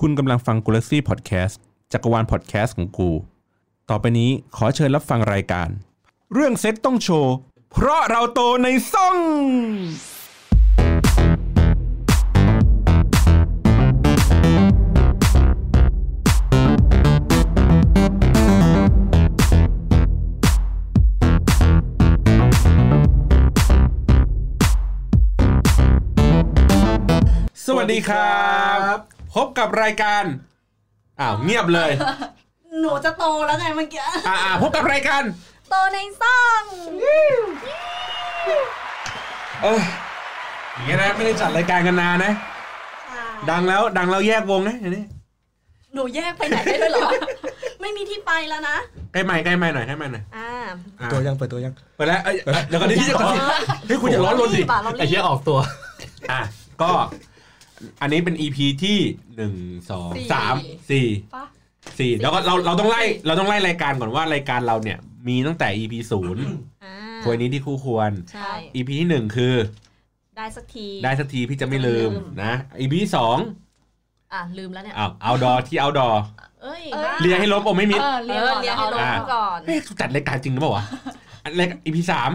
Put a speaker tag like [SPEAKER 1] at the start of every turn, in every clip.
[SPEAKER 1] คุณกำลังฟังกูลักซี่พอดแคสต์จักรวาลพอดแคสต์ของกู ต่อไปนี้ขอเชิญรับฟังรายการ เรื่องเซ็กต้องโชว์ เพราะเราโตในซ่อง สวัสดีครับ พบกับรายการ อ้าวเงียบเลย
[SPEAKER 2] หนูจะโตแล้วไงเมื่อกี้
[SPEAKER 1] อ่าอ่าพบกับรายการ
[SPEAKER 2] โตในซ่อง
[SPEAKER 1] เอยอย่างเงี้ยนะไม่ได้จัดรายการกันนานนะ ดังแล้วดังแล้วแยกวงนะเดี๋ยวนี่
[SPEAKER 2] หนูแยกไปไหนได้ด้วยเหรอ ไม่มีที่ไปแล้วนะ
[SPEAKER 1] ใกล้ใหม่ใกล้ใหม่หน่อยใกล้ใหม่หน่อย
[SPEAKER 2] อ่า
[SPEAKER 1] อ่ะ
[SPEAKER 3] ตัวยังเปิดตัวยัง
[SPEAKER 1] ไปแล้วเอ้ยเอ้ยเดี๋ยวก่อนดิเดี๋ยวก่อนดิเฮ้ยคุณอย่าร้อนรนดิ
[SPEAKER 2] ป่ะเรา
[SPEAKER 4] ไอ้
[SPEAKER 2] รี
[SPEAKER 4] เชี่
[SPEAKER 2] บ
[SPEAKER 4] ยออกตัว
[SPEAKER 1] อ่ะก็อันนี้เป็น EP ที่หนึ่งสอง
[SPEAKER 2] สี่
[SPEAKER 1] สามสี่
[SPEAKER 2] ปะ
[SPEAKER 1] สี่แล้วก็เราเราต้องไล่เราต้องไล่รายการก่อนว่ารายการเราเนี่ย มีตั้งแต่ EP ศูนย์
[SPEAKER 2] อ่า
[SPEAKER 1] ควยนี้ที่คู่ควร
[SPEAKER 2] ใช่
[SPEAKER 1] EP ที่หนึ่งคือ
[SPEAKER 2] ได้สักที
[SPEAKER 1] ได้สักทีพี่จะไม่ลืม
[SPEAKER 2] ลืม
[SPEAKER 1] นะ EP ที่สอง
[SPEAKER 2] อ่ะลืมแล้วเนี่ย
[SPEAKER 1] อ้าวเอาดอที่เอาดอ
[SPEAKER 2] เอ้ย
[SPEAKER 5] เอ้ย
[SPEAKER 1] เลียให้ล้มอมไม่มิด
[SPEAKER 5] เออเรียนก่อน
[SPEAKER 2] เรียน
[SPEAKER 5] เอา
[SPEAKER 2] ให้ล
[SPEAKER 5] ล
[SPEAKER 2] ง
[SPEAKER 5] ง
[SPEAKER 1] อ่า
[SPEAKER 2] ก่อน
[SPEAKER 1] เอ๊ะจัดรายการจริงหรือเปล่าวะอันแรก EP สาม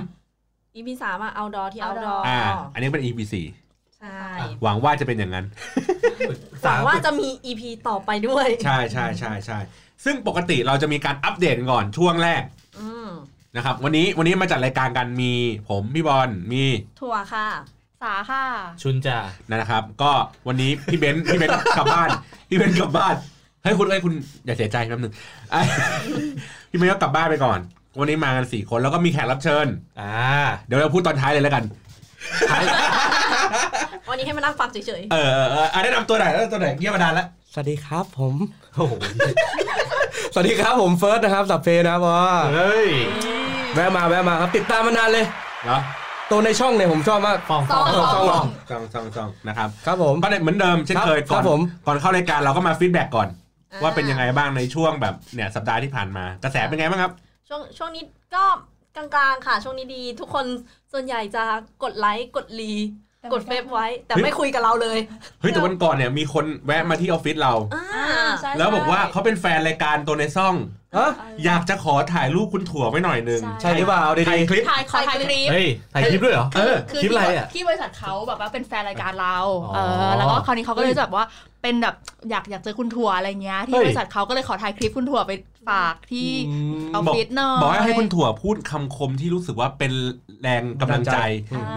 [SPEAKER 2] อีพีสามอ่ะเอาดอที่เอาดอ
[SPEAKER 1] อ่า อันนี้เป็น EP สี่
[SPEAKER 2] ใช่
[SPEAKER 1] หวังว่าจะเป็นอย่างนั้น
[SPEAKER 2] หวังว่าจะมีอีพีต่อไปด้วย
[SPEAKER 1] ใช่ใช่ใช่ใช่ซึ่งปกติเราจะมีการอัปเดตก่อนช่วงแรก
[SPEAKER 2] อืม
[SPEAKER 1] นะครับวันนี้วันนี้มาจัดรายการกันมีผมพี่บอลมี
[SPEAKER 2] ถั่วค่ะ
[SPEAKER 5] สาค่ะ
[SPEAKER 4] ชุนจ่า
[SPEAKER 1] นะครับ ก็วันนี้พี่เบนซ์ พี่เบนซ์กลับบ้านพี่เบนซ์กลับบ้านเฮ้ยคุณเอ้ยคุณอย่าเสียใจแป๊บหนึง อ่ะ พี่เบนซ์ก็กลับบ้านไปก่อน วันนี้มากันสี่คนแล้วก็มีแขกรับเชิญ
[SPEAKER 4] อ่า
[SPEAKER 1] เดี๋ยวเราพูดตอนท้ายเลยแล้วกัน
[SPEAKER 2] วันนี้ให้มานั่งฟังเฉย
[SPEAKER 1] เออเออเอออ่ะแนะนำตัวไหนอยแนะนำตัวไหนอยเงียบมานานแล้ว
[SPEAKER 3] สวัสดีครับผม
[SPEAKER 4] โอ้โห
[SPEAKER 3] สวัสดีครับผมเฟิร์สนะครับสับเพนะครับอ๋อ
[SPEAKER 4] เฮ้ย
[SPEAKER 3] แวะมาแวะมาครับติดตามมานานเลย
[SPEAKER 1] เนาะ
[SPEAKER 3] ตัวในช่องเนี่ยผมชอบมาก
[SPEAKER 4] ฟอง
[SPEAKER 2] ๆ
[SPEAKER 4] ฟอง
[SPEAKER 3] สองสอง
[SPEAKER 1] ซองซองซองนะครับ
[SPEAKER 3] ครับผม
[SPEAKER 1] ก็เนี่ยเหมือนเดิมเช่นเคย
[SPEAKER 3] ค
[SPEAKER 1] ก่
[SPEAKER 3] รั
[SPEAKER 1] อบ น
[SPEAKER 3] ผม
[SPEAKER 1] ก่อนเข้ารายการเราก็มาฟีดแบ็กก่อน
[SPEAKER 2] อ่
[SPEAKER 1] ว่าเป็นยังไงบ้างในช่วงแบบเนี่ยสัปดาห์ที่ผ่านมากระแสเป็นไงบ้างครับ
[SPEAKER 2] ช่วงช่วงนี้ก็กลางๆค่ะ ช่วงนี้ดี ทุกคนส่วนใหญ่จะกดไลค์กดรี กดเฟซไว้แต่
[SPEAKER 1] เฮ้ย
[SPEAKER 2] ไม่คุยกับเราเลย
[SPEAKER 1] เฮ้ยแต่วันก่อนเนี่ยมีคนแวะมาที่ออฟฟิศเรา
[SPEAKER 2] อ่า
[SPEAKER 5] อ่าใช่
[SPEAKER 1] แล้วบอกว่า
[SPEAKER 5] ใช่
[SPEAKER 1] เขาเป็นแฟนรายการตัวในซ่อง
[SPEAKER 3] ฮะ
[SPEAKER 1] อยากจะขอถ่ายรูปคุณถั่วไว้หน่อยหนึง
[SPEAKER 5] ใช่
[SPEAKER 3] ใช่หรือเปล่าดี
[SPEAKER 1] ถ่ายคลิป
[SPEAKER 5] ถ่ายขอถ่ายคลิป
[SPEAKER 4] เฮ้ยถ่ายคลิปด้วยเหรอ
[SPEAKER 1] เออ
[SPEAKER 5] คือ
[SPEAKER 4] คลิป
[SPEAKER 5] ที่
[SPEAKER 4] อะไรอะ
[SPEAKER 5] ที่บริษัทเขาแบบว่าเป็นแฟนรายการเรา
[SPEAKER 4] อ๋อ
[SPEAKER 5] เออแล้วก็คราวนี้เขาก็เลยแบบว่าเป็นแบบอยากอยากเจอคุณถั่วอะไรเงี้ย ที่
[SPEAKER 4] เฮ้ย
[SPEAKER 5] บริษัทเขาก็เลยขอถ่ายคลิปคุณถั่วไปฝากที่ออฟฟิศหน่อย
[SPEAKER 1] บอกให้ให้คุณถั่วพูดคำคมที่รู้สึกว่าเป็นแรงกำลังใจ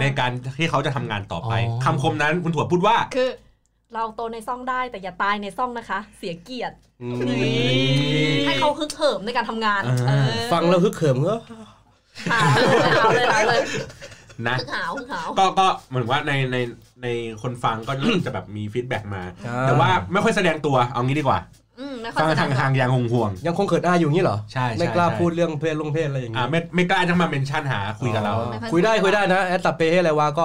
[SPEAKER 1] ในการที่เขาจะทำงานต่อไป
[SPEAKER 4] อ๋อ
[SPEAKER 1] คำคมนั้นคุณถั่วพูดว่า
[SPEAKER 5] คือ
[SPEAKER 2] เราโตในซ่องได้แต่อย่าตายในซ่องนะคะ เสียเกียรติ
[SPEAKER 3] อืม
[SPEAKER 5] ม
[SPEAKER 2] ให้เขาฮึกเหิมในการทำงาน
[SPEAKER 1] อ่า
[SPEAKER 2] เออ
[SPEAKER 3] ฟังแล้วฮึกเหิมก็
[SPEAKER 2] หาวเลยหาวเลยหาวเลย
[SPEAKER 1] นะ
[SPEAKER 2] ฮึกหาวฮึกหาว
[SPEAKER 1] ก็ก็เหมือนว่าในในในคนฟังก็เริ่มจะแบบมีฟีดแบ็กมา แต่
[SPEAKER 3] แต่
[SPEAKER 1] ว่า
[SPEAKER 3] ว่า
[SPEAKER 1] ไม่ค่อยแสดงตัวเอางี้ดีกว่า
[SPEAKER 2] อืมไม่ค่อย
[SPEAKER 1] ฟัง
[SPEAKER 2] ส
[SPEAKER 1] ทา
[SPEAKER 2] นั
[SPEAKER 1] ง
[SPEAKER 2] บ
[SPEAKER 1] ทางๆอย่างห่วง
[SPEAKER 3] ยังคงเขินอายอยู่งี้เหรอ
[SPEAKER 1] ๆใช่ใช่
[SPEAKER 3] ไม่กล้า
[SPEAKER 1] ใช่
[SPEAKER 3] พูดเรื่องเพศลงเพศอะไรอย่าง
[SPEAKER 1] อ่า
[SPEAKER 3] งี้
[SPEAKER 1] ไม่ไม่กล้าจะมาเมนชั่นหาคุยกับเรา
[SPEAKER 3] อ๋อคุยได้คุยได้นะแอดสับเพอะไรวะก็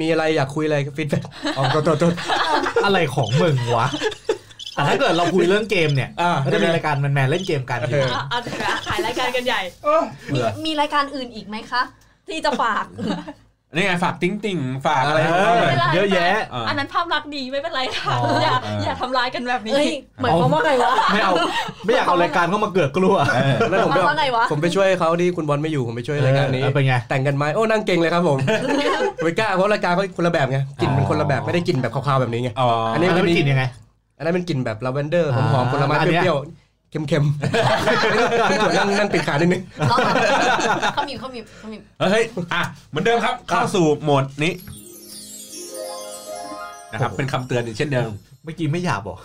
[SPEAKER 3] มีอะไรอยากคุยอะไรฟีดแบ็กอ๋อตัวตัวตัว
[SPEAKER 4] อะไรของมึงวะแต่ถ้าเกิดเราคุยเรื่องเกมเนี่ย
[SPEAKER 3] อ่า
[SPEAKER 4] ก็จะมีรายการแมนแมนๆเล่นเกมกันอยู่
[SPEAKER 2] อ่ะเอาเถอะขายรายการกันใหญ่
[SPEAKER 3] เบื่อ
[SPEAKER 2] มีรายการอื่นอีกไหมคะ ที่จะฝาก
[SPEAKER 1] นี่ไงฝากติ๊งติ่งฝากอะไร
[SPEAKER 3] เอ
[SPEAKER 1] ของเราห
[SPEAKER 3] อ
[SPEAKER 1] น่อย
[SPEAKER 5] ไม่เป็นไร
[SPEAKER 4] เยอะแยะ
[SPEAKER 1] อ่า
[SPEAKER 5] อันนั้นภาพลักษณ์ดีไม่เป็นไรค่ะ
[SPEAKER 4] อ๋ออ
[SPEAKER 5] อย่า
[SPEAKER 1] เอออ
[SPEAKER 5] อย่าทำร้ายกันแบบนี้
[SPEAKER 2] เอ้ยหมายความว่าไงวะ
[SPEAKER 4] ไม่เอาไม่อยากเอารายการเข้ามาเกือกกลัว
[SPEAKER 1] เออ
[SPEAKER 3] แล้วผม
[SPEAKER 2] ห
[SPEAKER 3] ไป
[SPEAKER 2] มายความว่าไงวะ
[SPEAKER 3] ผมไปช่วยเขาที่คุณบอลไม่อยู่ผมไปช่วยรายการนี้
[SPEAKER 4] เออเป็นไง
[SPEAKER 3] แต่งกันไหมโอ้นั่งเก่งเลยครับผม ไม่กล้าเพราะรายการเขาคนละแบบไงกลิ่นมันคนละแบบ
[SPEAKER 4] อ๋อ
[SPEAKER 3] ไม่ได้กลิ่นแบบคาวๆแบบนี้ไง
[SPEAKER 1] อ๋ออั
[SPEAKER 3] น
[SPEAKER 1] น
[SPEAKER 3] นี้
[SPEAKER 1] นี้
[SPEAKER 4] แล้วมันกินยังไง
[SPEAKER 3] อันนั้นเป็นกลิ่นแบบลาเวนเดอร์หอม
[SPEAKER 4] อ่า
[SPEAKER 3] ๆผลไม้
[SPEAKER 4] อัน
[SPEAKER 3] เป
[SPEAKER 4] เนี้ย
[SPEAKER 3] รี้ยวๆเค็มๆ พี่ถั่วนั่งนั่งปิดขานิดนึง
[SPEAKER 2] เราเขามีเขามีเขามี
[SPEAKER 1] เฮ้ยอ่ะเหมือนเดิมครับเข้าสู่โหมดนี้นะครับเป็นคำเตือนอีกเช่นเดิม
[SPEAKER 4] เมื่อกี้ไม่หยาบเหรอ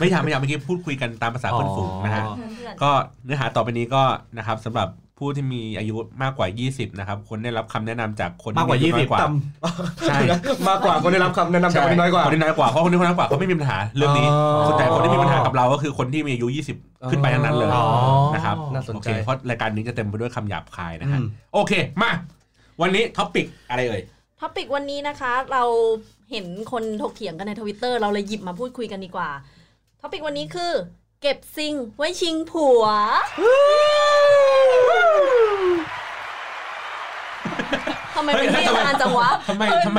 [SPEAKER 1] ไม่อยากไม่อยากเมื่อกี้พูดคุยกันตามภาษาคนฝูงนะฮะ
[SPEAKER 4] อ๋อ
[SPEAKER 2] เพื่อน
[SPEAKER 1] ก็เนื้อหาต่อไปนี้ก็นะครับสำหรับผู้ที่มีอายุมากกว่า 20 นะครับคนได้รับคำแนะนำจากคน
[SPEAKER 4] มากกว่า
[SPEAKER 1] ที่
[SPEAKER 4] ยี่
[SPEAKER 1] อ
[SPEAKER 4] สิ
[SPEAKER 1] น้
[SPEAKER 4] บ
[SPEAKER 1] อว่า
[SPEAKER 4] ต่
[SPEAKER 1] ใช่
[SPEAKER 3] มากกว่าคนได้รับคำแนะนำจากคนที่น้อยกว่า
[SPEAKER 1] คนที่น้อยกว่าเพราะคนที่น้อยกว่าเขาไม่มีปัญหาเรื่องนี้
[SPEAKER 3] อ๋อ
[SPEAKER 1] แต่คนที่มีปัญหากับเราก็คือคนที่มีอายุ 20 ขึ้นไปทั้งนั้นเลย
[SPEAKER 3] อ๋อ
[SPEAKER 1] นะครับ
[SPEAKER 3] น่าสนใจ
[SPEAKER 1] โอเคเพราะรายการนี้จะเต็มไปด้วยคำหยาบคายนะฮะ
[SPEAKER 3] อืม
[SPEAKER 1] โอเคมาวันนี้ท็อปิกอะไรเอ่ย
[SPEAKER 2] ท็อปิกวันนี้นะคะ เราเห็นคนถกเถียงกันในทวิตเตอร์เราเลยหยิบมาพูดคุยกันดีกว่าท็อปิกวันนี้คือ เก็บซิงไว้ชิงผั ว
[SPEAKER 4] อ
[SPEAKER 2] ทำไมเป็นพี่
[SPEAKER 1] ทำไม
[SPEAKER 2] นานจังวะ
[SPEAKER 1] ทำไมทำไม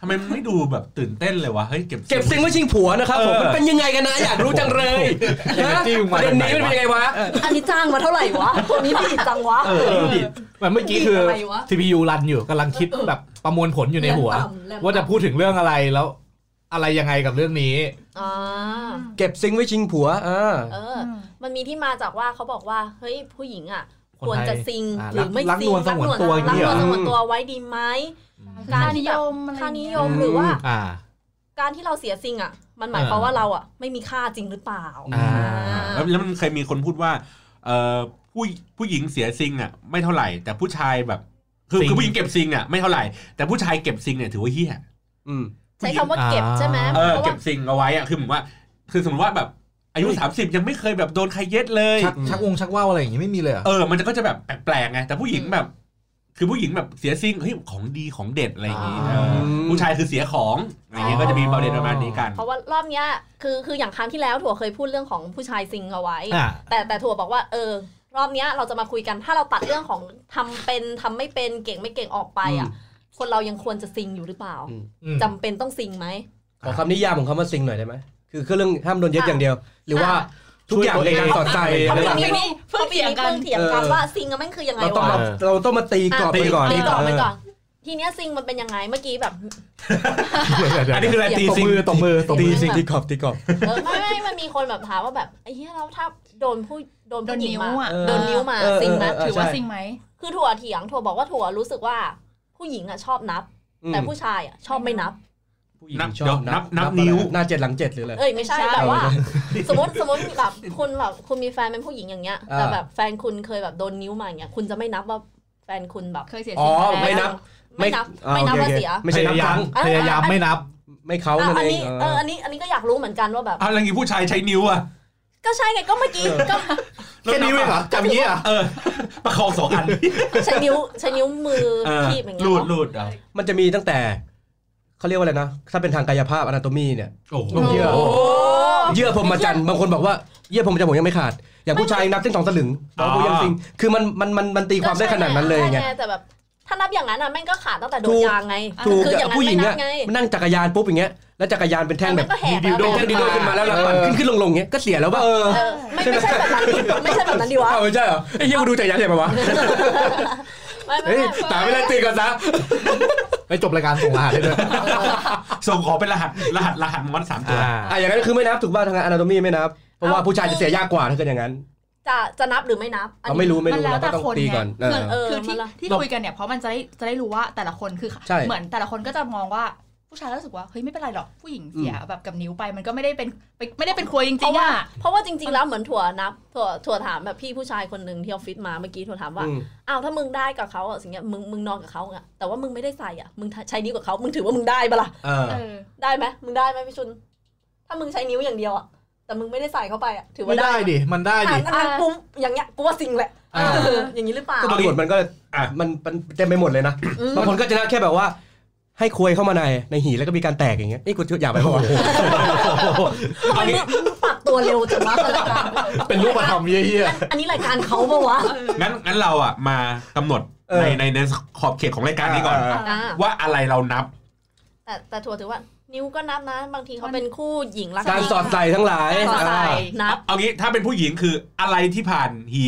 [SPEAKER 1] ทำไมมันไม่ดูแบบตื่นเต้นเลยวะเฮ้ยเก็บ
[SPEAKER 3] เก็บซิงไว้ชิงผัวนะครับผม
[SPEAKER 1] เออ
[SPEAKER 3] มันเป็นยังไงกันนะอยากรู้จังเลย
[SPEAKER 4] เอเนอร์จี้มึง
[SPEAKER 3] ป
[SPEAKER 4] มา
[SPEAKER 3] ระเด็
[SPEAKER 4] จาก
[SPEAKER 3] น
[SPEAKER 4] ไหน
[SPEAKER 3] นี้มัน
[SPEAKER 4] วะ
[SPEAKER 3] เป็นยังไงวะ
[SPEAKER 2] อันนี้จ้างมาเท่าไหร่วะคนนี้ดีดจังวะ
[SPEAKER 4] เออดูดิมันเมื่อกี้คือ
[SPEAKER 2] อะไรวะ
[SPEAKER 4] CPU รันอยู่กำลังคิดแบบประมวลผลอยู่ในหัว
[SPEAKER 2] แรมต่ำแรมต่ำ
[SPEAKER 4] ว่าจะพูดถึงเรื่องอะไรแล้ว อะไรยังไงกับเรื่องนี้
[SPEAKER 2] อ่า
[SPEAKER 3] เก็บซิงไว้ชิงผัวอ่า
[SPEAKER 2] เออ มันมีที่มาจากว่าเขาบอกว่าเฮ้ยผู้หญิงอ่ะ
[SPEAKER 4] ค
[SPEAKER 2] คว
[SPEAKER 4] นไทย
[SPEAKER 2] รจะซิง
[SPEAKER 4] อ่า
[SPEAKER 2] หรือไม่
[SPEAKER 4] รัก
[SPEAKER 2] ซิ
[SPEAKER 4] น
[SPEAKER 2] ง
[SPEAKER 4] วลสงวนตัวอย่าง
[SPEAKER 2] รั
[SPEAKER 4] นี้
[SPEAKER 2] กนว
[SPEAKER 4] เหรอ
[SPEAKER 2] ลสงวนตัวไว้ดีไหม
[SPEAKER 5] ค่า
[SPEAKER 2] การ
[SPEAKER 5] นิยมอะไร
[SPEAKER 2] ค่านิยม
[SPEAKER 3] อืม
[SPEAKER 2] หรือว่า
[SPEAKER 4] อ่า
[SPEAKER 2] การที่เราเสียซิงอ่ะ มันหมายความว่าเราอ่ะไม่มีค่าจริงหรือเปล่า
[SPEAKER 4] อ่า
[SPEAKER 1] แล้วแล้วมันเคยมีคนพูดว่าเอ่อผู้ผู้หญิงเสียซิงอ่ะไม่เท่าไหร่ แต่ผู้ชายแบบคือ
[SPEAKER 4] ซิง
[SPEAKER 1] คือผู้หญิงเก็บซิงอ่ะไม่เท่าไหร่ แต่ผู้ชายเก็บซิงเนี่ยถือว่าเฮี้ย
[SPEAKER 3] อืม
[SPEAKER 2] ใช้คำว่าเก็บใช่ไหม
[SPEAKER 1] เออ
[SPEAKER 2] เพราะ
[SPEAKER 1] เก็
[SPEAKER 2] ว่า
[SPEAKER 1] บซิงเอาไว้อ่ะคือเหมือนว่า คือสมมติว่าแบบอายุ 30 ยังไม่เคยแบบโดนใครเย็ดเลย
[SPEAKER 4] ชักชักวงชักว่าวอะไรอย่างงี้ไม่มีเลยเหรอ
[SPEAKER 1] เออ มันก็จะแบบแปลกๆไงแต่ผู้หญิงแบบ คือผู้หญิงแบบเสียซิงเฮ้ยของดีของเด็ดอะไรอย่างงี้
[SPEAKER 4] อ่า
[SPEAKER 1] เออผู้ชายคือเสียของอะไรอย่างเงี้ยก็จะมีประเด็นประมาณนี้กัน
[SPEAKER 2] เพราะว่ารอบเนี้ยคือคืออย่างครั้งที่แล้วถั่วเคยพูดเรื่องของผู้ชายซิงเอาไว้
[SPEAKER 4] อ่า
[SPEAKER 2] แต่แต่ถั่วบอกว่าเออ รอบเนี้ยเราจะมาคุยกันถ้าเราตัดเรื่องของทำเป็นทำไม่เป็นเก่งไม่เก่งออกไปอ่ะ คนเรายังควรจะซิงอยู่หรือเปล่าจำเป็นต้องซิงไหม
[SPEAKER 3] ขอคำนิยามของคำว่าซิงหน่อยได้ไหมคือเครื่องห้ามโดนยึดอย่างเดียว หรือว่า
[SPEAKER 2] อ่ะ
[SPEAKER 3] ทุกอย่างในการต่อใจ
[SPEAKER 2] เขา
[SPEAKER 3] อะไร
[SPEAKER 2] เป็น
[SPEAKER 3] แบบ
[SPEAKER 2] มี
[SPEAKER 3] นี้
[SPEAKER 2] นี่เพิ่งเถียงกันเถียงกันว่าซิงอะมันคือยังไง
[SPEAKER 3] เราต้อง
[SPEAKER 2] วะ
[SPEAKER 3] มาเราต้องมาตีกรอบไปก่อน
[SPEAKER 2] ตีกรอบไปก่อ
[SPEAKER 3] เ
[SPEAKER 2] น ทีเนี้ยซิงมันเป็นยังไงเมื่อกี้แบบ
[SPEAKER 1] อันนี้คืออะไรตี
[SPEAKER 4] ตบ
[SPEAKER 1] ซิง
[SPEAKER 4] มือตบมือตบ
[SPEAKER 3] ตี
[SPEAKER 4] มือ
[SPEAKER 3] ซิงตีกรอบตีกรอบ
[SPEAKER 2] เออไม่ไม่มันมีคนแบบถามว่าแบบไอ้เหี้ยแล้วถ้าโดนผู้โดน
[SPEAKER 5] โด
[SPEAKER 2] ผู้
[SPEAKER 5] น
[SPEAKER 2] หญิง
[SPEAKER 5] นิ้ว
[SPEAKER 2] มา
[SPEAKER 5] อ่ะ
[SPEAKER 3] เออ
[SPEAKER 2] โดนนิ้วมา
[SPEAKER 3] เออ
[SPEAKER 2] ซิงนะ
[SPEAKER 3] เออเออ
[SPEAKER 5] ถือว่า
[SPEAKER 3] ใช่
[SPEAKER 5] ซิงไหม
[SPEAKER 2] คือถั่วเถียงถั่วบอกว่าถั่วรู้สึกว่าผู้หญิงอ่ะชอบนับ
[SPEAKER 3] อืม
[SPEAKER 2] แต่ผู้ชายอ่ะชอบไม่นับ
[SPEAKER 3] ผู้หญิง
[SPEAKER 1] นับ
[SPEAKER 3] ชอบ
[SPEAKER 1] นับนับนิ้ว
[SPEAKER 3] หน้าเจ็ดหลังเจ็ดหรืออะไร
[SPEAKER 2] เอ้ยไม่ใช่
[SPEAKER 5] ไม่ใช่
[SPEAKER 2] แบบว่า สมมติสมมติแบบคุณแบบคุณมีแฟนเป็นผู้หญิงอย่างเงี้ย
[SPEAKER 3] อ่า
[SPEAKER 2] แต่แบบแฟนคุณเคยแบบโดนนิ้วมาอย่างเงี้ยคุณจะไม่นับว่าแฟนคุณแบบ
[SPEAKER 5] เคยเสีย
[SPEAKER 3] อ๋
[SPEAKER 5] ซิ
[SPEAKER 3] อง ไม่
[SPEAKER 5] แล้ว
[SPEAKER 3] นับ
[SPEAKER 2] ไม่นับไม่นับว่าเสีย
[SPEAKER 3] ไม่ใช่นับครั้ง
[SPEAKER 4] พยายามไม่นับ
[SPEAKER 3] ไม่เขา
[SPEAKER 2] อ่ะ
[SPEAKER 3] นั่น
[SPEAKER 2] อันนี้
[SPEAKER 3] เอง
[SPEAKER 2] เอออันนี้อันนี้ก็อยากรู้เหมือนกันว่าแบบ
[SPEAKER 1] อะไรอย่างงี้ผู้ชายใช้นิ้วอ่ะ
[SPEAKER 2] ก็ใช่ไงก็เมื่อกี้ก็
[SPEAKER 4] แค่นี้เองเหรอจำอย่างงี้เหรอ่ะ
[SPEAKER 1] เออ ประคองสองอั น
[SPEAKER 2] ใช้นิ้วใช้นิ้วมือ
[SPEAKER 1] เออ
[SPEAKER 2] คีบอย่างเงี้ย
[SPEAKER 1] รูด
[SPEAKER 2] เนอะ
[SPEAKER 1] รูดเอา
[SPEAKER 3] มันจะมีตั้งแต่เขาเรียกว่าอะไรนะ ถ้าเป็นทางกายภาพอนาโตมีเนี่ย
[SPEAKER 1] โอ้โห
[SPEAKER 3] ลงเยอะ
[SPEAKER 2] โอ้โห
[SPEAKER 3] เยื่อพรหมจันทร์บางคนบอกว่าเยื่อพรหมจันทร์ผมยังไม่ขาด อย่างผู้ชายนับเส้นสองสลึง
[SPEAKER 1] อ๋อ
[SPEAKER 3] ผู้ยังซิงคือมันมันมันมันตีความได้ขนาดนั้นเลยไง
[SPEAKER 2] ใช่แต่แบบถ้านับอย่างนั้นอ่ะแม่งก็ขาดตั้งแต่โดน
[SPEAKER 3] ถูก
[SPEAKER 2] ยางไง
[SPEAKER 3] ถูก
[SPEAKER 2] คืออย่างนั้น
[SPEAKER 3] ผู้หญิ
[SPEAKER 2] ไม่
[SPEAKER 3] ง
[SPEAKER 2] นั
[SPEAKER 3] อ่ะ
[SPEAKER 2] บไง
[SPEAKER 3] มันนั่งจักรยานปุ๊บอย่างเงี้ยแล้วจักรยานเป็นแท่งแบบ
[SPEAKER 2] มันก็แหก
[SPEAKER 4] มี
[SPEAKER 2] แล้ว
[SPEAKER 4] ดิ
[SPEAKER 2] แบ
[SPEAKER 3] โดน
[SPEAKER 4] ว
[SPEAKER 3] แท่ง
[SPEAKER 2] บ
[SPEAKER 3] ดิโดขึ้นมาแล้วเราปั่นขึ้นขึ้นลงลงเงี้ยก็เสียแล้วป่ะ
[SPEAKER 2] เออไม่ไม่ใช่แบบนั้นไม่ใช่แบบนั้นดิวะ
[SPEAKER 3] เอ้าไม่ใช่เหรอไอ้เหี้ยกูดูจักรยานใหญ่ปะวะ
[SPEAKER 2] ไม่ไม่
[SPEAKER 3] เฮ้ย
[SPEAKER 2] ไม่
[SPEAKER 3] ตาไม่ได้ตื่นก่อนนะ
[SPEAKER 4] ไปจบรายการส่งอาหารได้ด้วย
[SPEAKER 1] ส่งขอเป็นรหัสรหัสรหัสมอนสามตัว
[SPEAKER 4] อ่า
[SPEAKER 3] อ่ะอย่างนั้นคือไม่นับถูกป่ะทางอนาโตมีไม่นับเพราะว่าผู้ชายจะเสียยากกว่าถ้าเกิดอย่างนั้น
[SPEAKER 2] จะจะนับหรือไม่นับอัน
[SPEAKER 3] เรา
[SPEAKER 2] นี้
[SPEAKER 3] ไม่รู้ไม่รู้
[SPEAKER 5] แล้ว
[SPEAKER 3] เราก็
[SPEAKER 5] แต่
[SPEAKER 3] ต้อง
[SPEAKER 5] คน
[SPEAKER 3] ตี
[SPEAKER 5] ไง
[SPEAKER 3] ก่อนเอ
[SPEAKER 5] คือ
[SPEAKER 3] อ
[SPEAKER 2] เออ
[SPEAKER 5] คือ
[SPEAKER 2] มั
[SPEAKER 5] ที่
[SPEAKER 2] นละ
[SPEAKER 5] ที่คุยกันเนี่ยเพราะมันจะได้จะได้รู้ว่าแต่ละคนคือ
[SPEAKER 3] ใช่
[SPEAKER 5] เหมือนแต่ละคนก็จะมองว่าผู้ชายก็รู้สึกว่าเฮ้ยไม่เป็นไรหรอกผู้หญิงเสียแบบกับนิ้วไปมันก็ไม่ได้เป็นไปไม่ได้เป็นครัวจ
[SPEAKER 2] เพ
[SPEAKER 5] ริง
[SPEAKER 2] ราะ
[SPEAKER 5] ๆ
[SPEAKER 2] ว่า
[SPEAKER 5] อ่ะ
[SPEAKER 2] เพราะว่าจริงๆแล้วเหมือนถั่วนับถั่วถั่วถามแบบพี่ผู้ชายคนหนึ่งที่ออฟฟิศมาเมื่อกี้ถั่วถามว่า
[SPEAKER 3] อืม
[SPEAKER 2] อ้าวถ้ามึงได้กับเขาอ่ะสิ่งเนี้ยมึงมึงนอนกับเขาอ่ะแต่ว่ามึงไม่ได้ใส่อ่ะมึงใช้นิ้วกับเขามึงถือว่ามึงได้ปะล่ะ
[SPEAKER 3] เออ
[SPEAKER 5] เออ
[SPEAKER 2] ได้ไหมมึงได้ไหมพี่ชุน ถ้ามึงใช้นิ้วอย่างเดียวอ่ะแต่มึงไม่ได้ใส่เข้าไปอ่ะถือ
[SPEAKER 4] ไม่
[SPEAKER 2] ว่าได้
[SPEAKER 4] ได้ดิ มันได้
[SPEAKER 2] อ่ะ
[SPEAKER 4] ดิ
[SPEAKER 2] นั่นนั่นกูอย่างเงี้ยกูว่าสิ่งแหละ
[SPEAKER 4] อ่า
[SPEAKER 2] เอออย่างนี้หรือเปล่า
[SPEAKER 3] ก็บริบทมันก็
[SPEAKER 1] อ่ะ
[SPEAKER 3] มันมันเต็มไปหมดเลยนะ
[SPEAKER 2] อืม
[SPEAKER 3] บางคนก็จะได้แค่แบบว่า ให้ควยเข้ามาในในหีแล้วก็มีการแตกอย่างเงี้ยนี่กูอยากไปบอกว่า
[SPEAKER 2] ทำไมมึงมึงปรับตัวเร็วจังวะรายการ
[SPEAKER 4] เป็นรูปธรรมเยี่ย
[SPEAKER 2] อันนี้รายการเขาปะวะ
[SPEAKER 1] งั้นงั้นเราอ่ะมากำหนดในในในขอบเขตของรายการนี้ก่อน
[SPEAKER 2] อ่า
[SPEAKER 1] ว่าอะไรเรานับ
[SPEAKER 2] แต่แต่ถั่วถือว่านิ้วก็นับนะ บางทีเขาเป็นคู่หญิงรัก
[SPEAKER 3] การ
[SPEAKER 2] หญิง
[SPEAKER 3] สอดใส่ทั้งหลาย
[SPEAKER 5] การสอดใส่
[SPEAKER 3] อ่า
[SPEAKER 2] นับ
[SPEAKER 1] เอางี้ถ้าเป็นผู้หญิงคืออะไรที่ผ่านหี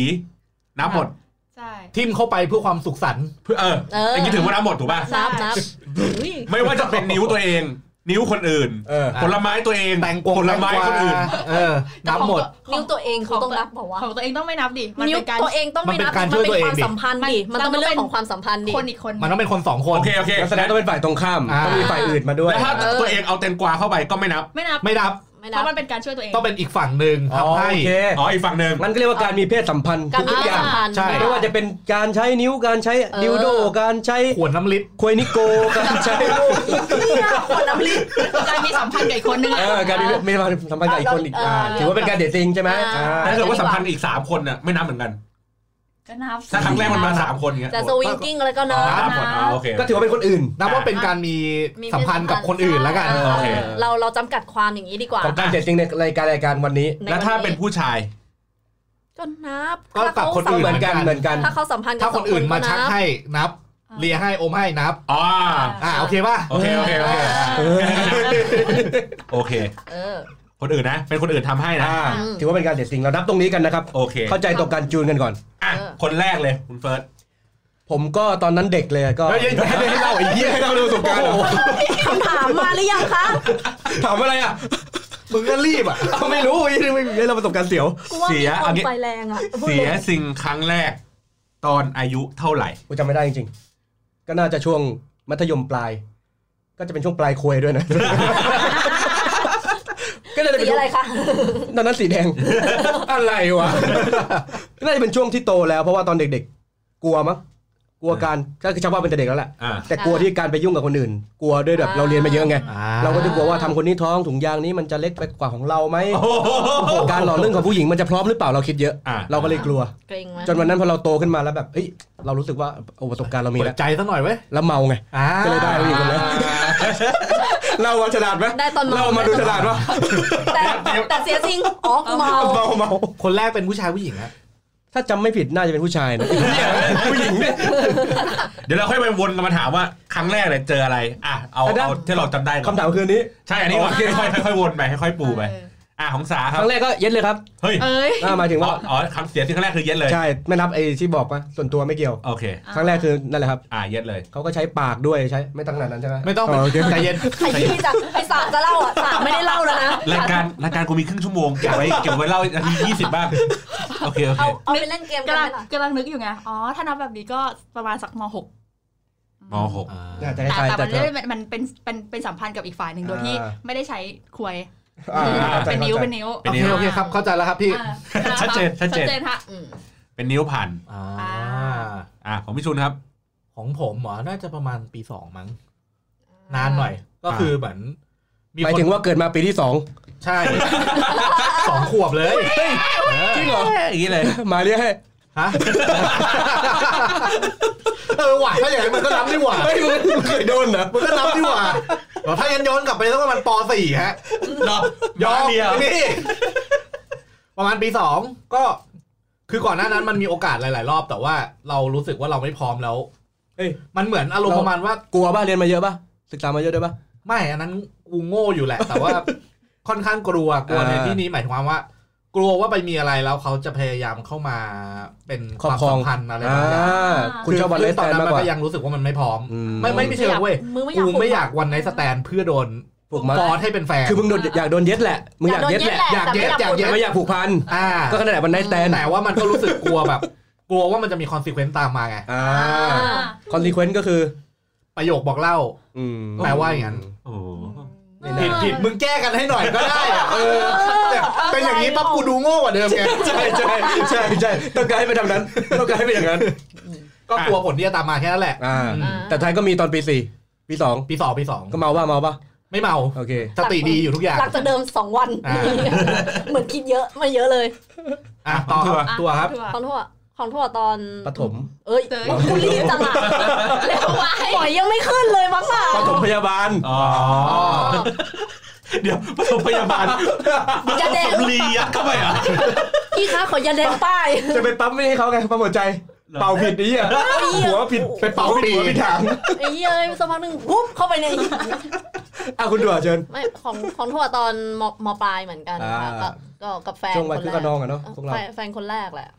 [SPEAKER 1] นับหมด
[SPEAKER 5] ใช่
[SPEAKER 4] ๆทิมเข้าไปเพื่อความสุขสันต์
[SPEAKER 1] เพื่อเออ
[SPEAKER 2] เออ
[SPEAKER 1] แต่คิดถึงว่านับหมดถูกป่ะ
[SPEAKER 2] นับนับอุ๊ย
[SPEAKER 1] ไม่ว่าจะเป็นนิ้วตัวเอง นิ้วคนอื่น
[SPEAKER 3] เออ
[SPEAKER 4] อ่ะ
[SPEAKER 1] ผลไม้ตัวเอง
[SPEAKER 4] แตงกวง
[SPEAKER 1] ผลไม้
[SPEAKER 4] แตงกวา
[SPEAKER 1] คนอื่น
[SPEAKER 4] เออ นับหมด
[SPEAKER 2] นิ้วตัวเองเขาต้องนับเปล่าวะ
[SPEAKER 5] ของตัวเองต้องไม่นับดิ มัน
[SPEAKER 2] นิ้ว
[SPEAKER 5] เป็นการ
[SPEAKER 2] ตัวเองต้อง
[SPEAKER 4] มัน
[SPEAKER 2] ไม่
[SPEAKER 4] เป็น
[SPEAKER 2] นับ
[SPEAKER 4] การ
[SPEAKER 2] มัน
[SPEAKER 4] ช่วยตัว
[SPEAKER 2] เป็นความ
[SPEAKER 4] เองดิ
[SPEAKER 2] สัมพันธ์ดิ
[SPEAKER 5] มั
[SPEAKER 2] มัน
[SPEAKER 5] น
[SPEAKER 2] ต้องเป็น
[SPEAKER 5] ต้องเป็น
[SPEAKER 2] เรื่องของความสัมพันธ์ดิ
[SPEAKER 5] คนอีกคน
[SPEAKER 4] มันต้องเป็นคนสองคน
[SPEAKER 1] โอเคโอเค
[SPEAKER 3] นักแสดงต้องเป็นฝ่ายตรงข้าม
[SPEAKER 4] อ่า
[SPEAKER 3] ต้องมีฝ่ายอื่นมาด้วย
[SPEAKER 1] แล้วถ้า
[SPEAKER 2] เออ
[SPEAKER 1] ตัวเองเอาแตงกวาเข้าไปก็ไม่นับ
[SPEAKER 5] ไม่นับ
[SPEAKER 4] ไม่นับ
[SPEAKER 2] ไม่
[SPEAKER 5] เพ
[SPEAKER 2] นับ
[SPEAKER 5] ราะมันเป็นการช่วยตัวเอง
[SPEAKER 4] ต้องเป็นอีกฝั่งหนึ่ง
[SPEAKER 3] อ๋อ
[SPEAKER 4] ทำให้
[SPEAKER 3] โอเค
[SPEAKER 1] อ๋ออีกฝั่งหนึ่ง
[SPEAKER 3] มันก็เรียกว่าการมีเพศสัมพันธ์
[SPEAKER 2] การมี
[SPEAKER 3] ทุก
[SPEAKER 2] เพศ
[SPEAKER 3] อย่าง
[SPEAKER 2] สัมพันธ์
[SPEAKER 4] ใช่
[SPEAKER 3] ไม่ว่าจะเป็นการใช้นิ้วการใช้
[SPEAKER 2] เออ
[SPEAKER 3] ดิวโดการใช้
[SPEAKER 4] ขวดน้ำลิตร
[SPEAKER 3] ควยนิโกการใช้
[SPEAKER 2] เนี่ยคนน้ำลิ้น
[SPEAKER 5] การมีสัมพันธ์กับอีกคนนึง
[SPEAKER 3] เอ
[SPEAKER 5] อะ
[SPEAKER 3] อการมีมีความสัมพันธ์กับอีกคนอีกอ่า
[SPEAKER 2] เออ
[SPEAKER 3] ถือว่าเป็นการเดทจริงใช่ไหม
[SPEAKER 2] อ่า
[SPEAKER 3] อ่า
[SPEAKER 1] ถ้าเกิดว่าสัมพันธ์อีกสามคนน่ะไม่นับเหมือนกัน
[SPEAKER 5] ก็นับ
[SPEAKER 1] ถ้าครั้งแรกมันมาสามคนเงี้ย
[SPEAKER 2] จะสวิงกิ้งอะไรก็เนอะ
[SPEAKER 1] นับหมดอ๋อโอเค
[SPEAKER 3] ก็ถือว่าเป็นคนอื่น
[SPEAKER 4] นับว่าเป็นการมี
[SPEAKER 2] มี
[SPEAKER 4] สัมพันธ์กับคนอื่นแล้วกัน
[SPEAKER 2] เออ
[SPEAKER 1] โอเค
[SPEAKER 2] เราเราจำกัดความอย่างนี้ดีกว่า
[SPEAKER 3] ของการเดทจริงในรายการรายการวันนี้
[SPEAKER 2] ใน
[SPEAKER 1] แล้วถ้าเป็นผู้ชาย
[SPEAKER 2] ก็นับ
[SPEAKER 4] ก็กับคนอื่
[SPEAKER 3] เหมือนกันเหมือนกัน
[SPEAKER 2] ถ้าเขาสัมพันธ์
[SPEAKER 4] ถ้า
[SPEAKER 2] บ
[SPEAKER 4] คนอื่นมา
[SPEAKER 2] สง
[SPEAKER 4] ชักให้นับ
[SPEAKER 5] อ่
[SPEAKER 4] เลียให้อมให้นับ
[SPEAKER 1] อ๋อ
[SPEAKER 4] อ่าโอเคป่ะ
[SPEAKER 1] โอเคโอเคโอเคโอเค
[SPEAKER 2] เออ
[SPEAKER 1] คนอื่นนะ เป็นคนอื่นทำให้นะ
[SPEAKER 3] อ่าถือว่าเป็นการเดทซิงเรานับตรงนี้กันนะครับ
[SPEAKER 1] โอเค
[SPEAKER 3] เข้าใจตรงกันจูนกันก่อน
[SPEAKER 1] อ่ะ
[SPEAKER 2] เออ
[SPEAKER 1] คนแรกเลยคุณเฟิร์ส
[SPEAKER 3] ผมก็ตอนนั้นเด็กเลยก็
[SPEAKER 1] เฮ้ยเฮ้ย
[SPEAKER 3] ไม่ได้เล่าไอ้เหี้ย
[SPEAKER 1] ให้เราดูประสบการณ์
[SPEAKER 2] คำถามมาหรือยังคะ
[SPEAKER 3] ถามอะไรอ่ะ
[SPEAKER 4] มึงก็รีบอ่ะ
[SPEAKER 3] เอาไม่รู้ไอ้เรื่องไม่เรื่องประสบการณ์เสียว
[SPEAKER 2] กูว่า
[SPEAKER 1] เสี
[SPEAKER 2] มี
[SPEAKER 1] ย
[SPEAKER 2] ค
[SPEAKER 1] อัน
[SPEAKER 2] น
[SPEAKER 1] นี้
[SPEAKER 2] ไฟแรงอ่ะ
[SPEAKER 1] เสียสิ่งครั้งแรก ตอนอายุเท่าไหร่
[SPEAKER 3] กูจำไม่ได้จริงๆ ก็น่าจะช่วงมัธยมปลาย ก็จะเป็นช่วงปลายควยด้วยนะ ก็น่าจะเป็น
[SPEAKER 2] สี
[SPEAKER 3] ช่ว
[SPEAKER 2] อะ
[SPEAKER 3] ง
[SPEAKER 2] ไรคะ
[SPEAKER 3] ตอนนั้นสีแดง
[SPEAKER 4] อะไรวะ
[SPEAKER 3] น่าจะเป็นช่วงที่โตแล้วเพราะว่าตอนเด็กๆ กลัวมั้งกลัวการก็คือชาวบ้านเป็นแต่เด็กแล้วแหละ
[SPEAKER 1] อ่า
[SPEAKER 3] แต่กลัวที่การไปยุ่งกับคนอื่น กลัวด้วยแบบเราเรียนมาเยอะไง
[SPEAKER 4] อ่า
[SPEAKER 3] เราก็จะกลัวว่าทำคนนี้ท้องถุงยางนี้มันจะเล็กไปกว่าของเราไหม
[SPEAKER 1] โอ้โห
[SPEAKER 3] การหล่อเรื่องของผู้หญิงมันจะพร้อมหรือเปล่าเราคิดเยอะ
[SPEAKER 1] อ่ะ
[SPEAKER 3] เราก็เลยกลัว
[SPEAKER 2] เกรงไหม
[SPEAKER 3] จนวันนั้นพอเราโตขึ้นมาแล้วแบบเอ้ยเรารู้สึกว่าโอ้ประสบการณ์เรามี
[SPEAKER 4] เปิ
[SPEAKER 3] แล้
[SPEAKER 4] ด
[SPEAKER 3] ว
[SPEAKER 4] ใจซะหน่อยเว้ย
[SPEAKER 3] แล้วเมาไง
[SPEAKER 4] อ่า
[SPEAKER 3] ก็เลยได้ผู้หญิงคน นั้น เรามาฉลาดไหม
[SPEAKER 2] ได้ตอน
[SPEAKER 3] เรามาดูฉลาดวะ
[SPEAKER 2] แต่แต่เสียจริงอ๋อกูเมา
[SPEAKER 3] เมาเมา
[SPEAKER 4] คนแรกเป็นผู้ชายผู้หญิงอะ
[SPEAKER 3] ถ้าจำไม่ผิดน่าจะเป็นผู้ชายนะผู้หญิงเนี่ย
[SPEAKER 1] เดี๋ยวเราค่อยไปวนกันมาถามว่าครั้งแรกเลยเจออะไร อ่ะเอา
[SPEAKER 3] อันนั้น
[SPEAKER 1] เอาที่เราจำได้ก่อน
[SPEAKER 3] คำถามคืนนี้
[SPEAKER 1] ใช่อันนี้
[SPEAKER 3] โอเค
[SPEAKER 1] ค่อยค่อยค่อยวนไปค่อยปูไป
[SPEAKER 5] เออ
[SPEAKER 1] อ่ะของสา
[SPEAKER 3] ค
[SPEAKER 1] ครับ
[SPEAKER 3] รั้งแรกก็เย็ดเลยครับ
[SPEAKER 1] เฮ้ย
[SPEAKER 5] เอ้ย
[SPEAKER 3] อ่าหมายถึง
[SPEAKER 1] อ๋อ
[SPEAKER 3] ว่า
[SPEAKER 1] อ๋อคำเสียสิ่งครั้งแรกคือเย็ดเลย
[SPEAKER 3] ใช่ไม่นับไอ้ที่บอกว่าส่วนตัวไม่เกี่ยว
[SPEAKER 1] โอเค
[SPEAKER 3] ครั้งแรกคือนั่นแหละครับ
[SPEAKER 1] อ่ะเย็ดเลย
[SPEAKER 3] เขาก็ใช้ปากด้วยใช้ไม่ตั้งขนาดนั้นใช่ไหม
[SPEAKER 4] ไม่ต้อง
[SPEAKER 3] โอเค
[SPEAKER 4] ใจเย็น
[SPEAKER 2] ใครที่จะไอสาจะเล่าอ่ะสาไม่ได้เล่าแล้วนะ
[SPEAKER 1] รายการรายการกูมีครึ่งชั่วโมงเก็บไว้เก็บไว้เล่านาทียี่สิบบ้างโอเคโอเค
[SPEAKER 2] เอาเอาไปเล่นเกมกัน
[SPEAKER 5] กำ
[SPEAKER 2] ไห
[SPEAKER 5] ลัง
[SPEAKER 2] มล่ะ
[SPEAKER 5] กำลังนึกอยู่ไง อ๋อ ถ้านับแบบนี้ก็ประมาณสัก
[SPEAKER 1] ม
[SPEAKER 5] ม .6
[SPEAKER 1] หก
[SPEAKER 3] น่าจะค
[SPEAKER 5] แต่
[SPEAKER 3] ล้ายๆ
[SPEAKER 5] แต่
[SPEAKER 3] แต่
[SPEAKER 5] มัน
[SPEAKER 3] ก็
[SPEAKER 5] ไม่ได้เป็นมันเป็นเป็นเป็นสัมพันธ์กับอีกฝ่ายหนึ่งโดยที่
[SPEAKER 3] อ่า
[SPEAKER 5] ไม่ได้ใช้ควย
[SPEAKER 3] อ่าข้าใจ
[SPEAKER 5] เป็นนิ้ว
[SPEAKER 3] ข้าใจ
[SPEAKER 5] เป็นนิ้ว
[SPEAKER 1] เป็น
[SPEAKER 4] โอ
[SPEAKER 1] นิ้
[SPEAKER 4] เค
[SPEAKER 1] ว
[SPEAKER 4] โอเคครับ เข้าใจแล้วครับพี่
[SPEAKER 5] อ่า
[SPEAKER 1] ชัดเจนชัดเจน
[SPEAKER 5] ชัดเจนฮะ
[SPEAKER 2] อืม
[SPEAKER 1] เป็นนิ้วผ่าน
[SPEAKER 4] อ่า
[SPEAKER 1] อ่ะของพี่ชุนครับ
[SPEAKER 4] ของผมเหรอ น่าจะประมาณปีสองมั้ง นานหน่อย ก็คือเหมือน
[SPEAKER 3] หมายถึงว่าเกิดมาปีที่สอง
[SPEAKER 4] ใช่ สองขวบเลย
[SPEAKER 3] จริงเหรอ
[SPEAKER 1] อย่างนี้เลย
[SPEAKER 3] มาเรียกให้
[SPEAKER 4] ฮะ เออหว่าถ้าอย่างนั้นมันก็นับดีกว่า
[SPEAKER 3] เฮ้ยมึงเคยโดนเหรอ
[SPEAKER 4] มันก็นับดีกว่าเดี๋ยวถ้ายันย้อนกลับไปต้องประมาณปสี่ฮะ
[SPEAKER 1] รอบ
[SPEAKER 4] ยอม
[SPEAKER 1] เดียว
[SPEAKER 4] นี่ ประมาณปีสองก็ คือก่อนหน้านั้นมันมีโอกาสหลาย ๆ รอบ แต่ว่าเรารู้สึกว่าเราไม่พร้อมแล้ว
[SPEAKER 3] เฮ้ย
[SPEAKER 4] มันเหมือนอารมณ์ประมาณว่า
[SPEAKER 3] กลัวป่ะเรียนมาเยอะป่ะศึกษามาเยอะด้วยป่ะ
[SPEAKER 4] ไม่อันนั้นกูโง่อยู่แหละ แต่ว่าค่อนข้างกลัวกลัว
[SPEAKER 3] อ่า
[SPEAKER 4] ในที่นี้หมายถึงความว่า กลัวว่าไปมีอะไรแล้วเขาจะพยายามเข้ามาเป็น
[SPEAKER 3] ค
[SPEAKER 4] ค
[SPEAKER 3] รอบค
[SPEAKER 4] วาม
[SPEAKER 3] รอ
[SPEAKER 4] สั
[SPEAKER 3] ง
[SPEAKER 4] มพันธ์อะไร
[SPEAKER 3] อ่า
[SPEAKER 4] บางอย่าง
[SPEAKER 3] คุณชอบวัน
[SPEAKER 4] คื
[SPEAKER 3] เลส
[SPEAKER 4] ต
[SPEAKER 3] แต
[SPEAKER 4] อน
[SPEAKER 3] น
[SPEAKER 4] นั้น
[SPEAKER 3] มาก
[SPEAKER 4] มัน
[SPEAKER 3] กว่า
[SPEAKER 4] ก็ยังรู้สึกว่ามันไม่พร้อม
[SPEAKER 3] อืม
[SPEAKER 4] ไม่ไม่ไม่เชิงเว้ย
[SPEAKER 2] มือไม่อยาก
[SPEAKER 4] กูไม่อยากวันในสแตนเพื่อโดน
[SPEAKER 3] ผูกมัด
[SPEAKER 4] ฟอร์สให้เป็นแฟน
[SPEAKER 3] คือมึงโดนอยากโดนเย็ดแหละมึงอยาก
[SPEAKER 2] โดน
[SPEAKER 3] เย็ดแหละ
[SPEAKER 4] อยากเย็ด
[SPEAKER 2] แต่
[SPEAKER 4] อยากเย็
[SPEAKER 3] แต่
[SPEAKER 4] ด
[SPEAKER 3] ไม่อยากผูกพัน
[SPEAKER 4] อ่า
[SPEAKER 3] ก็ขนาดวันไนแตน
[SPEAKER 4] แต่ว่ามันก็รู้สึกกลัวแบบ กลัวว่ามันจะมีคอนซ e เควนต์ตามมาไง
[SPEAKER 3] อ่า
[SPEAKER 2] อ่า
[SPEAKER 3] คอนซีเควนต์ก็คือ
[SPEAKER 4] ประโยคบอกเล่า
[SPEAKER 3] อืม
[SPEAKER 4] แปลว่าอย่างนั้น
[SPEAKER 1] โอ้โห
[SPEAKER 4] ผิดผิดมึงแก้กันให้หน่อยก็ได้อะเออแต่เป็นอย่างนี้ปั๊บกูดูโง่กว่าเดิมไง
[SPEAKER 3] ใช่ใช่ใช่ใช่ต้องการให้ไปทางนั้นต้องการให้ไปอย่างนั้น
[SPEAKER 4] ก็กลัวผลที่จะตามมาแค่นั้นแหละ
[SPEAKER 3] อ่า
[SPEAKER 2] อ่า
[SPEAKER 3] แต่ท้ายก็มีตอนปีสี่ปีสอง
[SPEAKER 4] ปีสองปีสอง
[SPEAKER 3] ก็เมาป่ะเมาป่ะ
[SPEAKER 4] ไม่เมา
[SPEAKER 3] โอเค
[SPEAKER 4] สติดีอยู่ทุกอย่าง
[SPEAKER 2] หลังจากเดิมสองวัน
[SPEAKER 4] อ่า
[SPEAKER 2] เหมือนคิดเยอะมันเยอะเลย
[SPEAKER 4] อ่ะต่อครับตัวครับ
[SPEAKER 2] ของ
[SPEAKER 5] ตัว
[SPEAKER 2] ทั่วของทั่วตอน
[SPEAKER 3] ปฐม
[SPEAKER 2] เอ้ยคุณรีบจัง อ่ะ
[SPEAKER 5] เร็วไว้
[SPEAKER 2] ปล่อยยังไม่ขึ้นเลยมั้งอ่ะ
[SPEAKER 3] ปฐมพยาบา ล
[SPEAKER 1] อ๋อ เดี๋ยวปฐมพยาบาล
[SPEAKER 2] ยาแดง
[SPEAKER 1] สำลียัดเข้าไปเหรอ่ะ
[SPEAKER 2] พี่คะขอยาแดงป้าย
[SPEAKER 3] จะไปปั๊มไม่ให้เขาไงปั๊มหัวใจ
[SPEAKER 1] หรอ
[SPEAKER 3] เป่าผิดไอ้เหี้ย หัวผิดไปเป่าผิดหัวผิดทาง
[SPEAKER 2] ไอ้เย้ยสักพักหนึ่งปุ๊บเข้าไปใน
[SPEAKER 3] อ่ะคุณด่วนเชิญ
[SPEAKER 2] ไม่ของของทั่วตอนมมปลายเหมือนกันค่ะ
[SPEAKER 3] อ่า
[SPEAKER 2] ก็ก็กับแฟน
[SPEAKER 3] ช่วงวัน
[SPEAKER 2] ค
[SPEAKER 3] คื
[SPEAKER 2] น
[SPEAKER 3] อ
[SPEAKER 2] แร
[SPEAKER 3] กระ
[SPEAKER 2] ก
[SPEAKER 3] นองอะเนาะพวกเรา
[SPEAKER 2] แฟนแฟนคนแรกแหละ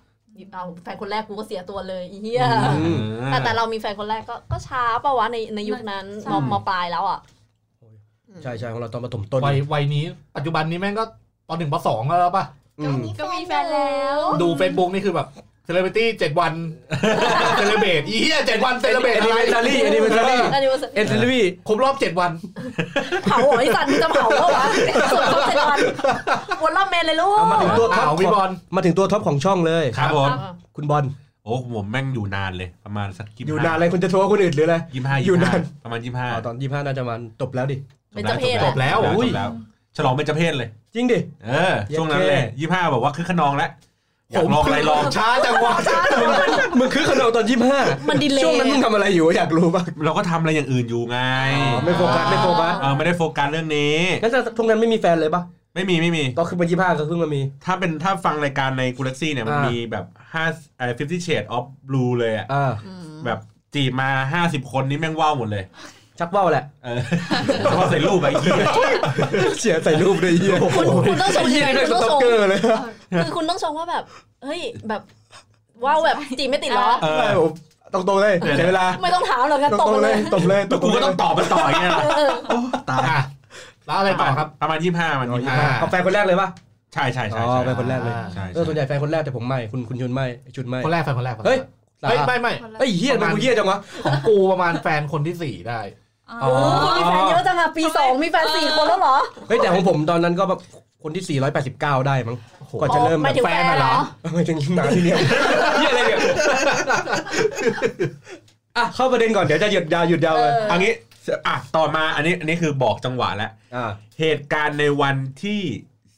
[SPEAKER 2] เอาแฟนคนแรกกูก็เสียตัวเลยอีเหี้ย
[SPEAKER 3] อืม
[SPEAKER 2] แต่แต่เรามีแฟนคนแรกก็ก็ช้าปะวะในในยุคนั้นมมปลายแล้วอ่ะ
[SPEAKER 3] ใช่ใช่ของเราตอนปฐมต้น
[SPEAKER 4] วัยวัยนี้ ปัจจุบันนี้แม่งก็ตอนหนึ่งปสองแล้วป่ะ
[SPEAKER 3] อืม
[SPEAKER 5] ก็มีแฟนแล้ว
[SPEAKER 4] ดู Facebook นี่คือแบบเซเลบ r ิตี้เจ็ดวัน เซเลเบตอีเหี้ยเจ็ดวันเซเลเบต
[SPEAKER 3] เอ็น
[SPEAKER 4] อะไร
[SPEAKER 3] ดิเมนทารี่เอ็นดิเมนทารี่
[SPEAKER 2] อันนี้ว่า
[SPEAKER 3] เอ็นดิเมนทารี่
[SPEAKER 4] ครบรอบเจ็ดวัน
[SPEAKER 2] เผาเหรอไอ้สัตว์มึงจะเผาแล้ววะส่วนเขาเจ็ดวันวนรอบเมนเลยลูก
[SPEAKER 3] เอามาถึงตัวท็อป
[SPEAKER 4] อ้าวพี่บอล
[SPEAKER 3] มาถึงตัวท็อปของช่องเลย
[SPEAKER 1] ครับผม
[SPEAKER 3] คุณบอล
[SPEAKER 1] โอ้ผมแม่งอยู่นานเลยประมาณสักยี่
[SPEAKER 3] อ
[SPEAKER 1] สิ
[SPEAKER 3] ยู่
[SPEAKER 1] บ
[SPEAKER 3] นา
[SPEAKER 1] ห้าน
[SPEAKER 3] เลยคุณจะโทรคนอื่นหรืออะไร
[SPEAKER 1] ยี่สิบห้า
[SPEAKER 3] อยู่นาน
[SPEAKER 1] ประมาณยี่สิบห้า
[SPEAKER 3] อ๋อตอนยี่ห้าน่าจะมันจบแล้วดิ
[SPEAKER 2] เป็นเจ้าเพศ
[SPEAKER 4] จ
[SPEAKER 2] อะ
[SPEAKER 4] บแล้ว
[SPEAKER 1] จ
[SPEAKER 4] อุ้ย
[SPEAKER 1] บแล้วฉลองเป็นเจ้าเพศเลย
[SPEAKER 3] จริ งดิ
[SPEAKER 1] เออ ช่วงนั้นเลยยี่สิบห้าบอกว่าคือขนองแล้วอยากลองอะไรลอง
[SPEAKER 4] ช้าจังวะ
[SPEAKER 3] มึงคือขนองตอนยี่ห้า
[SPEAKER 2] มันดีเลย
[SPEAKER 3] ช่วงนั้นมึงทำอะไรอยู่วะอยากรู้ป่ะ
[SPEAKER 1] เราก็ทำอะไรอย่างอื่นอยู่ไง
[SPEAKER 3] อ๋อไม่โฟกัสไม่โฟกัส
[SPEAKER 1] เออไม่ได้โฟกัสเรื่องนี้
[SPEAKER 3] งั้นแต่ช่วงนั้นไม่มีแฟนเลยป่ะ
[SPEAKER 1] ไม่มีไม่มี
[SPEAKER 3] ตอนขึ้นมายี่ห้าก็เพิ่งมามี
[SPEAKER 1] ถ้าเป็นถ้าฟังรายการในกูเล็กซี่เนี่ยมัน
[SPEAKER 3] อ่ามี
[SPEAKER 1] มีแบบ5เอ่อ50 shade of blue เลยอะ
[SPEAKER 3] อ่า
[SPEAKER 2] อืม
[SPEAKER 1] แบบ จีบมาห้าสิบคนนี้แม่งว่าวหมดเลย
[SPEAKER 3] ชักว่าวแหละ
[SPEAKER 1] เออเพราะว่าใส่รูปไอ้เหี้ย
[SPEAKER 3] เสียใส่รูปเลยเฮีย
[SPEAKER 2] คุณคุณต้องชม
[SPEAKER 3] เฮี
[SPEAKER 2] ยั
[SPEAKER 3] ย
[SPEAKER 2] งไง
[SPEAKER 3] นี่
[SPEAKER 2] คุณ
[SPEAKER 3] ส
[SPEAKER 2] ต้อง
[SPEAKER 3] ต็อ
[SPEAKER 2] ชม
[SPEAKER 3] กเกอร์เลย
[SPEAKER 2] คือคุณต้องชมว่าแบบ เฮ้ยแบบว้าวแบบจีบไม่ติดเหรอ
[SPEAKER 1] เออ
[SPEAKER 3] ใช่ผมตรงๆเลยเสียเวลา
[SPEAKER 2] ไม่ต้องถามหรอกนะ
[SPEAKER 3] ต
[SPEAKER 2] ตบ
[SPEAKER 3] รงๆ
[SPEAKER 2] เล
[SPEAKER 3] เลย
[SPEAKER 2] ย
[SPEAKER 3] ตบเลย
[SPEAKER 1] แล้วกูก็ต้องตอบมันต่ออย่างเงี้ยเหรอ
[SPEAKER 2] เออ
[SPEAKER 3] ตาย
[SPEAKER 4] อ่ะแล้วอะไรต่อครับ
[SPEAKER 1] ประมาณยี่ห้ามัน
[SPEAKER 3] อ๋อ
[SPEAKER 1] ยี่
[SPEAKER 3] ยี่
[SPEAKER 1] ห้า
[SPEAKER 3] ห้าเอาแฟนคนแรกเลยปะ
[SPEAKER 1] ใช่ใช่ใช่
[SPEAKER 3] อ๋อไป
[SPEAKER 1] ใช่
[SPEAKER 3] คนแรกเลย
[SPEAKER 1] ใช่ใช่
[SPEAKER 3] เออส่วนใหญ่แฟนคนแรกแต่ผมไม่ คุณคุณชุนไม่ชุนไม่
[SPEAKER 4] คนแรกแฟนคนแรก
[SPEAKER 3] เฮ้ย
[SPEAKER 4] เฮ้ยไม่ไม่
[SPEAKER 5] คนละ
[SPEAKER 3] ไอ้ยเฮียทำไมันกูเฮียจังวะ
[SPEAKER 4] ของกูประมาณแฟนคนที่สี่ได้
[SPEAKER 5] อ๋อ
[SPEAKER 3] อ๋อ
[SPEAKER 2] โอ้โหคุณมีแฟนเยอะจังอะปีสองมีแฟนสี่คนแล้วเหรอ
[SPEAKER 3] เฮ้ยแต่ของผมตอนนั้นก็แบบคนที่ 489 ได้มั้ง
[SPEAKER 4] โอ้โห
[SPEAKER 3] ก่อนจะเริ่ม
[SPEAKER 2] อ๋อห
[SPEAKER 3] แบ
[SPEAKER 2] มายถึง
[SPEAKER 3] บ
[SPEAKER 2] แฟนเหรอ
[SPEAKER 3] ไม่ถึงหนาที่เดียวเฮียอะไรเนี่ยอ่ะเข้าประเด็นก่อนเดี๋ยวจะหยุดยาวหยุดยาวเลย
[SPEAKER 2] เออ
[SPEAKER 1] เอันนี้อ่ะต่อมาอันนี้อันนี้คือบอกจังหวะแล้ว
[SPEAKER 3] อ่า
[SPEAKER 1] เหตุการณ์ในวันที่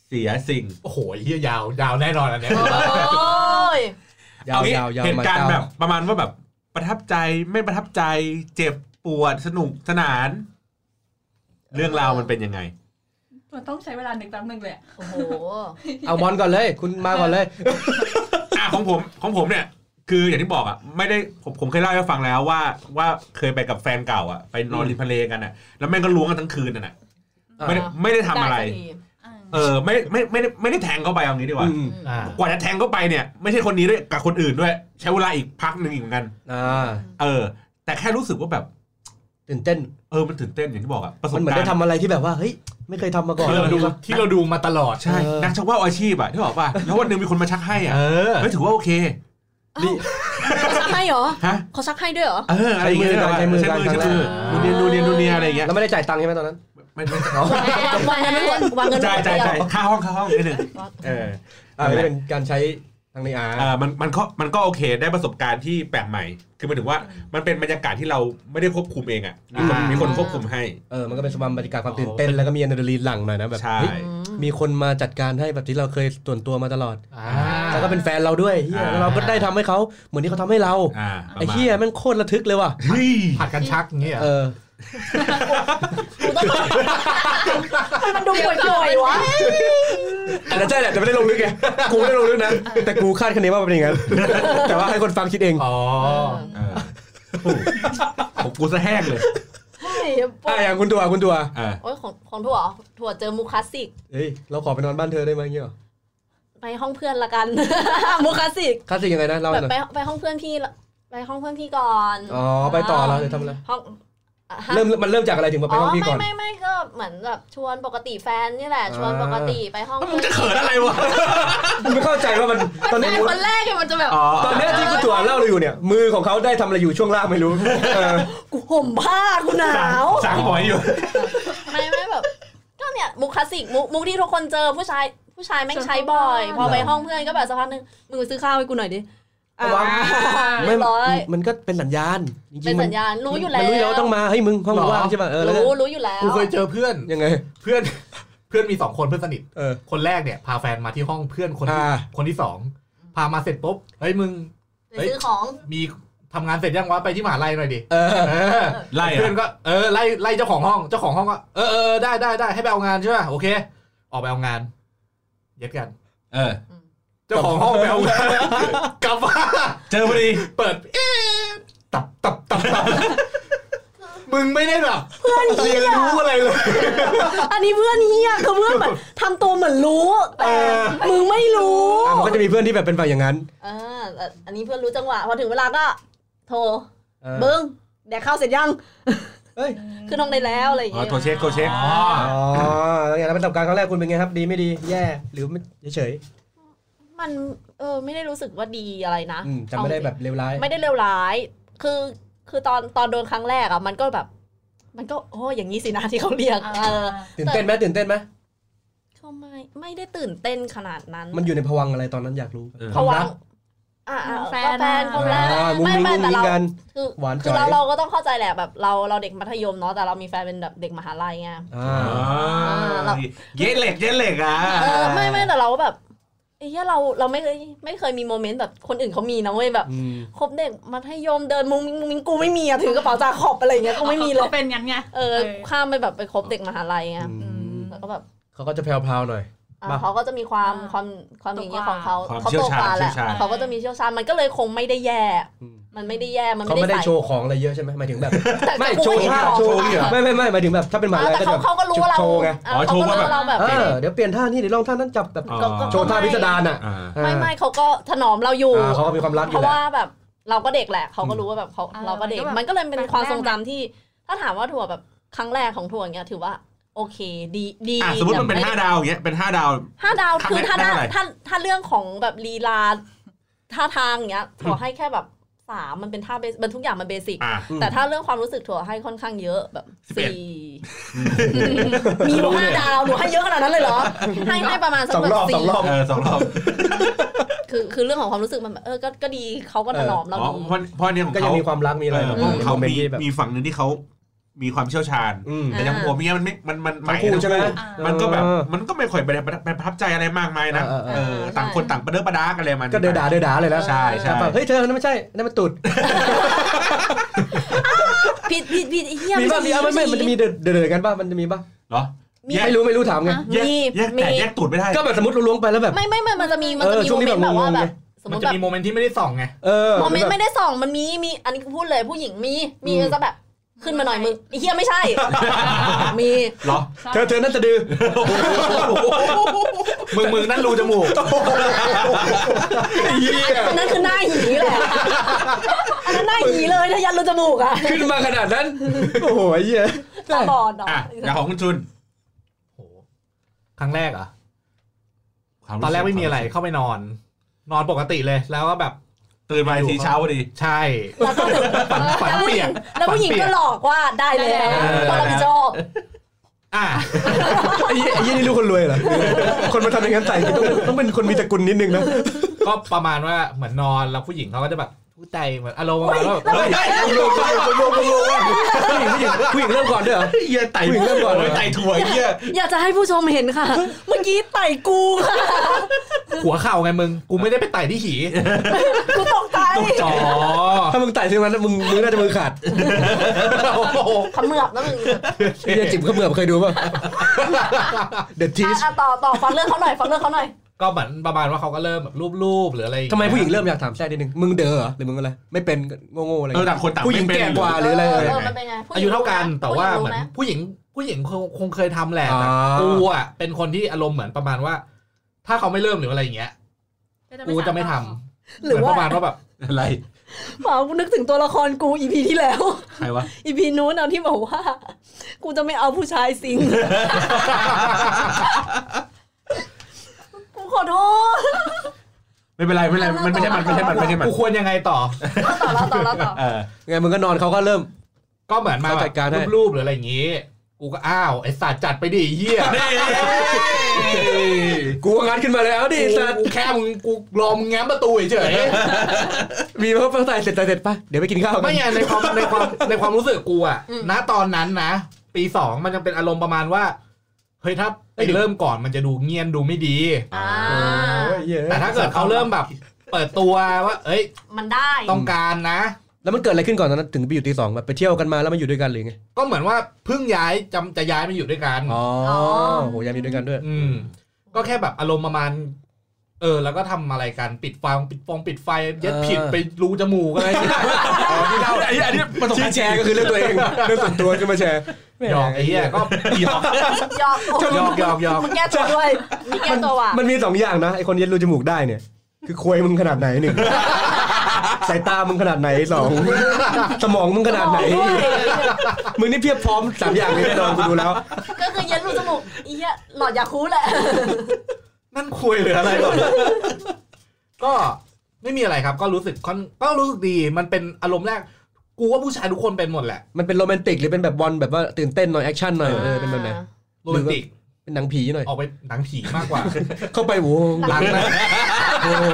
[SPEAKER 1] เสียสิ่ง
[SPEAKER 4] โอ้โหเฮียยาวยาวแน่นอนอันเนี้ย
[SPEAKER 2] โอ้ย
[SPEAKER 3] ยาว
[SPEAKER 1] เอางี้
[SPEAKER 3] ยาวยาว
[SPEAKER 1] เหตุการณ์
[SPEAKER 3] ม
[SPEAKER 1] แบบประมาณว่าแบบประทับใจไม่ประทับใจเจ็บปวดสนุกสนาน เรื่องราวมันเป็นยังไง
[SPEAKER 5] มันต้องใช้เวลานึกแป๊บนึงเลยอะ
[SPEAKER 2] โอ้โห
[SPEAKER 3] เอาบอลก่อนเลย คุณมาก่อนเลย
[SPEAKER 1] อ่ะของผมของผมเนี่ย คืออย่างที่บอกอ่ะไม่ได้ผมผมเคยเล่าให้ฟังแล้วว่าว่าเคยไปกับแฟนเก่าอ่ะไปนอนริมทะเลกันอ่ะ แล้วแม่งก็ล้วงกันทั้งคืนน่ะนะไม่ได้
[SPEAKER 2] อ่า
[SPEAKER 1] ไม่ได้ทำอะไร
[SPEAKER 2] ด้สักที
[SPEAKER 5] อ่า
[SPEAKER 1] เออไม่ไม่ไม่ได้ไม่ได้แทงเข้าไปเอางี้ดีกว่า
[SPEAKER 3] อืม
[SPEAKER 4] อ่าก
[SPEAKER 1] ว่าจะแทงเข้าไปเนี่ย ไม่ใช่คนนี้ด้วยกับคนอื่นด้วย ใช้เวลาอีกพักหนึ่งอีกเหมือนกัน
[SPEAKER 3] อ่า
[SPEAKER 1] เออ แต่แค่รู้สึกว่าแบบ
[SPEAKER 3] ตื่นเต้น
[SPEAKER 1] เออมันตื่นเต้นอย่างที่บอกอ่ะประส
[SPEAKER 3] มั
[SPEAKER 1] บ
[SPEAKER 3] นเหมือน
[SPEAKER 1] การ
[SPEAKER 3] ได้
[SPEAKER 1] ณ์
[SPEAKER 3] ทำอะไรที่แบบว่าเฮ้ยไม่เคยทำมาก่อน
[SPEAKER 4] ที่เราดูที่เราดูมาตลอด
[SPEAKER 1] ใช่
[SPEAKER 3] เออ
[SPEAKER 1] นักชักว่าวอาชีพอ่ะที่บอกว่า แล้ววันหนึ่งมีคนมาชักให้อ่ะ
[SPEAKER 4] เออ
[SPEAKER 1] ไม่ถือว่าโอเค
[SPEAKER 3] นี่
[SPEAKER 2] เขาชักให้เหรอ
[SPEAKER 1] ฮะ
[SPEAKER 2] เขาชักให้ด้วยเหรอ
[SPEAKER 1] เออ อะไรอย่างเงี้ย
[SPEAKER 3] ใช้มือกัน
[SPEAKER 1] ใช้มือ
[SPEAKER 3] ใช้
[SPEAKER 1] ใช้
[SPEAKER 3] มื
[SPEAKER 1] มื
[SPEAKER 3] อ
[SPEAKER 1] อ
[SPEAKER 4] กัน
[SPEAKER 1] นู่นเนี่ยนู่นเนี่ยนู่นเนี่ยอะไรอย่างเงี้ย
[SPEAKER 3] แล้วไม่ได้จ่ายตังค์ใช่ไหมตอนนั้น
[SPEAKER 1] ไม่ไม่
[SPEAKER 2] วางเงินไม่หมดวางเงินไม่
[SPEAKER 1] จ่าย
[SPEAKER 2] หม
[SPEAKER 1] จ่าย
[SPEAKER 2] ดเดียว
[SPEAKER 1] จ่ายค่าห้องค่าห้องนิดหนึ่งเออ
[SPEAKER 3] อ่าไม่เป็นการใช้ทางในอา
[SPEAKER 1] เออมันมันก็มันก็โอเคได้ประสบการณ์ที่แปลกใหม่ คือหมายถึงว่ามันเป็นบรรยากาศที่เราไม่ได้ควบคุมเองอ่ะมีคนมีคนควบคุมให้
[SPEAKER 3] เออมันก็เป็นสมบัติบรรยากาศความตื่นเต้นแล้วก็มีอะดรีนาลีนหลั่งหน่อยนะแบบ
[SPEAKER 1] ใช่
[SPEAKER 3] เฮ้ย
[SPEAKER 2] อืม
[SPEAKER 3] มีคนมาจัดการให้แบบที่เราเคยส่วนตัวมาตลอด
[SPEAKER 4] อ่า
[SPEAKER 3] แล้วก็เป็นแฟนเราด้วยเฮีย
[SPEAKER 1] อ่า
[SPEAKER 3] แล้วเราก็ได้ทำให้เขาเหมือนที่เขาทำให้เรา
[SPEAKER 1] อ่า
[SPEAKER 3] ไอ้เฮียแม่งโคตรระทึกเลยว่ะ
[SPEAKER 1] เฮ้ย
[SPEAKER 4] ผัดกันชักอย่างเงี้ยเหรอ
[SPEAKER 3] เออ
[SPEAKER 2] กูต้องมันดูป่วยๆวะ
[SPEAKER 3] แต่ใช่แหละแต่ไม่ได้ลงลึกไงกูไม่ได้ลงลึกนะแต่กูคาดคะเนว่ามันเป็นอย่างนั้นแต่ว่าให้คนฟังคิดเอง
[SPEAKER 4] อ๋อ
[SPEAKER 1] เออโอ้โหผมกูซะแห้งเลย
[SPEAKER 2] ใช่
[SPEAKER 3] อ่ะอย่างคุณตัวคุณตัว
[SPEAKER 1] เออ
[SPEAKER 2] โอ้ยของของถั่วถั่วเจอมูคลาสสิก
[SPEAKER 3] เฮ้ยเราขอไปนอนบ้านเธอได้ไหมเงี้ยเหรอ
[SPEAKER 2] ไปห้องเพื่อนละกัน มูคลาสสิก
[SPEAKER 3] คลาสสิกยังไงนะเล่าห
[SPEAKER 2] แบ
[SPEAKER 3] น่
[SPEAKER 2] บ
[SPEAKER 3] อย
[SPEAKER 2] ไปไปห้องเพื่อนพี่ละไปห้องเพื่อนพี่ก่อน
[SPEAKER 3] อ๋อไปต่อเราเดี๋ยวทำอะไร
[SPEAKER 2] ห้องอ่ะฮะ
[SPEAKER 3] เริ่มมันเริ่มจากอะไรถึงมาไปห้องพี่ก่อน
[SPEAKER 2] ไม่ไม่ไม่ก็เหมือนแบบชวนปกติแฟนนี่แหละ ชวน
[SPEAKER 3] อ่า
[SPEAKER 2] ปกติไปห้อง
[SPEAKER 1] มึงจะเขินอะไรวะ
[SPEAKER 3] มึงไม่เข้าใจว่ามันตอน
[SPEAKER 2] ไม่
[SPEAKER 3] นี้
[SPEAKER 2] ใช่คนแรกอะมันจะแบบ
[SPEAKER 1] อ๋อ
[SPEAKER 3] ตอนเนี้ยที่คุณตัวเล่าเราอยู่เนี่ย มือของเขาได้ทำอะไรอยู่ช่วงล่างไม่รู้เออ
[SPEAKER 2] กูห่มผ้ากูหนาว
[SPEAKER 1] สางหอยอยู่
[SPEAKER 2] ไม่ไม่แบบ ก็เนี่ยมุกคลาสสิกมุกมุกที่ทุกคนเจอผู้ชายผู้ชายแม่งใช้บ่อย พอไปห้องเพื่อนก็แบบสักพักหนึงมึงไปซื้อข้าวให้กูหน่อยดิอ่า เรี
[SPEAKER 3] ไม่
[SPEAKER 2] ยบร้อย
[SPEAKER 3] มันก็เป็นสัญญาณจริ
[SPEAKER 2] เป็น
[SPEAKER 3] งๆมั
[SPEAKER 2] สัญญาณรู้อยู่แล้
[SPEAKER 3] มัน
[SPEAKER 2] ว
[SPEAKER 3] รู้อยู่แล้วว่าต้องมาเฮ้ยมึงห้อง
[SPEAKER 4] หรอ
[SPEAKER 3] ว่างใช่ป่ะเออแล้วก็
[SPEAKER 2] รู้รู้อยู่แล้ว
[SPEAKER 4] กูเคยเจอเพื่อน
[SPEAKER 3] ยังไง
[SPEAKER 4] เพื่อน เพื่อนมีสองคนเพื่อนสนิท
[SPEAKER 3] เออ
[SPEAKER 4] คนแรกเนี่ย พาแฟนมาที่ห้องเพื่อนคนที่
[SPEAKER 3] อ่า
[SPEAKER 4] คนที่สอง พามาเสร็จปุ๊บ เฮ้ยมึง
[SPEAKER 2] ไปซื้อของ
[SPEAKER 4] มีทำงานเสร็จยังวะไปที่มหาลัยหน่อยดิ
[SPEAKER 3] เออ
[SPEAKER 4] เออ
[SPEAKER 1] ไล่อะ
[SPEAKER 4] เพื่อนก็เออไล่ไล่เจ้าของห้องเจ้าของห้องก็เออเออเออได้ได้ได้ให้ไปเอางานใช่ป่ะโอเค ออกไปเอางานเย็ดกัน
[SPEAKER 1] เออ
[SPEAKER 4] เจ้าของห้องไปเอางาน กลับมา
[SPEAKER 1] เจอพอดี
[SPEAKER 4] เปิดเอ๊ะตับตับตับ ตับมึงไม่ได้แบบเรียนรู้อะไรเลย
[SPEAKER 2] อันนี้เพื่อนเฮียคือเพื่อนแบบทำตัวเหมือนรู้แต่
[SPEAKER 4] อ
[SPEAKER 2] มึงไม่รู้
[SPEAKER 3] อ่ะมันก็จะมีเพื่อนที่แบบเป็นฝั่งอย่างนั้น
[SPEAKER 2] เอ่าอันนี้เพื่อนรู้จังหวะพอถึงเวลาก็โทร
[SPEAKER 3] เออ
[SPEAKER 2] เบิ้งแดกข้าวเสร็จยัง
[SPEAKER 3] เฮ้ย
[SPEAKER 2] ขึ้นห้องได้แล้วอะไรอย่าง
[SPEAKER 1] อ๋อ
[SPEAKER 2] เงี้ย
[SPEAKER 1] โทรเช็คโทรเช็ค
[SPEAKER 3] อ๋อแล้วไงแล้วประสบการณ์ครั้งแรกคุณเป็นไงครับ ดีไม่ดีแย่หรือไม่เฉย
[SPEAKER 2] มันเออไม่ได้รู้สึกว่าดีอะไรนะ
[SPEAKER 3] ๆอืมจำไม่ได้แบบเลวร้าย
[SPEAKER 2] ไม่ได้เลวร้าย คือคือตอนตอนโดนครั้งแรกอ่ะมันก็แบบ มันก็โอ้อย่างนี้สินะ ที่เขาเรียกเออ
[SPEAKER 3] ตื่นเต้นไหมตื่นเต้นไหม
[SPEAKER 2] เขาไม่ไม่ได้ตื่นเต้นขนาดนั้น
[SPEAKER 3] มันอยู่ในภวังค์อะไรตอนนั้นอยากรู้
[SPEAKER 1] เออ
[SPEAKER 2] เพราะว่า
[SPEAKER 3] รัก
[SPEAKER 2] อ่ะอ่ะ
[SPEAKER 5] แฟน
[SPEAKER 2] ก็แฟนคนแรก
[SPEAKER 3] อ่ามุ้ง
[SPEAKER 2] ไม่
[SPEAKER 3] มิ้ง
[SPEAKER 2] ไม่แต่
[SPEAKER 3] มุ้งมิ้ง
[SPEAKER 2] เรา
[SPEAKER 3] กัน
[SPEAKER 2] คือ
[SPEAKER 3] หวาน
[SPEAKER 2] คือ
[SPEAKER 3] จ๋อย
[SPEAKER 2] เราเราก็ต้องเข้าใจแหละแบบเราเราเด็กมัธยมเนาะแต่เรามีแฟนเป็นแบบเด็กมหาลัยไง
[SPEAKER 3] อ่า
[SPEAKER 1] อ่า
[SPEAKER 2] เรา
[SPEAKER 1] เย็ดเหล็กเย็ดเหล็กอ่ะ
[SPEAKER 2] เออไม่ไม่แต่เราแบบเอ้ยเราเราไม่เคยไม่เคยมีโมเมนต์แบบคนอื่นเขามีนะเว้ยแบบ
[SPEAKER 3] อืม
[SPEAKER 2] คบเด็กมัธยมเดินมุงมิงมุงมิงกูไม่มีอะถือกระเป๋าจากขอบอะไรอย่างเงี้ยกูไม่มีเลย
[SPEAKER 5] เป็นงั้นไง
[SPEAKER 2] เออข้ามไปแบบไปคบเด็กมหาลัยไง
[SPEAKER 3] อืม
[SPEAKER 2] แล้วก็แบบ
[SPEAKER 3] เขาก็จะแพรวๆหน่อย
[SPEAKER 2] อ่า
[SPEAKER 3] มา
[SPEAKER 2] เขาก็จะมีความ
[SPEAKER 5] อ่า
[SPEAKER 2] ความความอย่างเงี้ย
[SPEAKER 5] โต
[SPEAKER 2] ข
[SPEAKER 5] ก
[SPEAKER 2] อ
[SPEAKER 5] ว่า
[SPEAKER 2] งเขา
[SPEAKER 1] ความ
[SPEAKER 2] เขา
[SPEAKER 1] เชี่
[SPEAKER 2] โต
[SPEAKER 1] ยวชาญ
[SPEAKER 2] กว่าแหละ
[SPEAKER 1] เชี่ยวชาญ
[SPEAKER 2] เขาก็จะมีเชี่ยวชาญมันก็เลยคงไม่ได้แย่ มันไม่ได้แย่มัน
[SPEAKER 3] เขาไม่
[SPEAKER 2] ได้
[SPEAKER 3] ได้
[SPEAKER 2] ใส่
[SPEAKER 3] โชว์ของอะไรเยอะใช่ไหมหมายถึงแบบ
[SPEAKER 2] แต่
[SPEAKER 3] ไม่
[SPEAKER 2] กู
[SPEAKER 3] โชว์
[SPEAKER 2] เห็น
[SPEAKER 3] ท่า
[SPEAKER 2] ของ
[SPEAKER 3] โชว์เนี่ยไม่ไม่ไม่หมายถึงแบบถ้าเป็นหมา
[SPEAKER 2] อ่า
[SPEAKER 3] แล้ว
[SPEAKER 2] แต่
[SPEAKER 3] ก็
[SPEAKER 2] เขา
[SPEAKER 3] จะ
[SPEAKER 2] เขาก็รู้ว่าเรา
[SPEAKER 3] โชว์ไง
[SPEAKER 2] อ่า
[SPEAKER 1] อ๋อ
[SPEAKER 2] เขา
[SPEAKER 1] โชว์
[SPEAKER 2] ก็รู้
[SPEAKER 1] ว่าแบบ
[SPEAKER 2] ว่าเราแบบ
[SPEAKER 3] เออเดี๋ยวเปลี่ยนท่านี่เดี๋ยวลองท่านั้นจับแบบ
[SPEAKER 1] อ๋อ
[SPEAKER 3] โชว์ท่าพิสดารอ่ะ
[SPEAKER 1] อ่า
[SPEAKER 2] ไม่ไม่เขาก็ถนอมเราอยู่
[SPEAKER 3] อ่าเขาก็มีความรักอ
[SPEAKER 2] เพ
[SPEAKER 3] ยู่
[SPEAKER 2] ราะ
[SPEAKER 3] แหละ
[SPEAKER 2] ว่าแบบเราก็เด็กแหละเขาก็รู้ว่าแบบเขา
[SPEAKER 5] อ่า
[SPEAKER 2] เราก็เด็ก
[SPEAKER 5] มั
[SPEAKER 2] มัน
[SPEAKER 5] นก็
[SPEAKER 2] ก็เล
[SPEAKER 5] แบบ
[SPEAKER 2] ยเป็นความ
[SPEAKER 5] แปลกๆ
[SPEAKER 2] ทรงจำที่ ถ้าถามว่าถั่วแบบครั้งแรกของถั่วอย่างเงี้ยถือว่า โอเคดีดี
[SPEAKER 1] อ่ะสมมติมันเป็น
[SPEAKER 2] แต่
[SPEAKER 1] ห้าดาวอย่างเงี้ยเป็นห้าดาว
[SPEAKER 2] ห้าดาว
[SPEAKER 1] ครั้ง
[SPEAKER 2] คือ
[SPEAKER 1] แรก
[SPEAKER 2] ถ้า
[SPEAKER 1] ได้อะ
[SPEAKER 2] ถ้า
[SPEAKER 1] ไร
[SPEAKER 2] ถ้าถ้าเรื่องของแบบลีลาท่าทางอย่างเงี้ยถั่วให้แค่แบบสามมันเป็นท่าเบสมันทุกอย่างมันเบสิก
[SPEAKER 1] อ่ะ
[SPEAKER 3] อืม
[SPEAKER 2] แต่ถ้าเรื่องความรู้สึกถั่วให้ค่อนข้างเยอะแบบ
[SPEAKER 1] 11
[SPEAKER 2] สี่มีอยู่ห้าดาวหนูให้เยอะขนาดนั้นเลยเหรอให้ให้ประมาณสัก
[SPEAKER 3] สอง
[SPEAKER 2] แบบ
[SPEAKER 3] รอบ
[SPEAKER 2] สี่
[SPEAKER 3] สองรอบ
[SPEAKER 1] เออสองรอบ
[SPEAKER 2] คือคือเรื่องของความรู้สึกมันแบบเออก็ก็ดีเขาก็ถนอมเรา
[SPEAKER 1] อ๋อ
[SPEAKER 2] ดี
[SPEAKER 1] เพราะเพราะอันเนี่ยของ
[SPEAKER 3] ก็ยั
[SPEAKER 1] เขา
[SPEAKER 3] งมีความรักมีอะไร
[SPEAKER 1] เออเพราะของเขา
[SPEAKER 3] โมมน
[SPEAKER 1] มี
[SPEAKER 3] ต์ที่แบบ
[SPEAKER 1] มีฝั่งหนึ่งที่เขามีความเชี่ยวชาญ
[SPEAKER 3] อืม
[SPEAKER 1] แต่ยังผมเมียมันไม่มันมัน
[SPEAKER 3] ทั้งคู่ใช่ไหม
[SPEAKER 5] อ่า
[SPEAKER 1] มันก็แบบ
[SPEAKER 3] เออ
[SPEAKER 1] มันก็ไม่ค่อยไปได้ไปประทับใจอะไรมากมายนะ
[SPEAKER 3] เออเออ
[SPEAKER 1] เออต่างคน
[SPEAKER 2] ใช่
[SPEAKER 1] ต่างประเดิมประดากันเลยมัน
[SPEAKER 3] ก็เดินด่าเดินด่าเลยนะ
[SPEAKER 1] ใช่ใช่
[SPEAKER 3] แต่แบบเฮ้ยเธอนั่นไม่ใช่นั่นมันตุด
[SPEAKER 2] ผิดผิดผิดไอ้เหี้ย
[SPEAKER 3] มีป่ะมีอ่ะไม่ไม่มันจะมีเดินเดินเดินกันป่ะมันจะมีป่ะ
[SPEAKER 1] เหรอ
[SPEAKER 2] มี
[SPEAKER 3] ไม่รู้ไม่รู้ถามไง
[SPEAKER 2] อ่ะ
[SPEAKER 1] แยก
[SPEAKER 2] มี
[SPEAKER 1] แยกแตก
[SPEAKER 2] มี
[SPEAKER 1] แยกตูดไม่ได้
[SPEAKER 3] ก็แบบสมมติเราล้วงไปแล้วแบบ
[SPEAKER 2] ไม่ไม่ไม่มันจะมีมันจะ
[SPEAKER 3] เออ
[SPEAKER 2] มี
[SPEAKER 3] ช่
[SPEAKER 2] โม
[SPEAKER 3] วงที่
[SPEAKER 2] เมนต์แบบว่า
[SPEAKER 3] แบบ
[SPEAKER 2] แบบสม
[SPEAKER 3] งงๆไง
[SPEAKER 2] ม
[SPEAKER 4] มัน
[SPEAKER 2] ติ
[SPEAKER 4] จะ
[SPEAKER 2] แบบ
[SPEAKER 4] มีโมเมนต์ที่ไม่ได้ส่องไง
[SPEAKER 3] เออ
[SPEAKER 2] โมเมนต์
[SPEAKER 3] แบบ
[SPEAKER 2] ไม่ได้ส่องมันมีมีอันนี้พูดเลยผู้หญิงมีมี
[SPEAKER 3] อืม
[SPEAKER 2] มันจะแบบขึ้นมาหน่อยมึงไอ้เหี้ยไม่ใช่ มี
[SPEAKER 1] เหรอ
[SPEAKER 3] เธอเธอนั่นจะดื้อ
[SPEAKER 4] มึงมึงนั่นรูจ มูก
[SPEAKER 3] เหี้ย
[SPEAKER 2] อันนั้นคือหน้าหยีแหละอันนั้นหน้าหยีเลยถ้ายันรูจมูกอะ
[SPEAKER 3] ขึ้นมาขนาดนั้นโอ้โหไอ้เหี้ย
[SPEAKER 2] ตาบอดเหรอ
[SPEAKER 1] อ่ะอย่างของคุณจุน
[SPEAKER 4] โหครั้งแรกเหรอ่ะ
[SPEAKER 1] ควาสึ
[SPEAKER 4] ตอนแรกไม่มีอะไรเข้าไปนอน นอนปกติเลยแล้วก็แบบ
[SPEAKER 1] ตื่นมาอีกทีเช้าพอดี
[SPEAKER 4] ใช่
[SPEAKER 2] แล้วก็ถึง
[SPEAKER 4] ฝันเปียก
[SPEAKER 2] แล้วผู้หญิงก็หลอกว่าได้แล้วก็รับผิดชอบ
[SPEAKER 4] อ่ะ
[SPEAKER 3] ไอ้เหี้ยไอ้เหี้ยนี่รู้คนรวยเหรอคนมาทำอย่างนั้นใส่ต้องต้องเป็นคนมีตระกุลนิดนึงนะ
[SPEAKER 4] ก็ประมาณว่าเหมือนนอนแล้วผู้หญิงเขาก็จะแบบผู้ใจเหมือนอารมณ์ประมาณว่าแบบ
[SPEAKER 3] เฮ้ยคุณโยคุณโยคุณโยคุณโยผู้หญิงผู้หญิงผู้หญิงเริ่มก่อนด้วยเหรอ
[SPEAKER 1] เยี่ยไต่
[SPEAKER 3] ผู้หญิงเริ่มก่อนเลย
[SPEAKER 1] โยไต่ถั่วไอ้เยี่ย
[SPEAKER 2] อยากจะให้ผู้ชมเห็นค่ะ เมื่อกี้ไต่กูค่ะ
[SPEAKER 4] หัวเข่าไงมึง กูไม่ได้ไปไต่ที่หี
[SPEAKER 2] กูตกใจ
[SPEAKER 4] จ อ
[SPEAKER 3] ถ้ามึงไต่ถึงนั้นมึงมึงน่าจะมือขาด
[SPEAKER 4] โอ้โห
[SPEAKER 2] เขมือบนะมึง
[SPEAKER 3] พี่จิ๋มเขมือบเคยดูป่ะ The Teach
[SPEAKER 2] อ่ะต่อต่อฟังเรื่องเขาหน่อย ฟังเรื่องเขาหน่อย
[SPEAKER 4] ก็เหมือนประมาณว่าเขาก็เริ่มแบบรูปๆหรืออะไรอย่าเย
[SPEAKER 3] ทำไมผู้หญิงเริ่มอยากถามแทรกนิดนึง มึงเดอเหรอหรือมึงอะไร ไม่เป็นโง่ๆอะไร
[SPEAKER 1] เออต่างคนต่าง
[SPEAKER 3] ผู้หญิง
[SPEAKER 1] ไม่เป็น
[SPEAKER 3] แก่กว่าหรืออะไร
[SPEAKER 2] เอ
[SPEAKER 3] เลย
[SPEAKER 2] อมันเป็นไงผู้หญิง
[SPEAKER 4] อายุเท่ากันแต่ว่า
[SPEAKER 2] ผู้
[SPEAKER 4] เห
[SPEAKER 2] หญิงรู้
[SPEAKER 4] มือน
[SPEAKER 2] ไห
[SPEAKER 4] ผู้หญิงผู้หญิงคงคงเคยทำแหละ
[SPEAKER 3] อ่า
[SPEAKER 4] แต่กูอ่ะเป็นคนที่อารมณ์เหมือนประมาณว่า ถ้าเขาไม่เริ่มหรืออะไรอย่างเงี้ยกูจะไม่ทำ
[SPEAKER 2] หรือ
[SPEAKER 4] เห
[SPEAKER 2] ว่า
[SPEAKER 4] มือนประมาณว่าแบบ
[SPEAKER 1] อะไร
[SPEAKER 2] เปล่ากูนึกถึงตัวละครกูอีพีที่แล้ว
[SPEAKER 1] ใครวะ
[SPEAKER 2] อีพีนู้นเอาที่บอกว่า กูจะไม่เอาผู้ชายสิง กูขอโทษ
[SPEAKER 1] ไม่เป็นไรไม่เป็นไรมันไม่ใช่มันไม่ใช่มันไม่ใช่มัน
[SPEAKER 4] กูควรยังไงต่อ
[SPEAKER 2] ต่อแล้วต่อแล้วต่อ
[SPEAKER 1] เออ
[SPEAKER 3] ไงมึงก็นอนเขาก็เริ่ม
[SPEAKER 4] ก็เหมือนมา
[SPEAKER 3] เขา
[SPEAKER 4] แบ
[SPEAKER 3] จัดการให้
[SPEAKER 4] บรูปๆหรืออะไรอย่างงี้ กูก็อ้าวไอ้สัตว์จัดไปดิไอ้เหี้ย
[SPEAKER 3] กูก็งัดขึ้นมาแล้วดิสัตว์
[SPEAKER 4] กูแค่มึงกูรอมึงแง้มประตูเฉย
[SPEAKER 3] มีมาเพิ่งไต่เสร็จไต่เสร็จไปเดี๋ยวไปกินข้าว
[SPEAKER 4] ๆ
[SPEAKER 3] กั
[SPEAKER 4] ไม่
[SPEAKER 3] น
[SPEAKER 4] ไงในความในความในความรู้สึกกูอะ
[SPEAKER 2] อืม
[SPEAKER 4] ณตอนนั้นนะ ปีสองมันยังเป็นอารมณ์ประมาณว่าเฮ้ยถ้าไปเริ่มก่อนมันจะดูเงียนดูไม่ดี
[SPEAKER 2] อ่า
[SPEAKER 3] โอ้ยเหี้ย
[SPEAKER 4] แต่ถ้าเกิดเขาเริ่มแบบ เปิดตัวว่า เอ้ย
[SPEAKER 2] มันได้
[SPEAKER 4] ต้องการนะ
[SPEAKER 3] แล้วมันเกิดอะไรขึ้นก่อนตอนนั้นถึงไปอยู่ตีสองแบบไปเที่ยวกันมาแล้วมาอยู่ด้วยกันหรือไง
[SPEAKER 4] ก็เหมือนว่าเพิ่งย้ายจำจะย้ายมาอยู่ด้วยกัน
[SPEAKER 3] อ๋อโหยังมีด้วยกันด้วย
[SPEAKER 4] อืมก็แค่แบบอารมณ์ประมาณ เออ แล้วก็ทำอะไรกันปิดฟังปิดฟองปิดไฟเย็ด
[SPEAKER 3] เออ
[SPEAKER 4] ผิดไปรูจมูกอะไรอย่างเงี้ย
[SPEAKER 1] ที่เล่าอันนี้อันนี้ประสบ
[SPEAKER 3] ชี้
[SPEAKER 1] การณ์
[SPEAKER 3] แชร์ก็คือเรื่องตัวเอง เรื่องส่วนตัวขึ้นมาแชร์
[SPEAKER 4] หยอกไอ้เหี้ยก็หยอก
[SPEAKER 2] ยอม
[SPEAKER 4] หยอกหยอกหยอก
[SPEAKER 2] มึงแก้ตัวด้วย มีแก้ตัวว่ะ
[SPEAKER 3] มันมีสองอย่างนะไอคนเย็นรูจมูกได้เนี่ย คือควยมึงขนาดไหน หนึ่ง สายตามึงขนาดไหนสอง สมองมึงขนาดไหน มึงนี่เพียบพร้อมสามอย่างเลยแน่นอนกูดูแล้ว
[SPEAKER 2] ก็คือเย็นรูจมูกอีเหี้ยหลอดยาคูแหละ
[SPEAKER 4] นั่นคุยหรืออะไรหรอก็ไม่มีอะไรครับ ก็รู้สึกค่อนก็รู้สึกดีมันเป็นอารมณ์แรก กูว่าผู้ชายทุกคนเป็นหมดแหละ
[SPEAKER 3] มันเป็นโรแมนติกหรือเป็นแบบบอลแบบว่าตื่นเต้นหน่อยแอคชั่นหน่อยเออเป็นแบบไหน
[SPEAKER 4] โรแมนติก
[SPEAKER 3] เป็นหนังผีหน่อย
[SPEAKER 4] ออกไปหนังผีมากกว่า
[SPEAKER 3] เข้าไปโว ง
[SPEAKER 4] หลังนะ
[SPEAKER 3] วง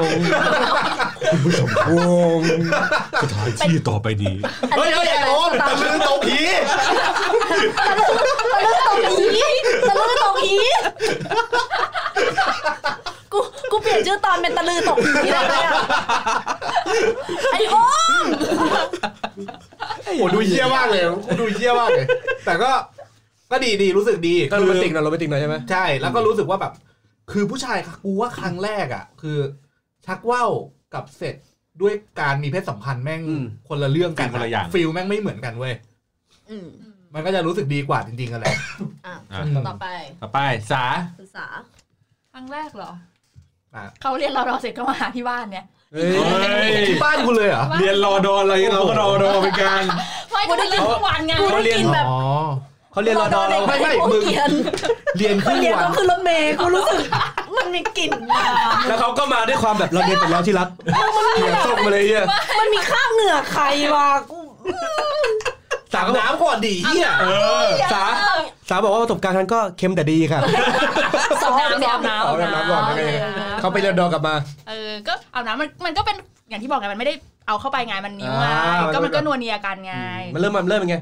[SPEAKER 3] วง
[SPEAKER 1] สถานที่ต่อไปนี้
[SPEAKER 4] เฮ้ยเฮ้ยไอ้โอมตะลึงตกผี
[SPEAKER 2] ตะลึงตกอีตะลึงตกอีกู กูเปลี่ยนชื่อตอนเป็นตะลือตกอีได้ไหมอ่ะไอโอม
[SPEAKER 4] โอ้ดูเหี้ยมากเลยกูดูเหี้ยมากเลย แต่ก็ ก็ดีดีรู้สึกดี
[SPEAKER 3] ก็โรแมนติกหน่อยโรแมนติกหน่อยใช่ไหม
[SPEAKER 4] ใช่แล้วก็รู้สึกว่าแบบ คือผู้ชายกูว่าครั้งแรกอ่ะ คือชักว่าวกับเสร็จด้วยการมีเพศสัมพันธ์แม่ง
[SPEAKER 3] อืม
[SPEAKER 4] คนละเรื่องกั
[SPEAKER 1] ฟี
[SPEAKER 4] น
[SPEAKER 1] ลคนละอย่าง
[SPEAKER 4] ฟิลแม่งไม่เหมือนกันเว้ย
[SPEAKER 2] อืม
[SPEAKER 5] อืม
[SPEAKER 4] มันก็จะรู้สึกดีกว่าจริงๆกันแหละ
[SPEAKER 2] อ่ะ
[SPEAKER 1] อ่ะ
[SPEAKER 2] ต่อไป
[SPEAKER 1] ต่อไปสา
[SPEAKER 2] คุณสา
[SPEAKER 5] ครั้งแรกเหรอ
[SPEAKER 4] อ่ะ
[SPEAKER 5] เขาเรียนรอรอเสร็จก็มาหาที่บ้านเนี่ย
[SPEAKER 3] เฮ้ย
[SPEAKER 1] เฮ้ย
[SPEAKER 4] ที่บ้านคุณเลยเหรอ
[SPEAKER 5] บ้าน
[SPEAKER 1] เรียนรอดออะไรเราก็รอดอเป็นการ
[SPEAKER 5] ไม่ก็ได้เรียนทุกวันไง
[SPEAKER 2] กูได้กินแบบ
[SPEAKER 4] อ๋อ
[SPEAKER 3] เขาเรียนรอดอเรา
[SPEAKER 4] ไม่ไม่มึง
[SPEAKER 2] เรียน
[SPEAKER 4] เรียนครึ่ง
[SPEAKER 2] เรียน
[SPEAKER 4] วัน
[SPEAKER 2] ก็คือรถเมย์กูรู้สึก มันมีกลิ่นมา
[SPEAKER 3] แล้วเขาก็มาด้วยความแบบเราเรียนแต่เราที่รักเหนียวส้มมาเลยเฮีย
[SPEAKER 2] มันมีข้างเหงื่อใครวะกู
[SPEAKER 4] สามน้ำก่อนดีเฮีย
[SPEAKER 1] เออ
[SPEAKER 3] สาสาบอกว่าประสบการณ์ครั้งก็เค็มแต่ดีค่ะ
[SPEAKER 5] สอบน้ำอาบน้ำ
[SPEAKER 3] เอา
[SPEAKER 5] อาบ
[SPEAKER 3] น้ำ
[SPEAKER 5] น้ำ
[SPEAKER 3] ก่อนได้
[SPEAKER 5] อา
[SPEAKER 3] ไหม
[SPEAKER 5] บน้ำ
[SPEAKER 3] เขาไปเรียนรอดอกลับมา
[SPEAKER 5] เออก็อาบน้ำมันมันก็เป็นอย่างที่บอกไงมันไม่ได้เอาเข้าไปไงมันนิ้วไง
[SPEAKER 3] อ่ามันก็
[SPEAKER 5] ก็มันก็นวเนียกันไง
[SPEAKER 3] มันเริ่มมันเริ่มเป็นไง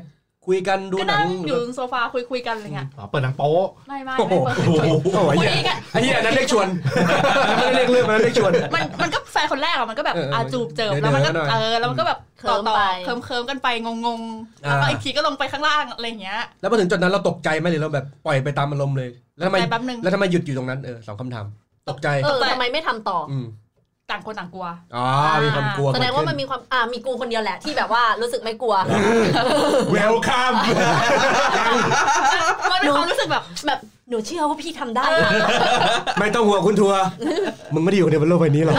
[SPEAKER 3] คุยกันดู
[SPEAKER 5] ก็
[SPEAKER 3] หนั
[SPEAKER 5] นั่
[SPEAKER 3] ง
[SPEAKER 5] งอยู่โซฟาคุยคุยๆกันอะไรเงี้ย
[SPEAKER 4] อ๋อเปิดหนังโป๊ะ
[SPEAKER 5] ไม่ไม่
[SPEAKER 3] โอ้โห
[SPEAKER 5] ไม่เปิด
[SPEAKER 3] โอ้โหไอ้
[SPEAKER 5] คุ
[SPEAKER 3] เหี้ย
[SPEAKER 5] ยกัน
[SPEAKER 3] ไอ้เหี้ยนั่นเรียกชวนนั่นเรียกเรื่องนั่นเรียกชวน
[SPEAKER 5] มันมันก็แฟนคนแรกอะมันก็แบบ
[SPEAKER 3] เออเออ
[SPEAKER 5] อาจูบเจิบ
[SPEAKER 3] เดี๋ยว
[SPEAKER 5] แล้วมันก็
[SPEAKER 3] เดี๋ยวหน่อย
[SPEAKER 5] เออแล้วมันก็แบบต่อต่อเคิมเคิมๆกันไปงงงๆแล้วก็อีกทีก็ลงไปข้างล่างอะไรเงี้ย
[SPEAKER 3] แล้วพอถึงจุดนั้นเราตกใจไหมหรือเราแบบปล่อยไปตามอารมณ์เลย แล้วทำไม
[SPEAKER 5] ตกใจแป๊บนึง
[SPEAKER 3] แล้วทำไมหยุดอยู่ตรงนั้นเออสองคำถามตกใจ
[SPEAKER 2] เออทำไมไม่ทำต่อ
[SPEAKER 3] อืม
[SPEAKER 5] ต่างคนต่างกลัว
[SPEAKER 3] อ๋อมีความกลัว
[SPEAKER 2] แสดงว่ามันมีความอ่ามีกูคนเดียวแหละที่แบบว่ารู้สึกไม่กลัว
[SPEAKER 1] เวลคัม
[SPEAKER 5] มันมีความรู้สึกแบบ
[SPEAKER 2] แบบหนูเชื่อว่าพี่ทำได้
[SPEAKER 3] ไม่ต้องห่วงคุณทัวร์มึงไม่ได้อยู่คนเดียวบนโลกใบนี้หรอก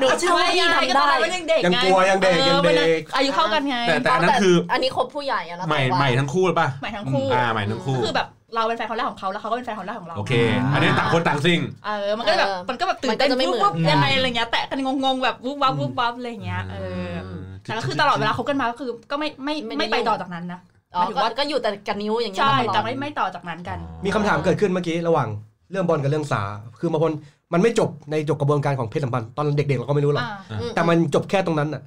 [SPEAKER 2] หนูเชื่อว่า
[SPEAKER 5] ไม่
[SPEAKER 2] พี่
[SPEAKER 5] ยังก็
[SPEAKER 2] ทำ
[SPEAKER 5] ตอน
[SPEAKER 2] ได้
[SPEAKER 5] นั้นมันยังเด็ก
[SPEAKER 3] ยังกลัวยังเด็กยังเด็ก
[SPEAKER 5] ออมันอายุเท่ากันไง
[SPEAKER 1] แต่แต่อันนั้นคือ
[SPEAKER 2] อันนี้คบผู้ใหญ่อะนะ
[SPEAKER 1] ใหม่
[SPEAKER 2] แต่ว่า
[SPEAKER 1] ใหม่ทั้งคู่หรือป่ะ
[SPEAKER 5] หมายทั้งคู่
[SPEAKER 1] อ่าใหม่ทั้งคู่
[SPEAKER 5] คือแบบเราเป็นแฟนคนแรกของเขาแล้วเขาก็เป็นแฟนคนแรกของเรา
[SPEAKER 1] โอเค อันนี้ต่างคนต่างสิ่ง
[SPEAKER 5] เออมันก็แบบมันก็แบบตื่นเต้นปุ๊บปุ๊บยังไงอะไรเงี้ยแตะกันงงๆแบบวุ๊บวับวุ๊บวับอะไรเงี้ยเออแต่ก็คือตลอดเวลาคบกันมาก็คือก็ไม่ไม่ไม่ไปต่อจากนั้นนะ
[SPEAKER 2] อ๋อก็ก็อยู่แต่กับนิ้วอย่างเงี้ย
[SPEAKER 5] ใช่
[SPEAKER 2] มาต
[SPEAKER 5] แต่
[SPEAKER 2] ลอด
[SPEAKER 5] ไม่ไม่ต่อจากนั้นกัน
[SPEAKER 3] มีคำถามเกิดขึ้นเมื่อกี้ระหว่างเรื่องบอลกับเรื่องสา คือมาพลมันไม่จบในจบกระบวนการของเพศสัมพันธ์ตอนเด็กๆเราก็ไม่รู้หรอก
[SPEAKER 5] อ่า
[SPEAKER 1] อืม
[SPEAKER 3] แต่มันจบแค่ตรงนั้นอ่ะ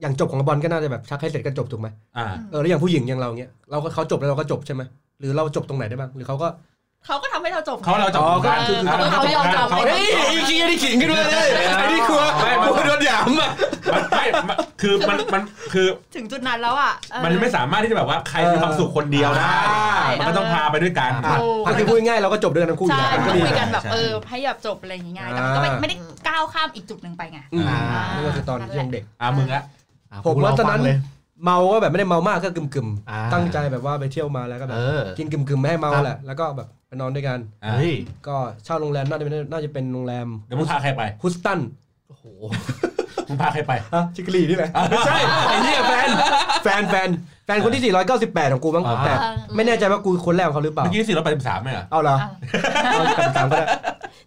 [SPEAKER 3] อย่างจบของบอลก็น่าจะแบบชักให้เสร็จก็จบถูกไหม
[SPEAKER 1] อ่า
[SPEAKER 3] เออแล้วอย่างผู้หญิงอย่างเราเนี้ยเราก็เขาจบแล้วเราก็จบใช่ไหมหรือเราจบตรงไหนได้บ้างหรือเขาก็
[SPEAKER 5] เขาก็ทำให้เราจบ
[SPEAKER 1] เขาเราจะ
[SPEAKER 3] อ๋อก็คือ
[SPEAKER 5] เขาก็เขายอมจบ
[SPEAKER 1] เขา
[SPEAKER 3] เฮ้ยไอ้ขี้ไอ้ขิงขึ้นมาเลยไอ้นี่กลัวกลัวโดนหยามอ่ะ
[SPEAKER 1] มันไม่มันคือมันมันคือ
[SPEAKER 5] ถึงจุดนั้นแล้วอ่ะเออ
[SPEAKER 1] มันไม่สามารถที่จะแบบว่าใครมีความสุขคนเดียวได้
[SPEAKER 3] อ่า
[SPEAKER 1] มันก็ต้องพาไปด้วยกัน
[SPEAKER 5] อ่า
[SPEAKER 3] พันคือพูดง่ายๆเราก็จบด้วยกันทั้งคู่อยู่
[SPEAKER 5] ใช่
[SPEAKER 3] แล้ว
[SPEAKER 5] มัน
[SPEAKER 3] ก็
[SPEAKER 5] ก็
[SPEAKER 3] ดี
[SPEAKER 5] คุย
[SPEAKER 3] นะ
[SPEAKER 5] กันแบบ
[SPEAKER 1] ใช่
[SPEAKER 5] เออให้แบบจบอะไรอย่างเงี้ยแต่มันก็ไม่
[SPEAKER 3] อ่า
[SPEAKER 5] ไม่ได้ก้าวข้ามอีกจุดหนึ่งไปไง
[SPEAKER 3] อืม
[SPEAKER 4] อ่า
[SPEAKER 3] นั่นก็คือตอนยังเด็ก
[SPEAKER 1] อ่ามึงละ
[SPEAKER 4] อ่ะ
[SPEAKER 3] ผมว่า
[SPEAKER 4] กู
[SPEAKER 3] ต
[SPEAKER 4] ล
[SPEAKER 3] อน
[SPEAKER 4] ง
[SPEAKER 3] นั้น
[SPEAKER 4] ฟังเลย
[SPEAKER 3] เมาก็แบบไม่ได้เมามากก็กึ่ม
[SPEAKER 4] อ่า
[SPEAKER 3] ๆ ตั้งใจแบบว่าไปเที่ยวมาแล้วก็แบ
[SPEAKER 4] เอบ อ
[SPEAKER 3] กินกึ่มๆไม่ให้เมาแหละแล้วก็แบบไปนอนด้วยกัน
[SPEAKER 1] อ่ะ
[SPEAKER 4] เฮ้ย
[SPEAKER 3] ก็เช่าโรงแรมน่าจะเป็นน่าจะเป็นโรงแรม
[SPEAKER 1] เดี๋ยวมึงพาใครไป
[SPEAKER 3] ฮุสตัน
[SPEAKER 4] โอ้โห
[SPEAKER 1] มึงพาใครไป
[SPEAKER 3] ฮะชิคลีนี่แหละไม่ใช่ไอ้เนี่ยแฟนแฟนแฟนแฟนคนที่ 498 ของกูบ้างแต่
[SPEAKER 5] อ่า
[SPEAKER 3] ไม่แน่ใจว่ากูคนแรกของเขาหรือเปล่า
[SPEAKER 1] เมื่อกี้สี่ร้อยแปดสิบสามไหมเหรอ
[SPEAKER 3] เอาเหรอ
[SPEAKER 5] อ่ะ
[SPEAKER 3] เอาจำตามก็ได้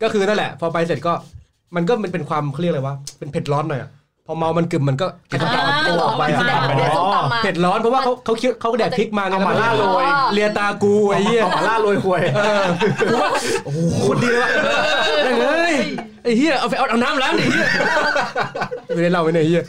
[SPEAKER 3] ก็คือนั่นแหละ พอไปเสร็จก็มันก็มันเป็นความเขาเรียกอะไรวะเป็นเผ็ดร้อนหน่อยอะพอเมามันกึ่มมันก็กระ
[SPEAKER 2] อ่า
[SPEAKER 3] เป๋า
[SPEAKER 2] ห
[SPEAKER 3] ตัว
[SPEAKER 2] ร
[SPEAKER 3] อ
[SPEAKER 2] อ
[SPEAKER 3] อกไป
[SPEAKER 2] มัน
[SPEAKER 3] อะ
[SPEAKER 2] แสดงว่าเดี๋ยวส้มตำมา
[SPEAKER 3] เผ็ดร้อนเพราะว่าเขาเขาเคี้ยวเขาแดกพริกมาไง
[SPEAKER 4] เอาหมาล่าโรย
[SPEAKER 3] เลียตากูไอ้เหี้ย
[SPEAKER 4] เอาหมาล่าโรยควย
[SPEAKER 3] เออผมว่าโอ้โหโคตรดีเลยว่ะแม่งเอ้ยไอ้เหี้ยเอาไปเอาเอาน้ำล้างดิเหี้ยไม่ได้เล่าไว้ในยไอ้เหี้ย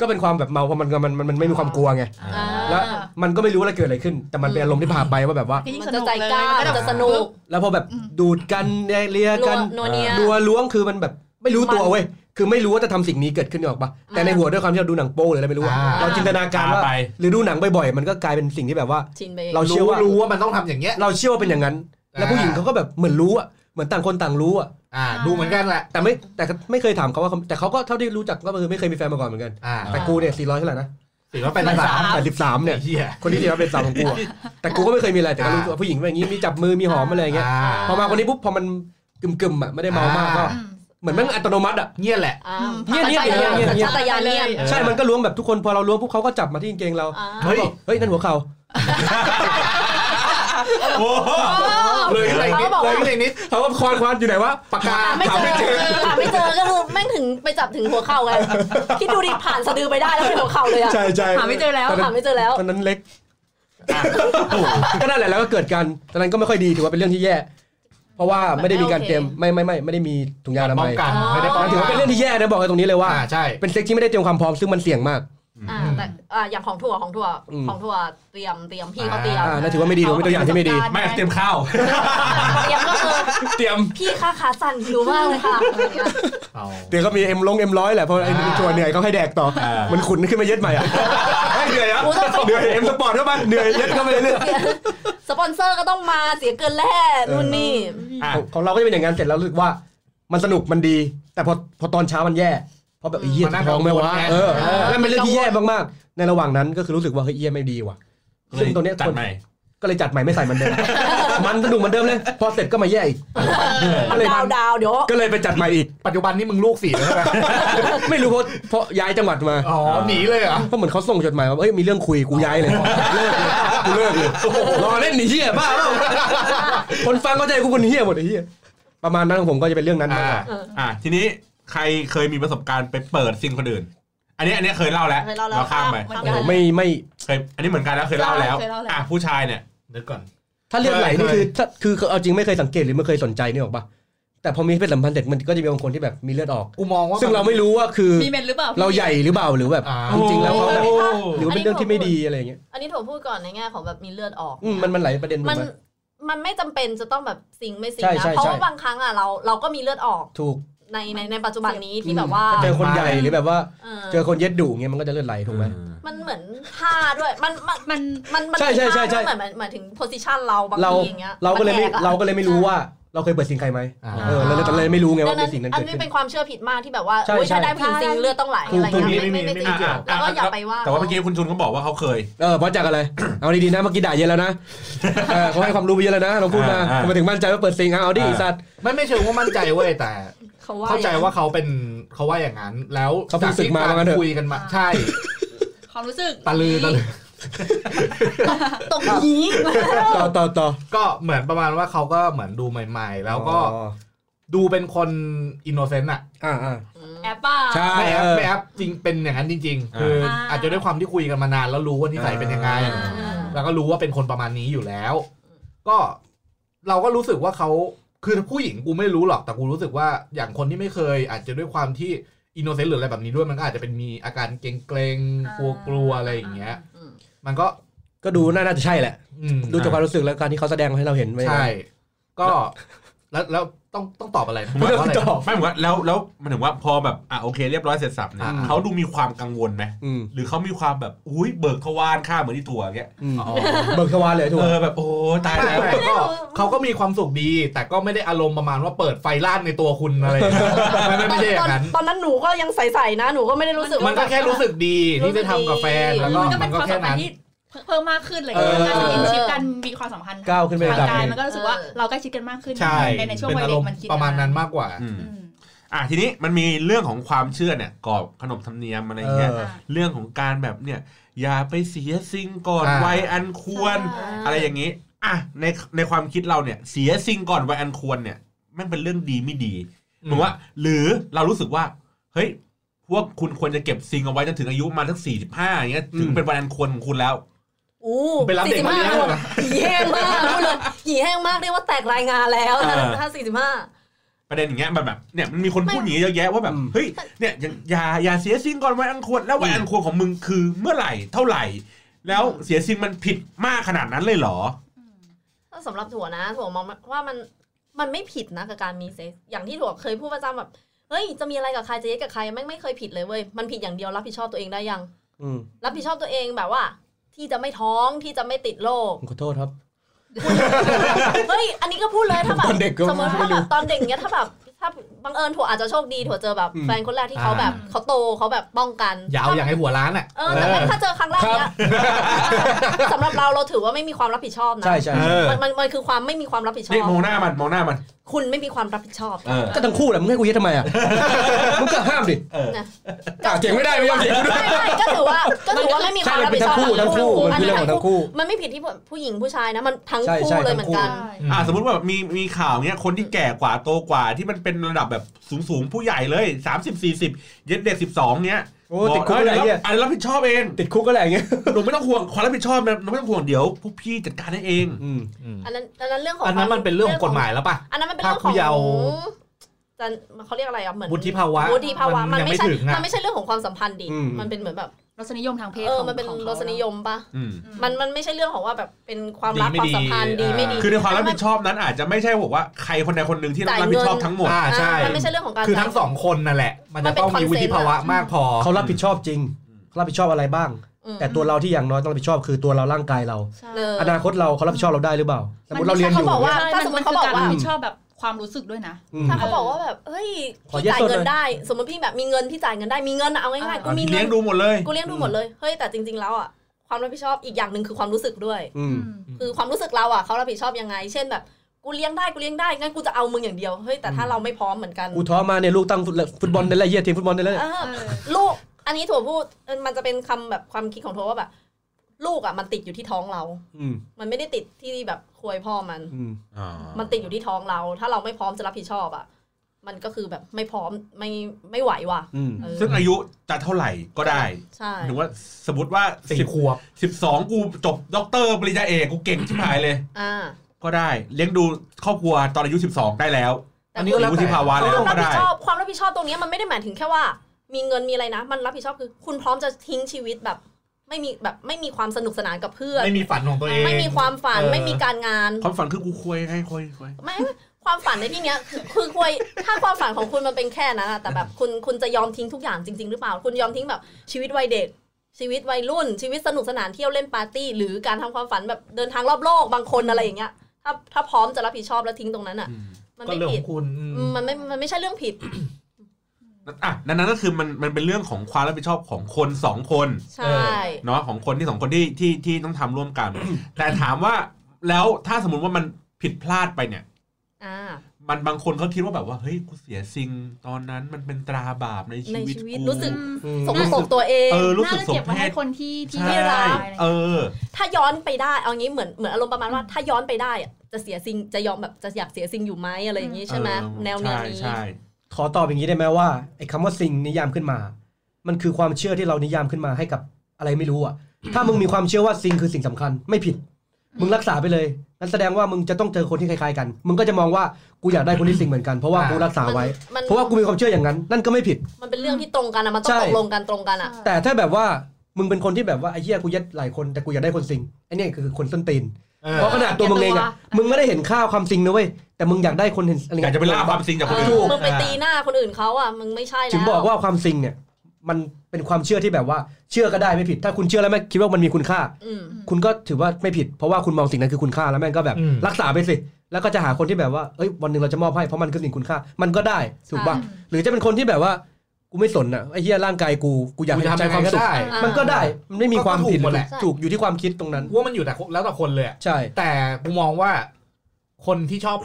[SPEAKER 3] ก็เป็นความแบบเมาเพราะมันมันมันมันไม่มีความกลัวไง
[SPEAKER 2] อ่า
[SPEAKER 3] แล้วมันก็ไม่รู้ว่าอะไรเกิดอะไรขึ้น แต่มันเป็นอารมณ์ที่พาไปว่าแบบว่า
[SPEAKER 5] ยิ่ง
[SPEAKER 2] มัน
[SPEAKER 5] ส
[SPEAKER 2] จะ
[SPEAKER 5] นุก
[SPEAKER 2] ใจ
[SPEAKER 5] เลย
[SPEAKER 2] กล้า
[SPEAKER 5] มันก็
[SPEAKER 2] มั
[SPEAKER 5] จะ
[SPEAKER 2] นจะ
[SPEAKER 5] แบบ
[SPEAKER 2] สนุก
[SPEAKER 3] แล้วพอแบบดูดกันเลีย
[SPEAKER 2] รัว
[SPEAKER 3] กัน
[SPEAKER 2] นัวเนีย
[SPEAKER 3] ดัวล้วงคือมันแบบไม่รู้ตัว
[SPEAKER 2] มัน
[SPEAKER 3] เว้ยคือไม่รู้ว่าจะทำสิ่งนี้เกิดขึ้นหรือเปล่าแต่ในหัวด้วยความที่เราดูหนังโป้หรืออะไรไม่รู้อะ
[SPEAKER 4] อ่า
[SPEAKER 3] เราจินตนาการว่า
[SPEAKER 1] พาไป
[SPEAKER 3] หรือดูหนังบ่อยๆมันก็กลายเป็นสิ่งที่แบบว่า
[SPEAKER 2] ชินไปอง
[SPEAKER 3] เราเชื่อ
[SPEAKER 4] รู้
[SPEAKER 3] ว่า
[SPEAKER 4] รู้ว่ามันต้องทำอย่างเงี้ย
[SPEAKER 3] เราเชื่อว่าเป็นอย่างนั้น แล้วผู้หญิงเขาก็แบบเหมือนรู้อะเหมือนต่างคนต่างรู้อะ
[SPEAKER 4] อ่า ดูเหมือนกันแหละ
[SPEAKER 3] แต่ไม่แต่ก็ไม่เคยถามเขาว่าเขาแต่เขาก็เท่าที่รู้จักก็คือไม่เคยมีแฟนมาก่อนเหมือนกัน
[SPEAKER 4] อ่า
[SPEAKER 3] แต่กูเนี่ยสี่ร้อยเท่าไหร่นะ
[SPEAKER 4] ถือว่าเป็นภาษา
[SPEAKER 5] สาม
[SPEAKER 3] แปดสิบสามเนี่ย
[SPEAKER 4] เฮีย
[SPEAKER 3] คนที่สี่ร้อยเป็นสามของกูอะแต่กูก็ไม่เคยมีอะไรแต่ก็รู้ว่าผู้หญิงเป็นอย่างนี้มีจับมือมีหอมอะไรอย่างเงี้ย
[SPEAKER 4] อ่า
[SPEAKER 3] พอมาคนนี้ปุ๊บพอมันกึ่มกึ่มๆอะไม่ได้เมามากก็
[SPEAKER 5] อืม
[SPEAKER 3] เหมือนแม่งอัตโนมัติอ่ะ
[SPEAKER 4] เงี้ยแหละ
[SPEAKER 2] อ่า
[SPEAKER 3] เงียบเงียบเงียบเงียบเงียบ
[SPEAKER 2] สัญชาตญาณเงียบ
[SPEAKER 4] เออ
[SPEAKER 3] ใช่มันก็ล้วงแบบทุกคนพอเราล้วงปุ๊บเขาก็จับมาที่กางเกงเรา
[SPEAKER 2] อ่า
[SPEAKER 4] เฮ้ย
[SPEAKER 3] บอกเฮ้ยนั่นหัวเข่า
[SPEAKER 1] โอ้โห
[SPEAKER 4] เลยอะไรนิดเลยอะไรนิด
[SPEAKER 3] เขาก็ควานควานอยู่ไหนวะปากกา
[SPEAKER 2] ไม่
[SPEAKER 3] หา
[SPEAKER 2] เจ
[SPEAKER 3] ไม่เจอ
[SPEAKER 2] อหาไม่เจอก็คือแม่งถึงไปจับถึงหัวเข่าไงคิดดูดิผ่านสะดือไปได้แล้วเป็นหัวเข่าเลยอะ
[SPEAKER 3] ใช่ใช่
[SPEAKER 5] หาไม่เจอแล้ว
[SPEAKER 3] ตอน
[SPEAKER 2] หา
[SPEAKER 3] นั้น
[SPEAKER 2] ไม่เจอแล้ว
[SPEAKER 3] ตอนนั้นเล็ก ก็นั่นแหละแล้วก็เกิดกันตอนนั้นก็ไม่ค่อยดีถือว่าเป็นเรื่องที่แย่ เพราะว่าไม่ได้มีการเตรียมไม่ไม่ไม่ไม่ได้มีถุงยางอนา
[SPEAKER 4] ป้อ
[SPEAKER 3] มั
[SPEAKER 4] ง
[SPEAKER 3] ย
[SPEAKER 4] กันไม่ได้ป้อง
[SPEAKER 3] ถือว่าเป็นเรื่องที่แย่นะบอกกันตรงนี้เลยว่า
[SPEAKER 4] อ่าใช่
[SPEAKER 3] เป็นเซ็กที่ไม่ได้เตรียมความพร้อมซึ่งมันเสี่ยงมาก
[SPEAKER 2] อ่าแต่อ่าอย่างของถั่วของถั่ว
[SPEAKER 3] อืม
[SPEAKER 2] ของถั่วเตรียมเตรียมพี่เขาเตรียม
[SPEAKER 3] อ่าน่าถือว่าไม่ดีถือว่าเป็นตัวอย่างที่ไม่ดี
[SPEAKER 1] ไม่เตรียมข้าว
[SPEAKER 2] เตรียมก็คือ
[SPEAKER 3] เตรียม
[SPEAKER 2] พี่ค่าขาสั่นหิวมากเลยค่ะอะไรเงี้ย
[SPEAKER 3] เดี๋ยวก็มีเอ็มลงเอ็มร้อยแหละเพราะไอ้
[SPEAKER 4] อ่า
[SPEAKER 3] ชัวร์เหนื่อยเขาให้แดกต่อ
[SPEAKER 1] อ่ามั
[SPEAKER 3] มันขุนขึ้นมาเย็ดใหม่อ่ะ เฮ้ยเหนื่อยอ่ะ
[SPEAKER 2] กูต้องไป
[SPEAKER 3] เหนื่อยเอ็มสปอร์ตเข้าไปเหนื่อยเย็ดเข้าไปเรื่อย
[SPEAKER 2] สปอนเซอร์ก็ต้องมาเสียเกินแล่นู่นนี่
[SPEAKER 1] อ่ะ
[SPEAKER 3] ของของเราก็จะเป็นอย่างนั้นเสร็จแล้วรู้สึกว่า มันสนุกมันดี แต่พอพอตอนเช้ามันแย่เพราะแบบไอ้เหี้ย
[SPEAKER 4] มันน่า
[SPEAKER 3] ท้องไม่
[SPEAKER 4] กังวล
[SPEAKER 3] ว่า
[SPEAKER 4] ไง
[SPEAKER 3] เออ
[SPEAKER 2] เออ
[SPEAKER 3] นั่นเป็นเรื่องที่แย่มากๆในระหว่างนั้นก็คือรู้สึกว่าเฮ้ยเหี้ยไม่ดีว่ะ ซึ่งตัวเนี้ย
[SPEAKER 1] จั
[SPEAKER 3] ค
[SPEAKER 1] ด
[SPEAKER 3] น
[SPEAKER 1] ใหม่
[SPEAKER 3] ก็เลยจัดใหม่ไม่ใส่เหมันเดิม มันสนุกเหมือนเดิมเลย พอเสร็จก็มาแย่อีก ก็เลย
[SPEAKER 2] ดาวดาวๆเดี๋ยว
[SPEAKER 3] ก็เลยไปจัดใหม่อีก
[SPEAKER 4] ปัจจุบันนี่มึงลูกสี่แล้วใช่ไหม
[SPEAKER 3] ไม่รู้เพราะเพราะย้ายจังหวัดมา
[SPEAKER 4] อ๋อหนีเลยเหรอ
[SPEAKER 3] เพราะเหมือนเขาส่งจดหมายว่าเอ้ยมีเรื่องคุยกูย้ายเลยเลิกเลยกูเลิกเลยรอเล่นหนีเหี้ยบ้าเปล่ าคนฟังเข้าใจกูคนเหี้ยหมดไอ้เหี้ยประมาณนั้นของผมก็จะเป็นเรื่องนั้นมาก
[SPEAKER 4] อ่าก
[SPEAKER 3] ว่า
[SPEAKER 1] อ่ะทีนี้ใครเคยมีประสบการณ์ไปเปิดซิงคนอื่น อันนี้อันนี้เคยเล่าแล้ว
[SPEAKER 2] เคยเล่าแล้ว
[SPEAKER 1] ข้ามไป
[SPEAKER 2] ข้าม
[SPEAKER 3] โอ้โหไม่ไม่
[SPEAKER 1] เคยอันนี้เหมือนกันแล้วเคยเล่าแล้ว
[SPEAKER 5] เคยเล่าแล้ว
[SPEAKER 1] อ่ะผู้ชายเนี่ย
[SPEAKER 4] นึกก่อน
[SPEAKER 3] ถ้าเลือดไหล
[SPEAKER 4] เคย
[SPEAKER 3] นี่คือถ้าคือเอาจริงไม่เคยสังเกตหรือไม่เคยสนใจนี่หรอกปะแต่พอมีเพศสัมพันธ์เสร็จมันก็จะมีบางคนที่แบบมีเลือดออก
[SPEAKER 4] กูมองว่า
[SPEAKER 3] ซึ่งเราไม่รู้ว่าคือ
[SPEAKER 5] มีเมนหรือเปล่า
[SPEAKER 3] เราใหญ่หรือเปล่าหรือแบบ
[SPEAKER 4] อ่า
[SPEAKER 3] จริงๆแล้วเขาแบบ
[SPEAKER 1] โอ้โห
[SPEAKER 3] หรือว่าเป็นเรื่องที่ไม่ดีอะไรอย่างเงี้ย
[SPEAKER 2] อันนี้โถพูดก่อนในแง่ของแบบมีเลือดออก
[SPEAKER 3] อืมมันมันหลายประเด็นถู
[SPEAKER 2] มั
[SPEAKER 3] ก
[SPEAKER 2] น
[SPEAKER 3] ไหม
[SPEAKER 2] มันไม่จำเป็นจะต้องแบบซิงค์ไม่ซิง
[SPEAKER 3] ใช่
[SPEAKER 2] ค์นะ
[SPEAKER 3] ใช่
[SPEAKER 2] เพราะ
[SPEAKER 3] ใช่
[SPEAKER 2] ว่าบางครั้งอ่ะเราเราก็มีเลือดออก
[SPEAKER 3] ถูก
[SPEAKER 2] ในในในปัจจุบันนี้ที่แบบว่า
[SPEAKER 3] ถ้เจอคนใหญ่หรือแบบว่า
[SPEAKER 2] เออ
[SPEAKER 3] เจอคนเย็ดดุเงี้ยมันก็จะเลือดไหลถูกไหม
[SPEAKER 2] มันเหมือนท่าด้วยมันมัน
[SPEAKER 5] มัน
[SPEAKER 2] มันมัน
[SPEAKER 3] ใช่ใช่ใช่ใช่
[SPEAKER 2] เหมือนหมายถึงโพสิชันเราบาง
[SPEAKER 3] เรา
[SPEAKER 2] ทีอย่างเงี้ย
[SPEAKER 3] เราก็เลยไม่
[SPEAKER 2] มันแหอะ
[SPEAKER 3] เราก็เลยไม่รู้ว่าเราเคยเปิดสิ่งใครไหม
[SPEAKER 4] อ่า
[SPEAKER 3] เออเราเลยแต่เลยไม่รู้ไง
[SPEAKER 2] ดั
[SPEAKER 3] ว่างมี
[SPEAKER 2] นั้น
[SPEAKER 3] สิ่งนั้น
[SPEAKER 2] อัน
[SPEAKER 3] เกิด
[SPEAKER 2] นี้
[SPEAKER 3] ขึ้น
[SPEAKER 2] เป็นความเชื่อผิดมากที่แบบว่า
[SPEAKER 3] ใช่
[SPEAKER 2] อุ๊ย
[SPEAKER 3] ใช่
[SPEAKER 2] ถ้าได้ผู้หญิงจริงเลือดต้องไหลอะไรเงี้ย
[SPEAKER 3] ถูก
[SPEAKER 2] ไม่ไม่ไม่จริง
[SPEAKER 4] อ่ะ
[SPEAKER 2] แล้
[SPEAKER 4] อ่ะ
[SPEAKER 2] วก็อย่าไปว่า
[SPEAKER 1] แต่ว่าเมื่อกี้คุณชุนเขาบอกว่าเขาเคย
[SPEAKER 3] เออเพราะจากอะไร เอาดีๆนะเมื่อกี้ด่าเยอะแล้วนะเออเขาให้ความรู้ไปเยอะแล้วนะเราพูดมา
[SPEAKER 1] อ่า
[SPEAKER 3] ทำไมถึงมั่นใจว่าเปิดสิ่งเอาเอาดิไอ้สัตว์
[SPEAKER 4] ไม่ไม่เชิงว่ามั่นใจเว้ยแต่
[SPEAKER 2] เขาว่า
[SPEAKER 4] เข้าใจว่าเขาเป็นเขาว่าอย่างนั้น แล้ว
[SPEAKER 3] เขาเพิ่งศึกมา
[SPEAKER 4] จ
[SPEAKER 3] ว่างั้นเถ
[SPEAKER 4] ที่
[SPEAKER 3] อะ
[SPEAKER 4] คุยกันมา ใช่
[SPEAKER 5] ความรู้สึก
[SPEAKER 4] ตะลือตะลือ
[SPEAKER 2] ตกหยี
[SPEAKER 3] ต่อต่อต่อ
[SPEAKER 4] ก็เหมือนประมาณว่าเขาก็เหมือนดูใหม่ ๆ แล้วก็
[SPEAKER 3] อ๋อ
[SPEAKER 4] ดูเป็นคนอินโนเซนต์อะ
[SPEAKER 3] อ่าอ่า
[SPEAKER 5] แอปเป้า
[SPEAKER 3] ใช่
[SPEAKER 4] ไม่แอป
[SPEAKER 3] เออ
[SPEAKER 4] ไม่แอปจริงเป็นอย่างนั้นจริง ๆ คืออา อาจจะด้วยความที่คุยกันมานานแล้วรู้ว่านิสัยเป็นยังไง
[SPEAKER 5] อ่า
[SPEAKER 4] แล้วก็รู้ว่าเป็นคนประมาณนี้อยู่แล้ว ก็เราก็รู้สึกว่าเขาคือผู้หญิงกูไม่รู้หรอกแต่กูรู้สึกว่าอย่างคนที่ไม่เคย อาจจะด้วยความที่อินโนเซนต์หรืออะไรแบบนี้ด้วยมันก็อาจจะเป็นมีอาการเกรงๆกลัวกลัวๆอะไรอย่างเงี้ย มันก็
[SPEAKER 3] ก็ดูน่าน่าจะใช่แหละ
[SPEAKER 4] อืม
[SPEAKER 3] ดูจากความรู้สึกแล้วการที่เขาแสดงให้เราเห็นไป
[SPEAKER 4] ใช่ ก็ แล้วแล้วต้องต้องตอบอะไรนะ
[SPEAKER 1] ไม่
[SPEAKER 4] ว่าะไร
[SPEAKER 3] ต
[SPEAKER 4] นะ
[SPEAKER 3] อบ
[SPEAKER 1] ไม่ผมว่าแล้วแล้วมันถึงว่าพอแบบอ่ะโอเคเรียบร้อยเสร็จสับเนี่ย
[SPEAKER 4] อ่า
[SPEAKER 1] เขาดูมีความกังวลไหม
[SPEAKER 3] อืม
[SPEAKER 1] หรือเขามีความแบบอุ้ยเบิกทวารข้าเหมือนที่ถั่วเงี้ย
[SPEAKER 3] อืม
[SPEAKER 4] อ๋อ
[SPEAKER 3] เบิกทวารเลยถูก
[SPEAKER 1] เออแบบโอ้ตาย
[SPEAKER 4] ไม่
[SPEAKER 1] แล้ว
[SPEAKER 4] ไม่ก็เขาก็มีความสุขดี แต่ก็ไม่ได้อารมณ์ประมาณว่าเปิดไฟล่านในตัวคุณอะไรอย่างเงี้ยไม่ไม่ไม่ใช่อย่า
[SPEAKER 2] ตอน
[SPEAKER 4] งนั้น
[SPEAKER 2] ตอนนั้นหนูก็ยังใส่ๆนะ หนูก็ไม่ได้รู้สึกว่า
[SPEAKER 4] มันก็แค่รู้สึกดีที่ได้ทำกับแฟนแล้วก็
[SPEAKER 5] มันก็เป็น น
[SPEAKER 4] มัก็
[SPEAKER 5] ความ
[SPEAKER 4] แค่
[SPEAKER 5] สัมพันธ์
[SPEAKER 4] นั้น
[SPEAKER 5] ที่เพิ่มมากขึ้นเลยการสกินชิปกันมีความสัมพันธ์
[SPEAKER 3] ก้าวขึ้นไประ
[SPEAKER 5] ทาง
[SPEAKER 3] ดับ
[SPEAKER 5] กา
[SPEAKER 3] ห
[SPEAKER 5] ย
[SPEAKER 3] นึ่ง
[SPEAKER 5] มันก็รู้สึกว่าเราใกล้ชิดกันมากขึ้น
[SPEAKER 4] ใช่
[SPEAKER 5] ในในช่วง
[SPEAKER 4] เป็น
[SPEAKER 5] วัย
[SPEAKER 4] อา
[SPEAKER 5] เด็
[SPEAKER 4] ร
[SPEAKER 5] ก
[SPEAKER 4] มณ์
[SPEAKER 5] มันคิด
[SPEAKER 4] ประมาณนั้นมากกว่า
[SPEAKER 1] อืม
[SPEAKER 5] อืม
[SPEAKER 1] อ่ะทีนี้มันมีเรื่องของความเชื่อเนี่ยกรอบขนบธรรมเนียมอะไรเงี้ย
[SPEAKER 3] เออ
[SPEAKER 1] เรื่องของการแบบเนี่ยอย่าไปเสียสิ่งก่อน
[SPEAKER 4] อ่า
[SPEAKER 1] วัยอันควร
[SPEAKER 5] ใช่
[SPEAKER 1] อะไรอย่างนี้อ่ะในในความคิดเราเนี่ย เสียสิ่งก่อนวัยอันควรเนี่ยแม่งเป็นเรื่องดีไม่ดีเหมือนว่า หรือเรารู้สึกว่า เฮ้ย พวกคุณควรจะเก็บสิ่งเอาไว้จนถึงอายุประมาณสักสี่สิบห้าอย่างเงี้ยถึง
[SPEAKER 4] อืม
[SPEAKER 1] เป็นวัยอันควรของคุณแล้ว
[SPEAKER 2] อู้
[SPEAKER 4] ไปรับเด็กมาเลี้ยงเหรอ
[SPEAKER 2] หยีแห้งมากพูดเลยหยีแห้งมากเรียกว่าแตกรายงานแล้ว
[SPEAKER 1] เออ
[SPEAKER 2] ถ้าสี่สิบห้า
[SPEAKER 1] ประเด็นอย่างเงี้ยแบบแบบเนี่ยมันมีคนพูดอย่างนี้เยอะแยะว่าแบบ
[SPEAKER 3] อืม
[SPEAKER 1] เฮ้ยเนี่ยอย่าอย่าอย่าเสียสิ่งก่อนวัยอันควรแล้ววัยอันควรของมึงคือเมื่อไหร่เท่าไหร่ แล้วเสียสิ่งมันผิดมากขนาดนั้นเลยเหรอ
[SPEAKER 2] ถ้าสำหรับถั่วนะถั่วมองว่ามันมันไม่ผิดนะกับการมีเซ็กซ์อย่างที่ถั่วเคยพูดประจำแบบเฮ้ยจะมีอะไรกับใครจะเย็ดกับใครแม่งไม่เคยผิดเลยเว้ยมันผิดอย่างเดียวรับผิดชอบตัวเองได้ยัง
[SPEAKER 3] อืม
[SPEAKER 2] รับผิดชอบตัวเองแบบว่า ที่จะไม่ท้องที่จะไม่ติดโรค
[SPEAKER 3] ผมขอโทษครับ
[SPEAKER 2] เฮ้ยอันนี้ก็พูดเลยถ้าแบบ
[SPEAKER 3] ตอนเด็กก็
[SPEAKER 2] สมมติ
[SPEAKER 3] ไม่
[SPEAKER 2] ถ้า
[SPEAKER 3] รู้
[SPEAKER 2] แบบตอนเด็กเนี้ยถ้าแบบถ้าบังเอิญถั่วอาจจะโชคดีถั่วเจอแบบ
[SPEAKER 3] อืม
[SPEAKER 2] แฟนคนแรกที่เขาแบบ
[SPEAKER 5] อ่า
[SPEAKER 2] เขาโตเขาแบบป้องกัน
[SPEAKER 4] ยาวอย่างให้หัวล้านอ่ะ
[SPEAKER 2] เออแต่แม่งถ้าเจอครั้งแรกเนี้ย สำหรับเราเราถือว่าไม่มีความรับผิดชอบนะ
[SPEAKER 3] ใช่ใช่
[SPEAKER 4] เออ
[SPEAKER 2] มันมันมันคือความไม่มีความรับผิดชอ
[SPEAKER 1] นี่
[SPEAKER 2] บ
[SPEAKER 1] มองหน้ามันมองหน้ามัน
[SPEAKER 2] คุณไม่มีความรับผิดชอบ
[SPEAKER 1] เออ
[SPEAKER 3] ก็ทั้งคู่แหละมึงให้กูเย็ดทำไมอ่ะ มึงก็ห้ามดิ
[SPEAKER 1] เออ
[SPEAKER 3] อ่ะเถียงไม่ได้ไม่ยอมเถียงกูด้วย
[SPEAKER 2] ไม่ไม่ก็ถือว่าก็ถือว่าไม่มีค
[SPEAKER 3] ใช่
[SPEAKER 2] วาม
[SPEAKER 3] มัน
[SPEAKER 2] รับ
[SPEAKER 3] เป็
[SPEAKER 2] ผิด
[SPEAKER 3] นทั้
[SPEAKER 2] ชอบ
[SPEAKER 3] งคู่ทั้งคู่มันเป็นเรื่องของทั้งคู่
[SPEAKER 2] มันไม่ผิดที่ผู้หญิงผู้ชายนะ มันทั้ง
[SPEAKER 3] ใช่
[SPEAKER 2] คู่
[SPEAKER 3] ใช่
[SPEAKER 2] เลย
[SPEAKER 3] ทั้ง
[SPEAKER 2] เหมือ
[SPEAKER 3] คู่
[SPEAKER 2] นกัน
[SPEAKER 1] อ่าสมมติว่าแบบมีมีข่าวเงี้ยคนที่แก่กว่าโตกว่าที่มันเป็นระดับแบบสูงสูงๆผู้ใหญ่เลย 30 40 เย็นเด็ก 12เนี้ย
[SPEAKER 3] โอ้ติดคุกอะไร
[SPEAKER 1] บอ
[SPEAKER 3] เงี้ย
[SPEAKER 1] เอ้ยรับผิดชอบเอง
[SPEAKER 3] ติดคุกก็อะไรเงี้ย
[SPEAKER 1] หนูไม่ต้องห่วงความรับผิดชอบนะหนูไม่ต้องห่วงเดี๋ยวพวกพี่จัดการให้เอง
[SPEAKER 3] อืม
[SPEAKER 2] อันนั้นอันนั้นเรื่องของ
[SPEAKER 4] อันนั้นมันเป็นเรื่องของกฎหมายแล้วป่ะ
[SPEAKER 2] อันนั้นมันเป็นเรื่องข
[SPEAKER 4] ภาคผู้
[SPEAKER 2] อง
[SPEAKER 4] เยาว์
[SPEAKER 2] จะเขาเรียกอะไรอ่ะเหมือน
[SPEAKER 4] วุฒิภาวะ
[SPEAKER 2] วุฒิภาวะ
[SPEAKER 4] มั
[SPEAKER 2] มัน น
[SPEAKER 4] ยังไม่
[SPEAKER 2] ไม่ใช่
[SPEAKER 4] ถึงอะ
[SPEAKER 2] มันไม่ใช่เรื่องของความสัมพันธ์ดิ
[SPEAKER 3] อืม
[SPEAKER 2] มันเป็นเหมือนแบบ
[SPEAKER 5] รสนิยมทางเพศ
[SPEAKER 2] เออ
[SPEAKER 5] ของ
[SPEAKER 2] มันเป็น
[SPEAKER 5] ของขาร
[SPEAKER 2] สนิยมปะ
[SPEAKER 1] อืม
[SPEAKER 5] อื
[SPEAKER 2] มันมันไม่ใช่เรื่องของว่าแบบเป็นความรักควา
[SPEAKER 4] ดีไม่
[SPEAKER 2] มสัมพันธ์
[SPEAKER 4] ดี
[SPEAKER 2] ดีไม่ดี
[SPEAKER 4] อ่า
[SPEAKER 1] คือในความรับผิดชอบนั้นอาจจะไม่ใช่บอกว่าใครคนใดคนหนึ่งที่ต้องรับผิดชอบทั้งหมด
[SPEAKER 4] อ่าใช่
[SPEAKER 2] มันไม่ใช่เรื่องของการ
[SPEAKER 4] คือทั้งสองคนนั่นแหละ มันจะต้องมีวุฒิภาวะมากพอ
[SPEAKER 3] เขารับผิดชอบจริง
[SPEAKER 1] อืม
[SPEAKER 3] เขารับผิดชอบอะไรบ้าง
[SPEAKER 2] อื อืม
[SPEAKER 3] แต่ตัวเราที่อย่างน้อยต้องรับผิดชอบคือตัวเราร่างกายเรา
[SPEAKER 5] ใช่
[SPEAKER 2] เอออ
[SPEAKER 3] อนาคตเราเขารับผิดชอบเราได้หรือเปล่าสมมติเราเรียนอยู่
[SPEAKER 5] เขาบอกว่า
[SPEAKER 2] เนี่ย
[SPEAKER 5] ถ้าสมมติเขาบอกว่า
[SPEAKER 2] อืม
[SPEAKER 5] รับผิดชอบแบบความรู้สึกด้วยนะ
[SPEAKER 3] อืม
[SPEAKER 2] ถ้าเขาบอกว่าแบบเฮ้ย
[SPEAKER 3] ขอ
[SPEAKER 2] พี่
[SPEAKER 3] แยก
[SPEAKER 2] จ่าย
[SPEAKER 3] ส่ว
[SPEAKER 2] เงิ
[SPEAKER 3] นหน่
[SPEAKER 2] น
[SPEAKER 3] อย
[SPEAKER 2] ได้ สมมติพี่แบบมีเงินพี่จ่ายเงินได้มีเงินอะเอาง่ายๆกู
[SPEAKER 1] อ่ะ
[SPEAKER 2] มี
[SPEAKER 1] พี่
[SPEAKER 2] เงิ
[SPEAKER 1] เลี้ย
[SPEAKER 2] น
[SPEAKER 1] งดูหมดเลย
[SPEAKER 2] กูเลี้ยงดูหมดเลยเฮ้ยแต่จริง ๆ แล้วอ่ะความรับผิดชอบอีกอย่างหนึ่งคือความรู้สึกด้วย
[SPEAKER 3] อืม
[SPEAKER 2] คือความรู้สึกเราอ่ะเขารับผิดชอบยังไง เช่นแบบกูเลี้ยงได้กูเลี้ยงได้งั้นกูจะเอามึงอย่างเดียวเฮ้ยแต่ถ้า
[SPEAKER 3] อืม
[SPEAKER 2] เราไม่พร้อมเหมือนกัน
[SPEAKER 3] กูท้อมาเนี่ยลูกตั้งฟุตบอลได้แล้วเยี่ยทีมฟุตบอลได้แล้ว
[SPEAKER 2] เออ ลูก อันนี้ถั่วพูดเออมันจะเป็นคำแบบความคิดของถั่วว่าแบบ ลูกอ่ะมันติดอยู่ที่ท้องเรา
[SPEAKER 3] อืม
[SPEAKER 2] มันไม่ได้ติดที่แบบควยพ่อมัน
[SPEAKER 3] อืม
[SPEAKER 1] อ๋อ
[SPEAKER 2] มันติดอยู่ที่ท้องเรา ถ้าเราไม่พร้อมจะรับผิดชอบอ่ะ มันก็คือแบบไม่พร้อมไม่ไม่ไหวว่ะ
[SPEAKER 3] อืม
[SPEAKER 2] เออ
[SPEAKER 1] ซึ่งอายุจะเท่าไหร่ก็ได้
[SPEAKER 2] ใช่
[SPEAKER 1] ถึงว่าสมมติว่า
[SPEAKER 4] สี่
[SPEAKER 1] สิบ
[SPEAKER 4] ขวบ
[SPEAKER 1] สิบสองกูจบด็อกเตอร์ปริญญาเอกกูเก่งชิบหายเลย
[SPEAKER 2] อ่า
[SPEAKER 1] ก็ได้เลี้ยงดูครอบครัวตอนอายุ 12 ได้แล้ว
[SPEAKER 2] แต่
[SPEAKER 1] มีวุฒิภาวะ
[SPEAKER 2] ค
[SPEAKER 1] แล้ว
[SPEAKER 2] วาม
[SPEAKER 1] ก็
[SPEAKER 2] รับผิ
[SPEAKER 1] ได้
[SPEAKER 2] ดชอบความรับผิดชอบตรงเนี้ยมันไม่ได้หมายถึงแค่ว่า มีเงินมีอะไรนะ มันรับผิดชอบคือ คุณพร้อมจะทิ้งชีวิตแบบ ไม่มีแบบไม่มีความสนุกสนานกับเพื่อน
[SPEAKER 4] ไม่มีฝันของตัวเอง
[SPEAKER 2] ไม่มีความฝัน
[SPEAKER 4] เออ
[SPEAKER 2] ไม่มีการงาน
[SPEAKER 1] ความฝันคือกูคุยให้คุยคุย
[SPEAKER 2] ไม่ไม่ความฝันในที่เนี้ยคือคือควยถ้าความฝันของคุณมันเป็นแค่นั้นอะแต่แบบคุณคุณจะยอมทิ้งทุกอย่างจริง ๆ หรือเปล่า คุณยอมทิ้งแบบชีวิตวัยเด็ก ชีวิตวัยรุ่น ชีวิตสนุกสนานเที่ยวเล่นปาร์ตี้ หรือการทำความฝันแบบเดินทางรอบโลกบางคนอะไรอย่างเงี้ยถ้าถ้าพร้อมจะรับผิดชอบแล้วทิ้งตรงนั้นอะมัน
[SPEAKER 4] ก็
[SPEAKER 2] ไม่
[SPEAKER 4] เรื่องข
[SPEAKER 2] ผิ
[SPEAKER 4] อ
[SPEAKER 2] ด
[SPEAKER 4] งคุณอืม
[SPEAKER 2] อืมมันไม่มันไม่ใช่เรื่องผิด
[SPEAKER 1] อ่ะนั่นนั่นก็คือมันมันเป็นเรื่องของความรับผิดชอบของคนสองคน
[SPEAKER 2] ใช่
[SPEAKER 1] เนาะของคนที่สองคนที่ที่ที่ต้องทำร่วมกัน แต่ถามว่าแล้วถ้าสมมติว่ามันผิดพลาดไปเนี่ย
[SPEAKER 2] อ่า
[SPEAKER 1] มันบางคนเขาคิดว่าแบบว่าเฮ้ยกูเสียสิ่งตอนนั้นมันเป็นตราบาปในชีวิต
[SPEAKER 2] ในชีวิต
[SPEAKER 1] กู
[SPEAKER 2] รู้สึก
[SPEAKER 5] อืม
[SPEAKER 3] อืม
[SPEAKER 2] สมศกตัวเอง
[SPEAKER 1] เออรู้สึ
[SPEAKER 5] น่าก จะ
[SPEAKER 1] สม
[SPEAKER 5] เก็บไว้
[SPEAKER 1] เพ
[SPEAKER 5] ให้
[SPEAKER 1] ศ
[SPEAKER 5] คนที่ที่
[SPEAKER 1] ใช่
[SPEAKER 5] ไม่รัก
[SPEAKER 1] เออ
[SPEAKER 2] ถ้าย้อนไปได้เอางี้เหมือนเหมือนอารมณ์ประมาณว่าถ้าย้อนไปได้อะจะเสียสิ่งจะยอมแบบจะอยากเสียสิ่งอยู่ไหมอะไรอย่างงี้ใช่ไหม
[SPEAKER 1] เออ
[SPEAKER 2] แนวแนวนี้
[SPEAKER 1] ใช่ใช่
[SPEAKER 3] ขอตอบอย่างนี้ได้ไหมว่าไอ้คำว่าสิ่งนิยามขึ้นมา มันคือความเชื่อที่เรานิยามขึ้นมาให้กับอะไรไม่รู้อ่ะ ถ้ามึงมีความเชื่อว่าสิ่งคือสิ่งสำคัญไม่ผิด มึงรักษาไปเลยนั่นแสดงว่ามึงจะต้องเจอคนที่คล้ายๆกัน มึงก็จะมองว่ากูอยากได้คนที่สิ่งเหมือนกันเพราะว่ากูรักษาไว้
[SPEAKER 2] มัน
[SPEAKER 3] เพราะว่ากูมีความเชื่ออย่างนั้น นั่นก็ไม่ผิด
[SPEAKER 2] มันเป็นเรื่องที่ตรงกันอะมันต้อ
[SPEAKER 3] ใช่
[SPEAKER 2] งตกลงกันตรงกันอะ
[SPEAKER 3] แต่ถ้าแบบว่ามึงเป็นคนที่แบบว่าไอ้เหี้ยกูยัดหลายคนแต่กูอยากได้คนซิงไอ้เนี่ยคือคนส้นตีน
[SPEAKER 4] เออ
[SPEAKER 3] เพราะขนาดตัวมึงเองอะมึงไม่ได้เห็นค่าความซิงนะเว้ยแต่มึงอยากได้คนเห็นอะไร
[SPEAKER 1] อยากจะไปล่าความจริงจากคน
[SPEAKER 2] เอ
[SPEAKER 1] อื่
[SPEAKER 2] อน มึงไปตีหน้าคนอื่นเขาอะมึงไม่ใช่แล้ว
[SPEAKER 3] ถึงบอกว่าความซิงเนี่ยมันเป็นความเชื่อที่แบบว่าเชื่อก็ได้ไม่ผิด ถ้าคุณเชื่อแล้วไม่คิดว่ามันมีคุณค่า
[SPEAKER 2] อืม
[SPEAKER 3] คุณก็ถือว่าไม่ผิด เพราะว่าคุณมองสิ่งนั้นคือคุณค่าแล้วแม่งก็แบบ
[SPEAKER 4] อืม
[SPEAKER 3] รักษาไปสิแล้วก็จะหาคนที่แบบว่าเอ้ยวันหนึ่งเราจะมอบให้เพราะมันคือสิ่งคุณค่ามันก็ได้ถูกป่ะหรือจะเป็นคนที่แบบว่ากูไม่สนอ่ะไอ้เหี้ยร่างกายกูกูอยาก
[SPEAKER 4] กูจะทำ
[SPEAKER 3] ใช้
[SPEAKER 4] ยัง
[SPEAKER 3] ความ
[SPEAKER 4] ไงก็
[SPEAKER 3] สุข
[SPEAKER 4] ได้
[SPEAKER 2] า
[SPEAKER 3] มันก็ได้ มันไม่มี
[SPEAKER 4] ก็
[SPEAKER 3] ความ
[SPEAKER 4] ก็ถูก
[SPEAKER 3] ผิด
[SPEAKER 4] หมดแหละ
[SPEAKER 3] ถูกอยู่ที่ความคิดตรงนั้น
[SPEAKER 4] กูว่ามันอยู่แต่แล้วแต่คนเลยอะ
[SPEAKER 3] ใช่
[SPEAKER 4] แต่กูมองว่าคนที่ชอบ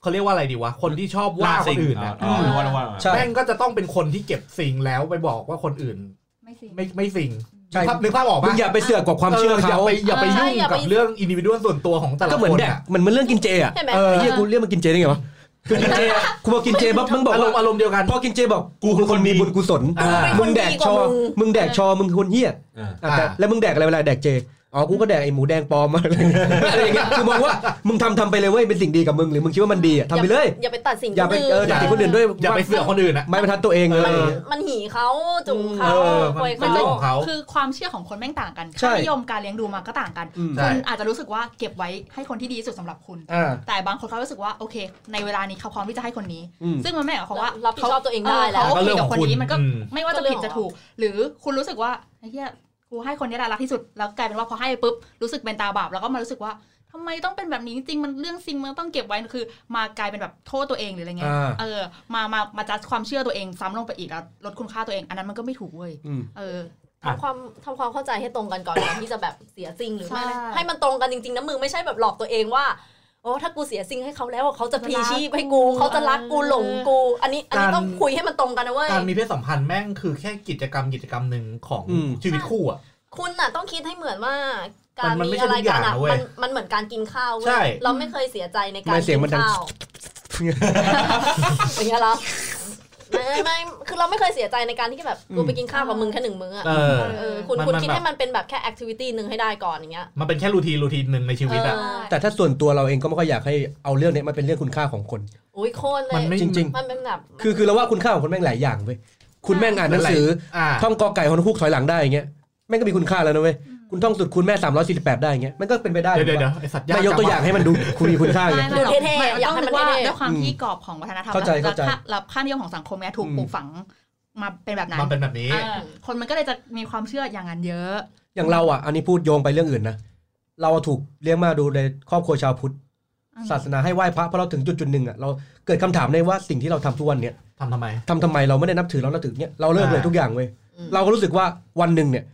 [SPEAKER 4] เขาเรียกว่าอะไรดีวะ คนที่ชอบว่าคนอื่นอะ
[SPEAKER 1] อ๋ออ๋อว่าว่าว่า
[SPEAKER 3] ใช่
[SPEAKER 4] แม่งก็จะต้องเป็นคนที่เก็บสิ่งแล้วไปบอกว่าคนอื่น
[SPEAKER 5] ไม่สิ
[SPEAKER 4] ไม่ไม่สิ่ง
[SPEAKER 3] ใช่
[SPEAKER 4] นึกภาพนึกภาพออก
[SPEAKER 3] มึ
[SPEAKER 4] ปะ
[SPEAKER 3] งอย่าไปเสือกกว่าความเชื่อเขา
[SPEAKER 4] ย่าไปอย่าไป
[SPEAKER 2] ใช่
[SPEAKER 4] ยุ่ง
[SPEAKER 2] อย่าไป
[SPEAKER 4] กับเรื่องอินดิวิวดส่วนตัวของแต่ละ
[SPEAKER 3] ก็เหมือ
[SPEAKER 4] คนน
[SPEAKER 3] แดก
[SPEAKER 4] อะ
[SPEAKER 3] เหมือนมันเรื่องกินเจอ่ะ
[SPEAKER 2] ใช่ไหม
[SPEAKER 4] เออ
[SPEAKER 3] ไอ้เหี้ยกูเรียกมันกินเจได้ไงวะคือกินเจอะกูบอกกินเจปั๊บมึงบอก
[SPEAKER 4] อาร
[SPEAKER 3] ว่าม
[SPEAKER 4] ณ์อารมณ์เดียวกัน
[SPEAKER 3] พอกินเจบอกกูคือคนมีบุญกุศล
[SPEAKER 4] อ่ามึ
[SPEAKER 3] มึงแดกชอ มึงแดกชอมึงคือคนเหี้ย
[SPEAKER 1] เออ
[SPEAKER 3] อ่ะแต่แล้วมึงแดกอะไรเวลาแดกเจอ๋อกูก็แดกไอ้หมูแดงปลอมอะไร อย่างเงี้ยอะไรอย่างเงี้ยคือมองว่ามึงทำทำไปเลยเว้ยเป็นสิ่งดีกับมึงหรือมึงคิดว่ามันดีอ่ะทำไปเลย
[SPEAKER 2] อย่าไปตัดสิ่ง
[SPEAKER 3] อย่าไปเอออย่าไปคนอื่นด้วย
[SPEAKER 4] อย่าไปเสือกคนอื่นอะ
[SPEAKER 3] ไม่บรรทัดตัวเองเล
[SPEAKER 4] เอย อ
[SPEAKER 2] มันหีเขาจุ่ม
[SPEAKER 4] เอ
[SPEAKER 2] เขา
[SPEAKER 4] อ
[SPEAKER 2] ควย
[SPEAKER 4] มัน
[SPEAKER 2] เขา
[SPEAKER 4] เรื่องของเขา
[SPEAKER 5] คือความเชื่อของคนแม่งต่างกัน
[SPEAKER 3] ใช่
[SPEAKER 5] ค่านิยมการเลี้ยงดูมาก็ต่างกัน
[SPEAKER 3] อืม
[SPEAKER 4] ใช่
[SPEAKER 5] คุณอาจจะรู้สึกว่าเก็บไว้ให้คนที่ดีที่สุดสำหรับคุณ
[SPEAKER 3] อ่า
[SPEAKER 5] แต่บางคนเขารู้สึกว่าโอเค ในเวลานี้เขาพร้อมที่จะให้คนนี้
[SPEAKER 3] อืม
[SPEAKER 5] ซึ่งมันไม่หมายความว่า
[SPEAKER 2] รับผิดชอบตัวเองได้
[SPEAKER 5] เออ
[SPEAKER 2] แล้
[SPEAKER 5] เขา
[SPEAKER 2] ว
[SPEAKER 5] โอเคกับคนนี้มันก็
[SPEAKER 4] อืม
[SPEAKER 5] ไม่ว่าจะผิดจะถูก หรือคุณรู้สึกว่าไอ้เหี้ยกูให้คนนี้แหละรักที่สุดแล้วกลายเป็นว่าพอให้ปุ๊บรู้สึกเป็นตาบาปแล้วก็มารู้สึกว่าทำไมต้องเป็นแบบนี้จริงๆมันเรื่องซิงมันต้องเก็บไว้คือ มากลายเป็นแบบโทษตัวเองหรืออะไรเงี้ย
[SPEAKER 3] อ่า
[SPEAKER 5] เออมามามาจัดความเชื่อตัวเองซ้ำลงไปอีกแล้วลดคุณค่าตัวเองอันนั้นมันก็ไม่ถูกเว้ย
[SPEAKER 3] อืม
[SPEAKER 5] เออ
[SPEAKER 2] ทำความทำความเข้าใจให้ตรงกันก่ อนก่อนที่จะแบบเสียสิ่งหรือไม่อะไร
[SPEAKER 5] ใช่
[SPEAKER 2] ให้มันตรงกันจริงๆนะมึงไม่ใช่แบบหลอกตัวเองว่าโอ้ถ้ากูเสียสิ่งให้เขาแล้วอะเขาจะพลีชีพให้กู
[SPEAKER 5] เขา
[SPEAKER 2] เขา
[SPEAKER 5] จะ
[SPEAKER 2] จะ
[SPEAKER 5] รั
[SPEAKER 2] รั
[SPEAKER 5] ก
[SPEAKER 2] ก
[SPEAKER 5] กู
[SPEAKER 2] กูหลงกู อันนี้อันนี้
[SPEAKER 4] การ
[SPEAKER 2] ต้องคุยให้มันตรงกันนะเว้ย
[SPEAKER 4] การมีเพศสัมพันธ์แม่งคือแค่กิจกรรมกิจกรรมหนึ่งของ
[SPEAKER 3] อืม
[SPEAKER 4] ชีวิตคู่อะ
[SPEAKER 2] คุณน่ะต้องคิดให้เหมือนว่า การ
[SPEAKER 4] มันมัน
[SPEAKER 2] มี
[SPEAKER 4] ไม่ใช่
[SPEAKER 2] อะไรกั
[SPEAKER 4] ทุกอย่าง
[SPEAKER 2] นอะ
[SPEAKER 4] นะเว้ย
[SPEAKER 2] มันมันเหมือนการกินข้าวเว้
[SPEAKER 4] ใช่
[SPEAKER 2] ยเราไม่เคยเสียใจในการ
[SPEAKER 3] ทำไมเสียง
[SPEAKER 2] กิ
[SPEAKER 3] มันดัง
[SPEAKER 2] ข้าว อย่างเงี้ยเหรอไม่ไม่ไม่คือเราไม่เคยเสียใจในการที่แบบกูไปกินข้าวกับมึงแค่หนึ่งมื้ออะ
[SPEAKER 4] เออ
[SPEAKER 2] เออคุณ
[SPEAKER 4] มัน
[SPEAKER 2] คุณ
[SPEAKER 4] มัน
[SPEAKER 2] คิด
[SPEAKER 4] แบบ
[SPEAKER 2] ให้มันเป็นแบบแค่แอคทิวิตี้หนึ่งให้ได้ก่อนอย่างเงี้ย
[SPEAKER 4] มันเป็นแค่รูทีนรูทีนหนึ่งในชีวิตอะ
[SPEAKER 2] เออ
[SPEAKER 3] แต่ถ้าส่วนตัวเราเองก็ไม่ค่อยอยากให้เอาเรื่องเนี้ยมาเป็นเรื่องคุณค่าของคน
[SPEAKER 2] อุ้ยโคตรเล
[SPEAKER 4] มัน
[SPEAKER 2] ย
[SPEAKER 4] ไม่
[SPEAKER 3] จริง
[SPEAKER 2] มันเป็นแบบ
[SPEAKER 3] คือ คือเราว่าคุณค่าของคนแม่งหลายอย่างเว้ยคุณแม่งอ่านหนังสือ
[SPEAKER 4] อ่า
[SPEAKER 3] ท่องกอไก่ฮอนคุกถอยหลังได้อย่างเงี้ยแม่งก็มีคุณค่าแล้วนะเว้ยคุณท่องสุดคุณแม่ 348 ได้อย่างเงี้ยมันก็เป็นไปได้
[SPEAKER 4] เดี๋ยวเดี๋ยวเดี๋ยวไอสัตว์
[SPEAKER 3] ไม่ยกตัวอย่างให้มัน ดูคุณมีคุณค่าไง
[SPEAKER 5] ไม่ไม่หรอกมันต้องนึกว่าด้วยความที่กรอบของวัฒนธรรม
[SPEAKER 3] เข้าใจ
[SPEAKER 5] และ
[SPEAKER 3] เข้าใจ
[SPEAKER 5] และค่านิยมของสังคมเนี่ยถูก
[SPEAKER 3] อืม
[SPEAKER 5] ปลูกฝัง มาเป็นแบบนั้น
[SPEAKER 4] มันเป็นแบบนี้
[SPEAKER 5] เออคนมันก็เลยจะมีความเชื่ออย่างนั้นเยอะ
[SPEAKER 3] อย่างเราอ่ะ อันนี้พูดโยงไปเรื่องอื่นนะ เราอะถูกเลี้ยงมาดูในครอบครัวชาวพุทธ
[SPEAKER 5] อืม
[SPEAKER 3] ศาสนาให้ไหว้พระเพราะเราถึงจุดจุดหนึ่งอ่ะเราเกิดคำถามได้ว่าสิ่งที่เราทำทุกวันเนี่ย
[SPEAKER 4] ทำทำไม
[SPEAKER 3] ทำทำไมเราไม่ได้นับถือเรานับถือเนี่ยเราเลิกเลย
[SPEAKER 4] อ่า
[SPEAKER 3] ทุกอย่างเว้ย
[SPEAKER 2] อืม
[SPEAKER 3] เราก็รู้สึกว่าวันหนึ่งเนี่ย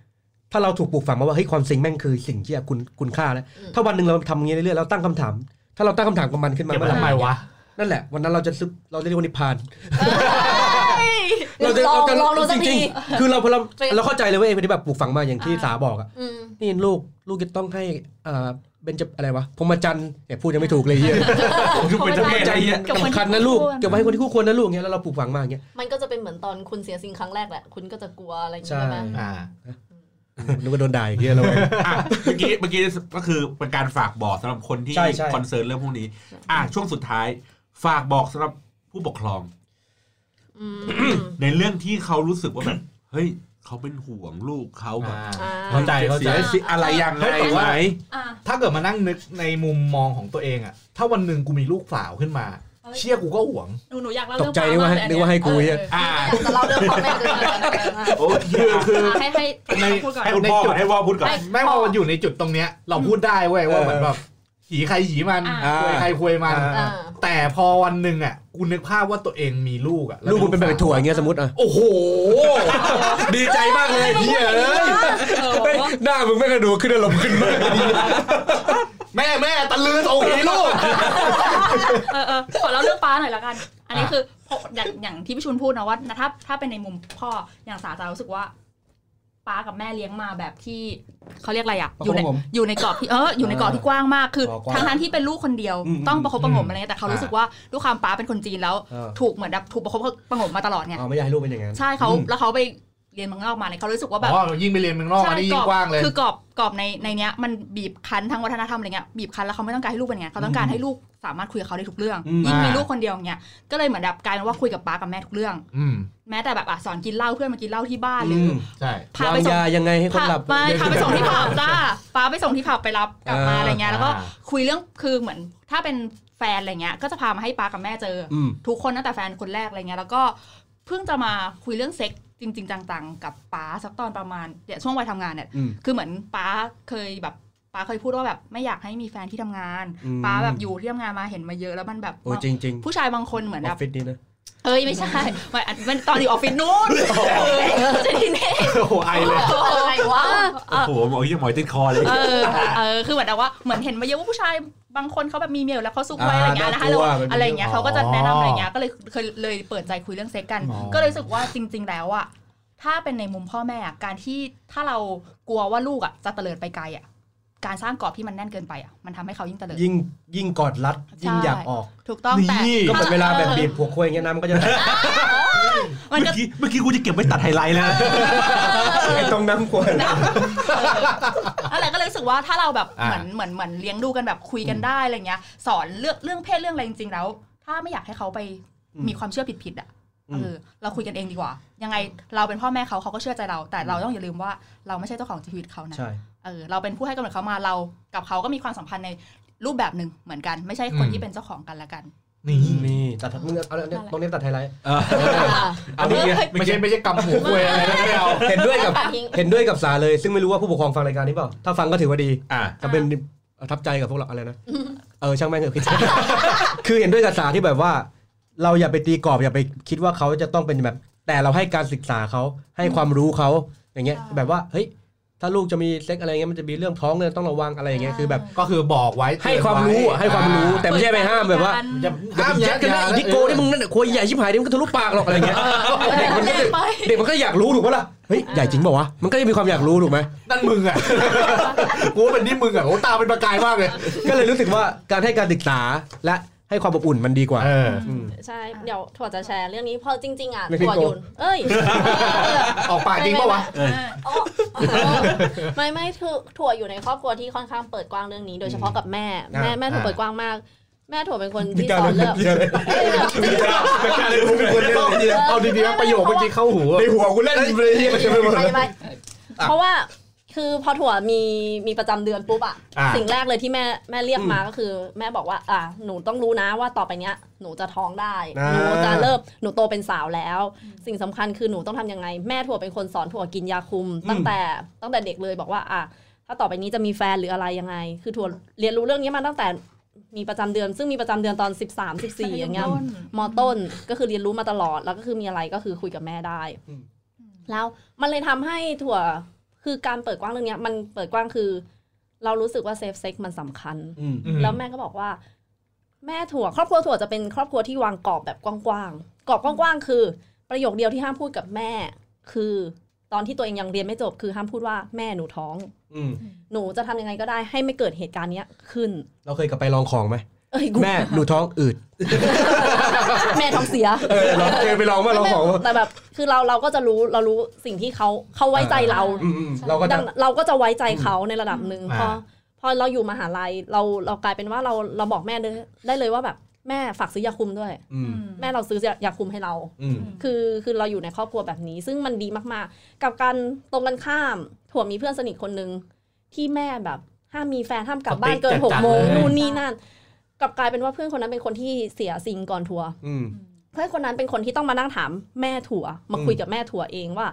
[SPEAKER 3] ถ้าเราถูกปลูกฝังมาว่าเฮ้ยความสิ่งแม่งคือสิ่งที่คุณคุณค่าแล้วถ้าวันหนึ่งเราทำอย่างนี้เรื่อยๆเราตั้งคำถาม ถ้าเราตั้งคำถามกับมันขึ้นมา
[SPEAKER 4] เก็บ
[SPEAKER 3] เมื่อ
[SPEAKER 4] ไว้
[SPEAKER 3] ไหร่
[SPEAKER 4] ทำไมวะ
[SPEAKER 3] นั่นแหละวันนั้นเราจะซึบเราจะเรียกว่านิพพาน
[SPEAKER 2] เรา
[SPEAKER 3] เราจะ
[SPEAKER 2] ลองลอง
[SPEAKER 3] เราจะ
[SPEAKER 2] ดูสัก
[SPEAKER 3] จริ
[SPEAKER 2] ที
[SPEAKER 3] งๆคือเราพอเรา
[SPEAKER 2] จริง
[SPEAKER 3] เราเข้าใจเลยเว่าไอ้ที่แบบปลูกฝังมาอย่างที่สาบอกอ่ะ
[SPEAKER 2] อืม
[SPEAKER 3] นี่ลูกลูกจะต้องให้อ่าเบนจะอะไรวะพรหมจันทร์เนี่ยพูดยังไม่ถูกเลยเฮีย
[SPEAKER 1] ผมคือเป็นเจ้า
[SPEAKER 5] ไม่
[SPEAKER 1] แม่
[SPEAKER 5] ได้
[SPEAKER 1] ใจเหี้ย
[SPEAKER 5] เก็บไว้
[SPEAKER 3] สำคัญนะลูก
[SPEAKER 5] ให้คนที่
[SPEAKER 3] เก็บไว้ให้คนที่
[SPEAKER 5] คู่ควร
[SPEAKER 3] คู่ควรนะลูกเงี้ยแล้วเราปลูกฝังมาอย่างเงี้ย
[SPEAKER 2] มันก็จะเป็นเหมือนตอนคุณเสียสิ่งครั้งแรกแหละ คุณก็จะกลัวอะไรอย่าง
[SPEAKER 3] ใช่
[SPEAKER 2] เงี้ยใช่ไหม
[SPEAKER 4] อ่า
[SPEAKER 3] นึกว่าโดนด่าอย่างเงี้ยเรา
[SPEAKER 1] อ่ะเมื่อกี้เมื่อกี้ก็คือเป็นการฝากบอกสำหรับคนที่
[SPEAKER 3] ใช่ใช่
[SPEAKER 1] คอนเซิร์นเรื่องพวกนี้ อ่ะช่วงสุดท้าย ฝากบอกสำหรับผู้ปกครอง
[SPEAKER 2] อืม
[SPEAKER 1] ในเรื่องที่เขารู้สึกว่าแบบ เฮ้ยเขาเป็นห่วงลูกเขาแบบ
[SPEAKER 2] อ่า
[SPEAKER 4] เข้าใจเข้าใจ
[SPEAKER 1] สียสิอะไรยังไง
[SPEAKER 4] เฮ้ยแต่
[SPEAKER 1] ไหม
[SPEAKER 4] ว่า
[SPEAKER 5] อ่ะ
[SPEAKER 4] ถ้าเกิดมานั่งนึกในมุมมองของตัวเองอะถ้าวันหนึ่งกูมีลูกสาวขึ้นมา
[SPEAKER 5] เอ้ย
[SPEAKER 4] เชี่ยกูก็หวง
[SPEAKER 5] หนูหนูอยากเล่า
[SPEAKER 3] ต
[SPEAKER 5] เรื่
[SPEAKER 3] ก
[SPEAKER 5] อง
[SPEAKER 3] ใจนึกว่าให้
[SPEAKER 5] ป
[SPEAKER 3] นึกว่าให้
[SPEAKER 5] ลม
[SPEAKER 3] กูเหี้ย
[SPEAKER 1] อ่า
[SPEAKER 2] แต่เราเดินพ่อแม่เดินมา
[SPEAKER 1] โอ้คือคือ
[SPEAKER 5] อ่ะให้ให้
[SPEAKER 4] ใน
[SPEAKER 5] พูดก่อน
[SPEAKER 1] ให้คุณพ่อก่อนให้พ่อพูดก่อน
[SPEAKER 5] ไม่
[SPEAKER 4] แม่งพอมันอยู่ในจุดตรงเนี้ย เราพูดได้เว้ยว่าเหมือนแบบหีใครหีมัน
[SPEAKER 5] อ่า
[SPEAKER 4] ควยใครควยมัน
[SPEAKER 3] อ่า
[SPEAKER 2] อ่า
[SPEAKER 4] แต่พอวันหนึ่งอ่ะกูนึกภาพว่าตัวเองมีลูกอ่ะแว
[SPEAKER 3] ลูกมันเป็นแบบถั่วอย่างเงี้ยสมมติอ่ะ
[SPEAKER 4] โอ้โห
[SPEAKER 3] ดีใจมากเลยเฮียเอ้ย
[SPEAKER 5] เออ
[SPEAKER 3] ไม่หน้ามึงไม่กระดูกขึ้นอารมณ์ขึ้นมาก
[SPEAKER 4] แม่แม่ตะลือโอ้ยลูก
[SPEAKER 5] เออเออขอเล่าเรื่องป้าหน่อยละกัน อันนี้คือพออย่างอย่างที่พี่ชุนพูดนะว่าถ้าถ้าเป็นในมุมพ่ออย่างสาจะรู้สึกว่าป้ากับแม่เลี้ยงมาแบบที่เขาเรียกอะไรอ่ะอยู่ใน
[SPEAKER 3] ผม
[SPEAKER 5] อยู่ในกรอบที่เอออยู่ในกรอบที่กว้างมากคือ
[SPEAKER 3] อ๋อกว้าง
[SPEAKER 5] ทางทที่เป็นลูกคนเดียว
[SPEAKER 3] อืม
[SPEAKER 5] ต้องประคบประหงม
[SPEAKER 4] อืม
[SPEAKER 5] อะไรเงี้ยแต่เขารู้สึกว่าด้วยความป้าเป็นคนจีนแล้ว
[SPEAKER 3] เออ
[SPEAKER 5] ถูกเหมือนแบบถูกประคบประหงมมาตลอดไง
[SPEAKER 3] อ๋อไม่อยากให้ลูกเป็นอย่างนั้น
[SPEAKER 5] ใช่เขา
[SPEAKER 3] อืม
[SPEAKER 5] แล้วเขาไปเรียนเมืองนอกมาเนี่ยเขารู้สึกว่าแบบ
[SPEAKER 4] อ๋อยิ่งไปเรียนเมืองนอกอันนี้
[SPEAKER 5] ร
[SPEAKER 4] ยิ่
[SPEAKER 5] ง อบ
[SPEAKER 4] กว้างเลย
[SPEAKER 5] คือกรอบกรอบในในเนี้ยมันบีบคั้นทั้งวัฒนธรรมอะไรเงี้ยบีบคั้นแล้วเขาไม่ต้องการให้ลูกเป็นไงเขาต้องการให้ลูกสามารถคุยกับเขาได้ทุกเรื่อง
[SPEAKER 3] อืม
[SPEAKER 5] ยิ่งมีลูกคนเดียวเนี้ยก็เลยเหมือนแบบกลายเป็นว่าคุยกับป้ากับแม่ทุกเรื่อง
[SPEAKER 4] อืม
[SPEAKER 5] แม้แต่แบบอ่ะสอนกินเหล้าเพื่อนมากินเหล้าที่บ้านหรื
[SPEAKER 3] อื
[SPEAKER 5] อ
[SPEAKER 3] ม
[SPEAKER 5] อ
[SPEAKER 4] ใช่
[SPEAKER 5] พาว
[SPEAKER 3] า
[SPEAKER 5] ไป
[SPEAKER 3] ง
[SPEAKER 5] ส่ง
[SPEAKER 3] ยายังไงให้คนหลับ
[SPEAKER 5] ไม่พาไปส่งที่ผับจ้าป้าไปส่งที่ผับไปรับกลับมา
[SPEAKER 3] อ่า
[SPEAKER 5] อะไรเงี้ยแล้วก็
[SPEAKER 4] อ่า
[SPEAKER 5] คุยเรื่องคือเหมือนถ้าเป็นแฟนอะไรเงี้ยก็จะพามาให้ป้ากับแม่เจออ
[SPEAKER 3] อืม
[SPEAKER 5] ทุกคนตั้งแต่แฟนคนแรกอะไรเงี้ยแล้วก็เพิ่งจะมาคุยเรื่องเซ็กซ์จริง ๆ จังๆ กับป้าสักตอนประมาณเดี๋ยวช่วงวัยทำงานเนี่ย
[SPEAKER 3] อืม
[SPEAKER 5] คือเหมือนป้าเคยแบบป้าเคยพูดว่าแบบไม่อยากให้มีแฟนที่ทำงาน
[SPEAKER 3] อืม
[SPEAKER 5] ป้าแบบอยู่ที่ทำงานมาเห็นมาเยอะแล้วมันแบบ
[SPEAKER 3] โอ้ยจริงจริง
[SPEAKER 5] ผู้ชายบางคนเหมือน
[SPEAKER 3] อ
[SPEAKER 5] แบ
[SPEAKER 3] อบ ฟฟิศนี้นะ
[SPEAKER 5] เอ้ยไม่ใช่ไม่อันมันตอนอยู่ออฟฟิศนู้นจะทีนี้
[SPEAKER 4] โอ้โหไอเลย
[SPEAKER 2] อะไรวะ
[SPEAKER 5] เออ
[SPEAKER 1] โอ้โหหมอเหี้ยหมอยติดคอเลย
[SPEAKER 5] เออ เออ คือเหมือนแบบว่า เหมือนเห็นมาเยอะว่าผู้ชายบางคนเขาแบบมีเมียอยู่แล้วเขาซุกไว้อะไรอย่างเงี้ยนะคะแล้วว่าอะไรอย่างเงี้ยเขาก็จะแนะนำอะไรอย่างเงี้ย ก็เลยเคยเลยเปิดใจคุยเรื่องเซ็กกัน
[SPEAKER 4] อ๋อ
[SPEAKER 5] ก็เลยรู้สึกว่าจริง ๆ แล้วอะถ้าเป็นในมุมพ่อแม่อะการที่ถ้าเรากลัวว่าลูกอะจะเตลิดไปไกลอะการสร้างกรอบที่มันแน่นเกินไปอะมันทำให้เขายิ่งเตลิด
[SPEAKER 3] ยิ่งยิ่งกอดรัดยิ่งอยากออก
[SPEAKER 5] ถูกต้องแต่
[SPEAKER 4] นี่
[SPEAKER 3] ก็เหมือนเวลาแบบบีบหัวคุยอย่างเงี้ยน้ำมันก็จะ
[SPEAKER 5] มัน
[SPEAKER 1] เมื่อ
[SPEAKER 5] ก็
[SPEAKER 1] กี้เมื่อกี้กูจะเก็บไว้ตัดไฮไลท์แล้ว
[SPEAKER 3] ไอ้ตรงน้ำควร
[SPEAKER 5] อะไรก็เลยรู้สึกว่าถ้าเราแบบ
[SPEAKER 4] อ่า
[SPEAKER 5] เหมือนเหมือนเหมือนเลี้ยงดูกันแบบคุยกันได้อะไรเงี้ย สอนเรื่องเรื่องเพศเรื่องอะไรจริงๆแล้ว ถ้าไม่อยากให้เขาไป
[SPEAKER 3] อืม
[SPEAKER 5] มีความเชื่อผิดๆอะ
[SPEAKER 3] อืม
[SPEAKER 5] เออเราคุยกันเองดีกว่า ยังไงเราเป็นพ่อแม่เขาเขาก็เชื่อใจเรา แต่เราต้องอย่าลืมว่าเราไม่ใช่เจ้าของชีวิตเขานะ
[SPEAKER 3] ใช่
[SPEAKER 5] เออเราเป็นผู้ให้กำเนิดเขามาเรากับเขาก็มีความสัมพันธ์ในรูปแบบหนึ่งเหมือนกัน ไม่ใช่คน
[SPEAKER 4] อืม
[SPEAKER 5] ที่เป็นเจ้าของกันละกัน
[SPEAKER 4] นี่
[SPEAKER 3] นี่ตัดมึงเอาเนี่ยตรงนี้ตัดไฮไลท์
[SPEAKER 1] เออ
[SPEAKER 3] อันนี้ไง
[SPEAKER 4] ไม่ใช่ไม่ใช่กำหูคุยอะไรนะไม่เอา
[SPEAKER 3] เห็นด้วยกับ
[SPEAKER 2] ตัดทิ้ง
[SPEAKER 3] เห็นด้วยกับสาเลยซึ่งไม่รู้ว่าผู้ปกครองฟังรายการนี้เปล่า ถ้าฟังก็ถือว่าดี
[SPEAKER 1] อ่ะ
[SPEAKER 3] ก็เป็นประทับใจกับพวกเราอะไรนะ เออช่างแม่งเถอะคิด คือเห็นด้วยกับสาที่แบบว่า เราอย่าไปตีกรอบอย่าไปคิดว่าเขาจะต้องเป็นแบบ แต่เราให้การศึกษาเขาให้ความรู้เขาอย่างเงี้ย
[SPEAKER 5] ใช่
[SPEAKER 3] แบบว่าเฮ้ยถ้าลูกจะมีเซ็กอะไรเงี้ยมันจะมีเรื่องท้องเนี่ยต้องระวังอะไรอย่างเงี้ยคือแบบ
[SPEAKER 4] ก็คือบอกไว้
[SPEAKER 3] ให้ความรู้อะให้ความรู้
[SPEAKER 4] อ่
[SPEAKER 3] แต่ไม่ใช่ไปห้ามแบบว่า
[SPEAKER 4] อย่า
[SPEAKER 3] ห้า
[SPEAKER 4] ห้าม ม
[SPEAKER 3] ยัดกันนะอีนิโกนี่มึงนั่นแหละคุยใหญ่ชิบหายเดี๋ยวมันก็ทะลุปากหรอกอะไรเงี้ยเด็กมันก็
[SPEAKER 5] ไป
[SPEAKER 3] เด็กมันก็อยากรู้ถูกปะล่ะเฮ้ยใหญ่จริงเปล่าวะมันก็จะมีความอยากรู้ถูกไหม
[SPEAKER 4] นั่นมึงอ่ะกูว่าเป็นนี่มึงอ่ะโอ้ตาเป็นประกายมากเลย
[SPEAKER 3] ก็เลยรู้สึกว่าการให้การศึกษาและให้ความอบอุ่นมันดีกว่า
[SPEAKER 4] เออ
[SPEAKER 3] ม
[SPEAKER 2] ใช่ เดี๋ยวถั่วจะแชร์เรื่องนี้เพอจริง ๆ อ่ะ
[SPEAKER 3] ไม่ใช่
[SPEAKER 2] ถั่ว
[SPEAKER 3] โก
[SPEAKER 2] อยุนเอ้ย
[SPEAKER 4] ออกปากจริงปะวะ
[SPEAKER 5] เออ
[SPEAKER 2] โอ้ไม่ไม่คือถั่วอยู่ในครอบครัวที่ค่อนข้างเปิดกว้างเรื่องนี้ โดยเฉพาะกับแม่ แม่แม่ถั่ว
[SPEAKER 4] อ่า
[SPEAKER 2] เปิดกว้างมาก แม่ถั่วเป็นคนที่สอนเรื่อง
[SPEAKER 4] เอาดีๆนะประโยคเมื่อกี้เข้าหูอะ
[SPEAKER 3] ในหัวกูเล่นเลย
[SPEAKER 2] ไปไปเพราะว่าค คือพอถั่วมีมีประจำเดือนปุ๊บอะ
[SPEAKER 4] อ่า
[SPEAKER 2] สิ่งแรกเลยที่แม่แม่เรียกมาก็คือ แม่บอกว่า อ่ะหนูต้องรู้นะว่าต่อไปเนี้ย หนูจะท้องได้
[SPEAKER 3] อ่า
[SPEAKER 2] หนูจะเริ่มหนูโตเป็นสาวแล้ว สิ่งสำคัญคือหนูต้องทำยังไง แม่ถั่วเป็นคนสอนถั่วกินยาคุม ตั้งแต่ตั้งแต่เด็กเลยบอกว่า อ่ะถ้าต่อไปนี้จะมีแฟนหรืออะไรยังไง คือถั่วเรียนรู้เรื่องนี้มาตั้งแต่มีประจำเดือน ซึ่งมีประจำเดือนตอน 13 14อย่างเงี้ย
[SPEAKER 5] ต้น
[SPEAKER 2] มอต้นก็คือเรียนรู้มาตลอดแล้วก็คือมีอะไรก็คือคุยกับแม่ได้
[SPEAKER 3] อืม
[SPEAKER 2] แล้วมันเลยทำให้ถั่วคือการเปิดกว้างเรื่องเนี้ย มันเปิดกว้างคือ เรารู้สึกว่าเซฟเซ็กมันสำคัญ
[SPEAKER 3] อืม
[SPEAKER 4] อืม
[SPEAKER 2] แล้วแม่ก็บอกว่า แม่ถั่ว ครอบครัวถั่วจะเป็นครอบครัวที่วางกรอบแบบกว้างๆกรอบกว้างๆคือ ประโยคเดียวที่ห้ามพูดกับแม่ คือตอนที่ตัวเองยังเรียนไม่จบคือห้ามพูดว่าแม่หนูท้อง
[SPEAKER 3] อืม
[SPEAKER 2] หนูจะทำยังไงก็ได้ให้ไม่เกิดเหตุการณ์เนี้ยขึ้น
[SPEAKER 3] เราเคยกลับไปลองของไหม
[SPEAKER 2] เอ้ยกู
[SPEAKER 3] แม่หนูท้องอืด
[SPEAKER 2] แม่ท้องเสีย
[SPEAKER 3] เออเราเคยไปลองว่าลองของ
[SPEAKER 2] แต่แบบคือเราเราก็จะรู้เรารู้สิ่งที่เขาเขาไว้ใจเรา
[SPEAKER 3] อืมอืมเราก็
[SPEAKER 2] ดั
[SPEAKER 3] จะ
[SPEAKER 2] งเราก็จะไว้ใจเขาในระดับหนึ่ง
[SPEAKER 4] อ่า
[SPEAKER 2] พอพอเราอยู่มหาลัยเราเรากลายเป็นว่าเราเราบอกแม่ได้ได้เลยว่าแบบแม่ฝากซื้อยาคุมด้วย
[SPEAKER 3] อืม
[SPEAKER 2] แม่เราซื้อยาคุมให้เรา
[SPEAKER 3] อืม
[SPEAKER 2] คือคือเราอยู่ในครอบครัวแบบนี้ ซึ่งมันดีมากๆ กับการตรงกันข้ามถั่วมีเพื่อนสนิทคนหนึ่งที่แม่แบบห้ามมีแฟนห้ามกลับบ้านเกินหกโมง
[SPEAKER 4] จัดๆเลย
[SPEAKER 2] นู่นนี่นั่นกลับกลายเป็นว่าเพื่อนคนนั้นเป็นคนที่เสียซิงก่อนทัวร์
[SPEAKER 3] อืม
[SPEAKER 2] เพื่อนคนนั้นเป็นคนที่ต้องมานั่งถามแม่ถั่ว มา
[SPEAKER 3] อืม
[SPEAKER 2] คุยกับแม่ถั่วเองว่า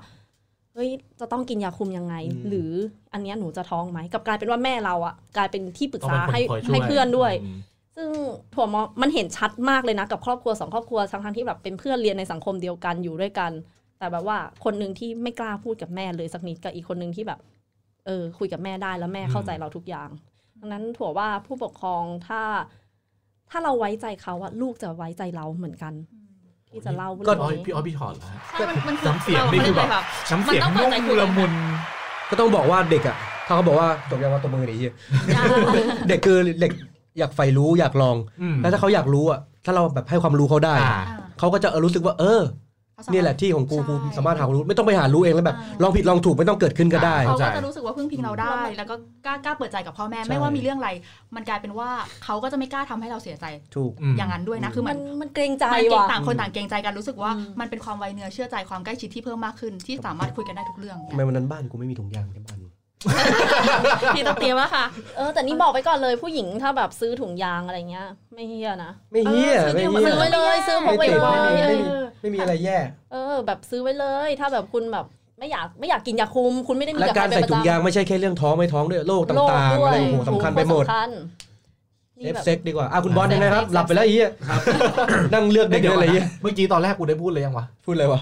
[SPEAKER 2] เฮ้ยจะต้องกินยาคุมยังไง
[SPEAKER 3] อืม
[SPEAKER 2] หรืออันเนี้ยหนูจะท้องไหมกลับกลายเป็นว่าแม่เราอะกลายเป็นที่ปรึก
[SPEAKER 4] ต้อง
[SPEAKER 2] ษา
[SPEAKER 4] เป็นคน
[SPEAKER 2] ให้
[SPEAKER 4] คอยช่วย
[SPEAKER 2] ให้เพื่อนด้วย
[SPEAKER 4] อืม
[SPEAKER 2] ซึ่งถั่วมองมันเห็นชัดมากเลยนะกับครอบครัวสองครอบครัวทั้งทั้งๆที่แบบเป็นเพื่อนเรียนในสังคมเดียวกันอยู่ด้วยกัน แต่แบบว่าคนหนึ่งที่ไม่กล้าพูดกับแม่เลยสักนิดกับอีกคนหนึ่งที่แบบ เออ คุยกับแม่ได้แล้วแม่
[SPEAKER 4] อืม
[SPEAKER 2] เข้าใจเราทุกอย่างดังนั้นถั่วว่าผู้ปกครองถ้า ถ้าเราไว้ใจเขาอะลูกจะไว้ใจเราเหมือนกัน ที่จะเล่า
[SPEAKER 3] ก็
[SPEAKER 2] เรื่อง
[SPEAKER 4] อ้อย
[SPEAKER 2] นี้
[SPEAKER 4] พี่อ้อยพี่ถอดแล้ว
[SPEAKER 5] ใช่มันมันคือ
[SPEAKER 4] น้ำเสียงนี่คือแบบ
[SPEAKER 5] เราเขาเรียกอะไรแบบมันต้อ
[SPEAKER 4] น้ำเสียง
[SPEAKER 5] งเปิด
[SPEAKER 4] นุ่ม
[SPEAKER 5] ใจคุย
[SPEAKER 4] ละมุน
[SPEAKER 3] ก็ต้องบอกว่าเด็กอ่ะถ้าเขาบอกว่าตบยาวาตบมือหน่อยเหี้ยเด็กคือเด็กอยากใฝ่รู้อยากลอง
[SPEAKER 4] อืม
[SPEAKER 3] แล้วถ้าเขาอยากรู้อ่ะถ้าเราแบบให้ความรู้เขาได้
[SPEAKER 4] อ่า
[SPEAKER 3] อะเขาก็จะเออรู้สึกว่าเออ
[SPEAKER 5] เขาสามารถ
[SPEAKER 3] เนี่ยแหละที่ของกู
[SPEAKER 5] ใช่
[SPEAKER 3] กูสามารถหารู้ไม่ต้องไปหารู้เองแล้วแบบ
[SPEAKER 5] อ่า
[SPEAKER 3] ลองผิดลองถูกไม่ต้องเกิดขึ้นก็ได้
[SPEAKER 5] เขา
[SPEAKER 4] ใจ
[SPEAKER 5] ก็จะรู้สึกว่าพึ่งพิงเราได้ แล้วก็กล้ากล้าเปิดใจกับพ่อแม่
[SPEAKER 3] ใช่
[SPEAKER 5] ไม่ว่ามีเรื่องอะไร มันกลายเป็นว่าเขาก็จะไม่กล้าทำให้เราเสียใจ
[SPEAKER 3] ถูก
[SPEAKER 4] ม
[SPEAKER 5] อย่างนั้นด้วยนะคือเห
[SPEAKER 2] มั
[SPEAKER 5] มัน น
[SPEAKER 2] มันเกรงใจ
[SPEAKER 5] มันเก่ง
[SPEAKER 2] ว่ะ
[SPEAKER 5] ต่างคนต่างเกรงใจกันรู้สึกว่า
[SPEAKER 2] อืม
[SPEAKER 5] มันเป็นความไวเนื้อเชื่อใจความใกล้ชิดที่เพิ่มมากขึ้น ที่สามารถคุยกันได้ทุกเรื่อง
[SPEAKER 3] ทำไมวันนั้นบ้านกูไม่มีถุงยางในบ้านวะ
[SPEAKER 5] พี่ต้องเตรียมแล้วค่ะ
[SPEAKER 2] เออแต่นี่บอกไว้ก่อนเลยผู้หญิงถ้าแบบซื้อถุงยางอะไรเงี้ย ไม่เฮียนะ
[SPEAKER 3] ไม่เหี้ย
[SPEAKER 5] เออ
[SPEAKER 3] ไม่
[SPEAKER 5] ซื้อ
[SPEAKER 3] เหี้
[SPEAKER 5] เดี
[SPEAKER 3] ย
[SPEAKER 2] ซื้
[SPEAKER 5] ย
[SPEAKER 2] อ
[SPEAKER 5] ว
[SPEAKER 2] ไว้เลยซื้อพกไว้
[SPEAKER 3] ไม่ติด
[SPEAKER 2] ไว้
[SPEAKER 3] ไม่
[SPEAKER 2] เออ
[SPEAKER 3] มีไม่มี ไม่มีอะไรแย่
[SPEAKER 2] เออ แบบซื้อไว้เลย ถ้าแบบคุณแบบไม่อยากไม่อยากกินยาคุม คุณไม่ได้มี
[SPEAKER 3] และ
[SPEAKER 2] ยาคุม
[SPEAKER 3] การใส่ถุงยางไม่ใช่แค่เรื่องท้องไม่ท้องด้วยโรค
[SPEAKER 2] เป็นประจำ
[SPEAKER 3] ต่าง
[SPEAKER 2] โรคด้ว
[SPEAKER 3] ๆอะไร
[SPEAKER 2] ย
[SPEAKER 3] โอ้โหสำคัญไปหมด
[SPEAKER 2] สำคัญ
[SPEAKER 3] เซ
[SPEAKER 2] นี่
[SPEAKER 3] ฟ
[SPEAKER 2] แบบ
[SPEAKER 3] เซ็กดีกว่าอ่ะคุณบอลยังไงครับหลับไปแล้วไอ้เหี้ย
[SPEAKER 1] ครับ
[SPEAKER 3] นั่งเลือกเด็กเลยอะไรเหี้ย
[SPEAKER 4] เมื่อกี้ตอนแรกกูได้พูดเลยยังวะ
[SPEAKER 3] พูดเลยวะ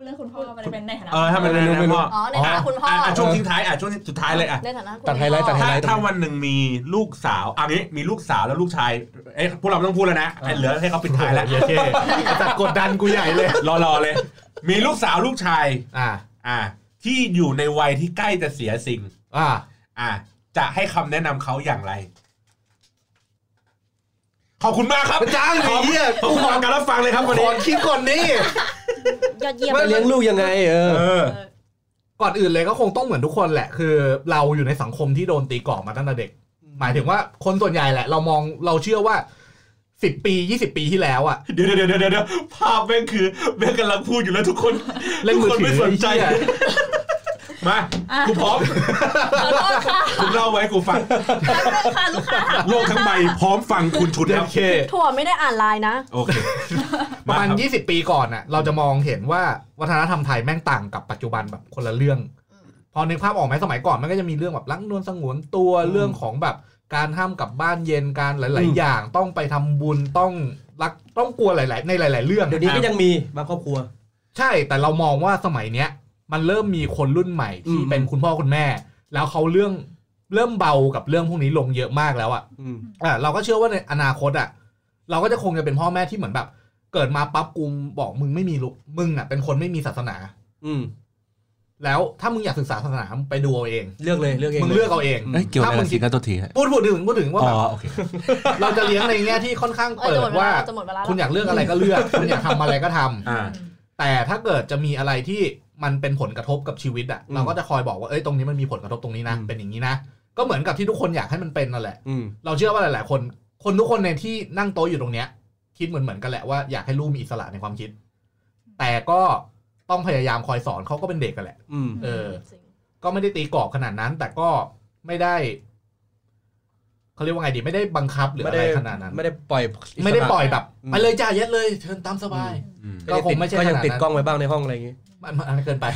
[SPEAKER 5] พูดเรื่องคุณพ่อมันเป็นในฐานะ
[SPEAKER 1] เออถ้ามัน
[SPEAKER 3] ไม่รู้
[SPEAKER 1] ใน
[SPEAKER 3] ไม่รู้
[SPEAKER 1] พ่อ
[SPEAKER 2] อ๋อในฐานะคุณพ่อ
[SPEAKER 1] อ่ะอ่ะ
[SPEAKER 2] อ
[SPEAKER 1] ช่วงทิ้งท้ายอ่ะช่วงสุดท้ายเลยอ่ะ
[SPEAKER 2] ในฐานะคุณ
[SPEAKER 3] ตัดไฮไลท์ตัดไฮ
[SPEAKER 2] พ่อ
[SPEAKER 3] ไลท์
[SPEAKER 1] ถ้าถ้าวันหนึ่งมีลูกสาวอันนี้มีลูกสาวแล้วลูกชายเอ้ยพวกเราไม่ต้องพูดแล้วนะไอ้เหลือให้เขาปิดท้ายแล้ว
[SPEAKER 4] โอเคแต่กดดันกูใหญ่เลย
[SPEAKER 1] รอรอเลย มีลูกสาวลูกชาย
[SPEAKER 4] อ่า
[SPEAKER 1] อ่า ที่อยู่ในวัยที่ใกล้จะเสียสิ่ง
[SPEAKER 4] อ่า
[SPEAKER 1] อ่า จะให้คำแนะนำเขาอย่างไร ขอบคุณมากครับ
[SPEAKER 4] อาจารย์
[SPEAKER 1] ขอบ
[SPEAKER 4] ไอ้เหี้ย
[SPEAKER 1] ขอบคุณสำหรับการรับฟังเลยครับวัน
[SPEAKER 4] ข
[SPEAKER 1] นี้
[SPEAKER 4] อคิดก่อนนี่
[SPEAKER 2] ยอดเยี่ยม
[SPEAKER 3] ว่าเลี้ยงลูกยังไงเออ
[SPEAKER 1] เออ
[SPEAKER 4] ก่อนอื่นเลยก็คงต้องเหมือนทุกคนแหละ คือเราอยู่ในสังคมที่โดนตีกรอบมาตั้งแต่เด็ก หมายถึงว่าคนส่วนใหญ่แหละ เรามองเราเชื่อว่าสิบปียี่สิบปีที่แล้วอะ
[SPEAKER 1] เดี๋ยวเดี๋ยวเดี๋ยวเดี๋ยวภาพแม่งคือแม่งกำลังพูดอยู่แล้วทุกคน
[SPEAKER 4] เล่นมือ
[SPEAKER 1] ทุกค
[SPEAKER 4] ถือ
[SPEAKER 1] ไม่สนใจ
[SPEAKER 4] ไอ้เหี้ย
[SPEAKER 1] มากูพร้อม
[SPEAKER 2] ขอโทษค่ะ
[SPEAKER 1] คุณเล่าไว้กูฟัง
[SPEAKER 2] ขอโทษค่ะลูกค้า
[SPEAKER 1] โลกทั้งใบพร้อมฟังคุณชุดแล้ว
[SPEAKER 4] โอเค
[SPEAKER 2] ถั่วไม่ได้อ่านไลน์นะ
[SPEAKER 1] โอเค
[SPEAKER 4] ประมาณ
[SPEAKER 1] คบ
[SPEAKER 4] ยี่สิบปีก่อนน่ะ เราจะมองเห็นว่าวัฒนธรรมไทยแม่งต่างกับปัจจุบันแบบคนละเรื่อง
[SPEAKER 2] อืม
[SPEAKER 4] พอในกภาพออกไหมสมัยก่อนมันก็จะมีเรื่องแบบล้างนวลสงวนตัว
[SPEAKER 3] อืม
[SPEAKER 4] เรื่องของแบบการห้ามกลับบ้านเย็นการหลา
[SPEAKER 3] อื
[SPEAKER 4] ย
[SPEAKER 3] ม
[SPEAKER 4] ๆ อย่างต้องไปทำบุญต้องรักต้องกลัวหลาย ๆ ในหลาย ๆ เรื่อง
[SPEAKER 3] เดี๋ยวนี้ก็ยังมีบางครอบครัว
[SPEAKER 4] ใช่แต่เรามองว่าสมัยเนี้ย มันเริ่มมีคนรุ่นใหม่ที่
[SPEAKER 3] อืม
[SPEAKER 4] เป็นคุณพ่อคุณแม่ แล้วเขาเรื่องเริ่มเบากับเรื่องพวกนี้ลงเยอะมากแล้วอะ
[SPEAKER 3] อืม
[SPEAKER 4] อ่ะเราก็เชื่อว่าในอนาคตอ่ะเราก็จะคงจะเป็นพ่อแม่ที่เหมือนแบบ เกิดมาปั๊บกูบอกมึงไม่มีลูกมึงอ่ะเป็นคนไม่มีศาสนา
[SPEAKER 3] อืม
[SPEAKER 4] แล้วถ้ามึงอยากศึกษาศาสนามึงไปดูเอาเอง
[SPEAKER 3] เลือกเลยเลือกเอง
[SPEAKER 4] มึงเลือกเอาเอง
[SPEAKER 6] เอ้ยเกี่ยวอะไร
[SPEAKER 4] ถ้ามึ
[SPEAKER 6] กับ
[SPEAKER 4] ง
[SPEAKER 6] สิงคโปร์ทีฮะ
[SPEAKER 4] พูดพูดถึงพูดถึงว่า
[SPEAKER 6] อ๋
[SPEAKER 4] แบ
[SPEAKER 6] อบ โอเค
[SPEAKER 4] เราจะเลี้ยงในแง่ที่ค่อนข้าง
[SPEAKER 2] เออจะ
[SPEAKER 4] เปิ
[SPEAKER 2] หมด
[SPEAKER 4] ด
[SPEAKER 2] เว
[SPEAKER 4] ว่า
[SPEAKER 2] ลาจะหมดเวลาแล้ว
[SPEAKER 4] คุณอยากเลือกอะไรก็เลือก คุณอยากทำอะไรก็ทำ
[SPEAKER 1] อ่า
[SPEAKER 4] แต่ถ้าเกิดจะมีอะไรที่มันเป็นผลกระทบกับชีวิตอ่ะเราก็จะคอยบอกว่าเอ้ยตรงนี้มันมีผลกระทบตรงนี้นะเป็นอย่างนี้นะก็เหมือนกับที่ทุกคนอยากให้มันเป็นนั่นแหละ
[SPEAKER 3] อืม
[SPEAKER 4] เราเชื่อว่าหลาย ๆ คน คนทุกคนในที่นั่งโต๊ะอยู่ตรงเนี้ย คิดเหมือนเหมือนๆกันแหละว่าอยากให้ลูกมีอิสระในความคิด แต่ก็ต้องพยายามคอยสอนเขาก็เป็นเด็กกันแหละ
[SPEAKER 3] อืม
[SPEAKER 4] เออ
[SPEAKER 2] จริง
[SPEAKER 4] ก็ไม่ได้ตีกรอบขนาดนั้น แต่ก็ไม่ได้เขาเรียกว่าไงดี ไม่ได้บังคับหรืออะไรขนาดนั้น
[SPEAKER 3] ไม่ได้ปล่อยสระ
[SPEAKER 4] ไม่ได้ปล่อยแบบ
[SPEAKER 3] อืม
[SPEAKER 4] ไปเลยจ้าเย็ดเลยเชิญตามสบาย
[SPEAKER 1] อืม
[SPEAKER 4] ก็คงไม่ใช่
[SPEAKER 3] ก็ยัง
[SPEAKER 4] ขนาดนั้น
[SPEAKER 3] ติดกล้องไว้บ้างในห้องอะไรอย่างงี้
[SPEAKER 4] มันมันอันนั้นเกินไป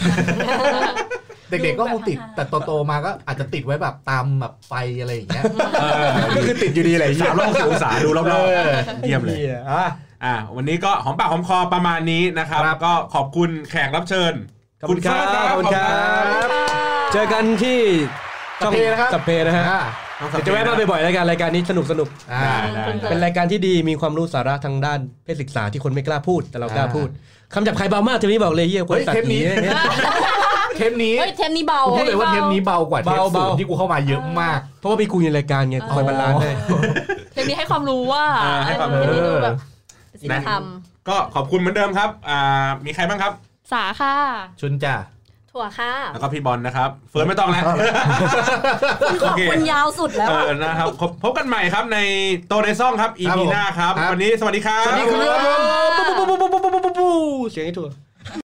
[SPEAKER 4] เด็กๆก็คงติด แต่โตๆมาก็อาจจะติดไว้แบบตามแบบไฟอะไรอย่างเงี้ย
[SPEAKER 1] เออ
[SPEAKER 6] ก็คือติดอยู่ดีเลย
[SPEAKER 1] สามร้อยหกสิบองศาดูรอบ
[SPEAKER 4] เออ
[SPEAKER 1] ๆเยี่ยมเลย
[SPEAKER 3] หี้อ่ะ
[SPEAKER 1] อ่ะวันนี้ก็หอมปากหอมคอประมาณนี้นะครับ
[SPEAKER 4] ครับ
[SPEAKER 1] ก็ขอบคุณแขกรับเชิญ
[SPEAKER 3] ขอบคุณครับ
[SPEAKER 1] ฟ้า
[SPEAKER 3] ขอบคุณครับ เจอกันที่
[SPEAKER 4] สัปเพนะครับ
[SPEAKER 3] สัปเพนะฮะ
[SPEAKER 4] อ่า
[SPEAKER 1] น้องสั
[SPEAKER 3] เดี๋ยวจะแวะมาบ่อยๆรายการรายการนี้สนุกสนุก
[SPEAKER 4] อ่า
[SPEAKER 1] ได้ได้
[SPEAKER 2] ขอบคุณค
[SPEAKER 1] ได้
[SPEAKER 2] รับ
[SPEAKER 3] เป็นรายการที่ดีมีความรู้สาระทางด้านเพศศึกษาที่คนไม่กล้าพูด แต่เรากล้า
[SPEAKER 4] อ่า
[SPEAKER 3] พูดคำจับใครเบามากเทปนี้บอกเลยเฮียคน
[SPEAKER 4] เฮ้ย
[SPEAKER 3] ตัด
[SPEAKER 4] เทปนี้
[SPEAKER 3] หนีเนี่ย
[SPEAKER 4] เทปนี้
[SPEAKER 2] เฮ้ยเทมนี้เบา
[SPEAKER 4] ผมพูดเลยว่าเทปนี้เบากว่าเทป
[SPEAKER 3] เบาๆ
[SPEAKER 4] สูงที่กูเข้ามาเยอะมาก
[SPEAKER 3] เพราะว่ามีกูอยู่ในรายการไงคอยบรรลานซ์ให้
[SPEAKER 5] เรื่องนี้ให้ความรู้ว่า
[SPEAKER 1] อ่าให้ความ
[SPEAKER 2] เอ
[SPEAKER 1] รู้
[SPEAKER 2] อ ดูแบบ
[SPEAKER 1] นะ
[SPEAKER 2] ท
[SPEAKER 1] ก็ขอบคุณเหมือนเดิมครับ อ่า มีใครบ้างครับ
[SPEAKER 5] สาค่ะ
[SPEAKER 4] ชุนจ้า
[SPEAKER 2] ำถั่วค่ะ
[SPEAKER 1] แล้วก็พี่บอลนะครับ เฟิร์นไม่ต้องแล้ว
[SPEAKER 2] คุณขอบคุณยาวสุดแล้ว
[SPEAKER 1] เอ
[SPEAKER 2] อะ
[SPEAKER 1] อนะครับพบพบกันใหม่ครับในโตในซ่องครับ
[SPEAKER 4] ครับ
[SPEAKER 1] EP
[SPEAKER 4] ผม
[SPEAKER 1] หน้าครับ
[SPEAKER 4] ครับ
[SPEAKER 1] วันนี้สวัสดีครับ
[SPEAKER 4] สวัสดีครับ
[SPEAKER 3] ปุ๊บปุ๊บปุ๊บปุ๊บปุ๊บปุ๊บปุ๊บปุ๊บเสียงไอ้ถั่ว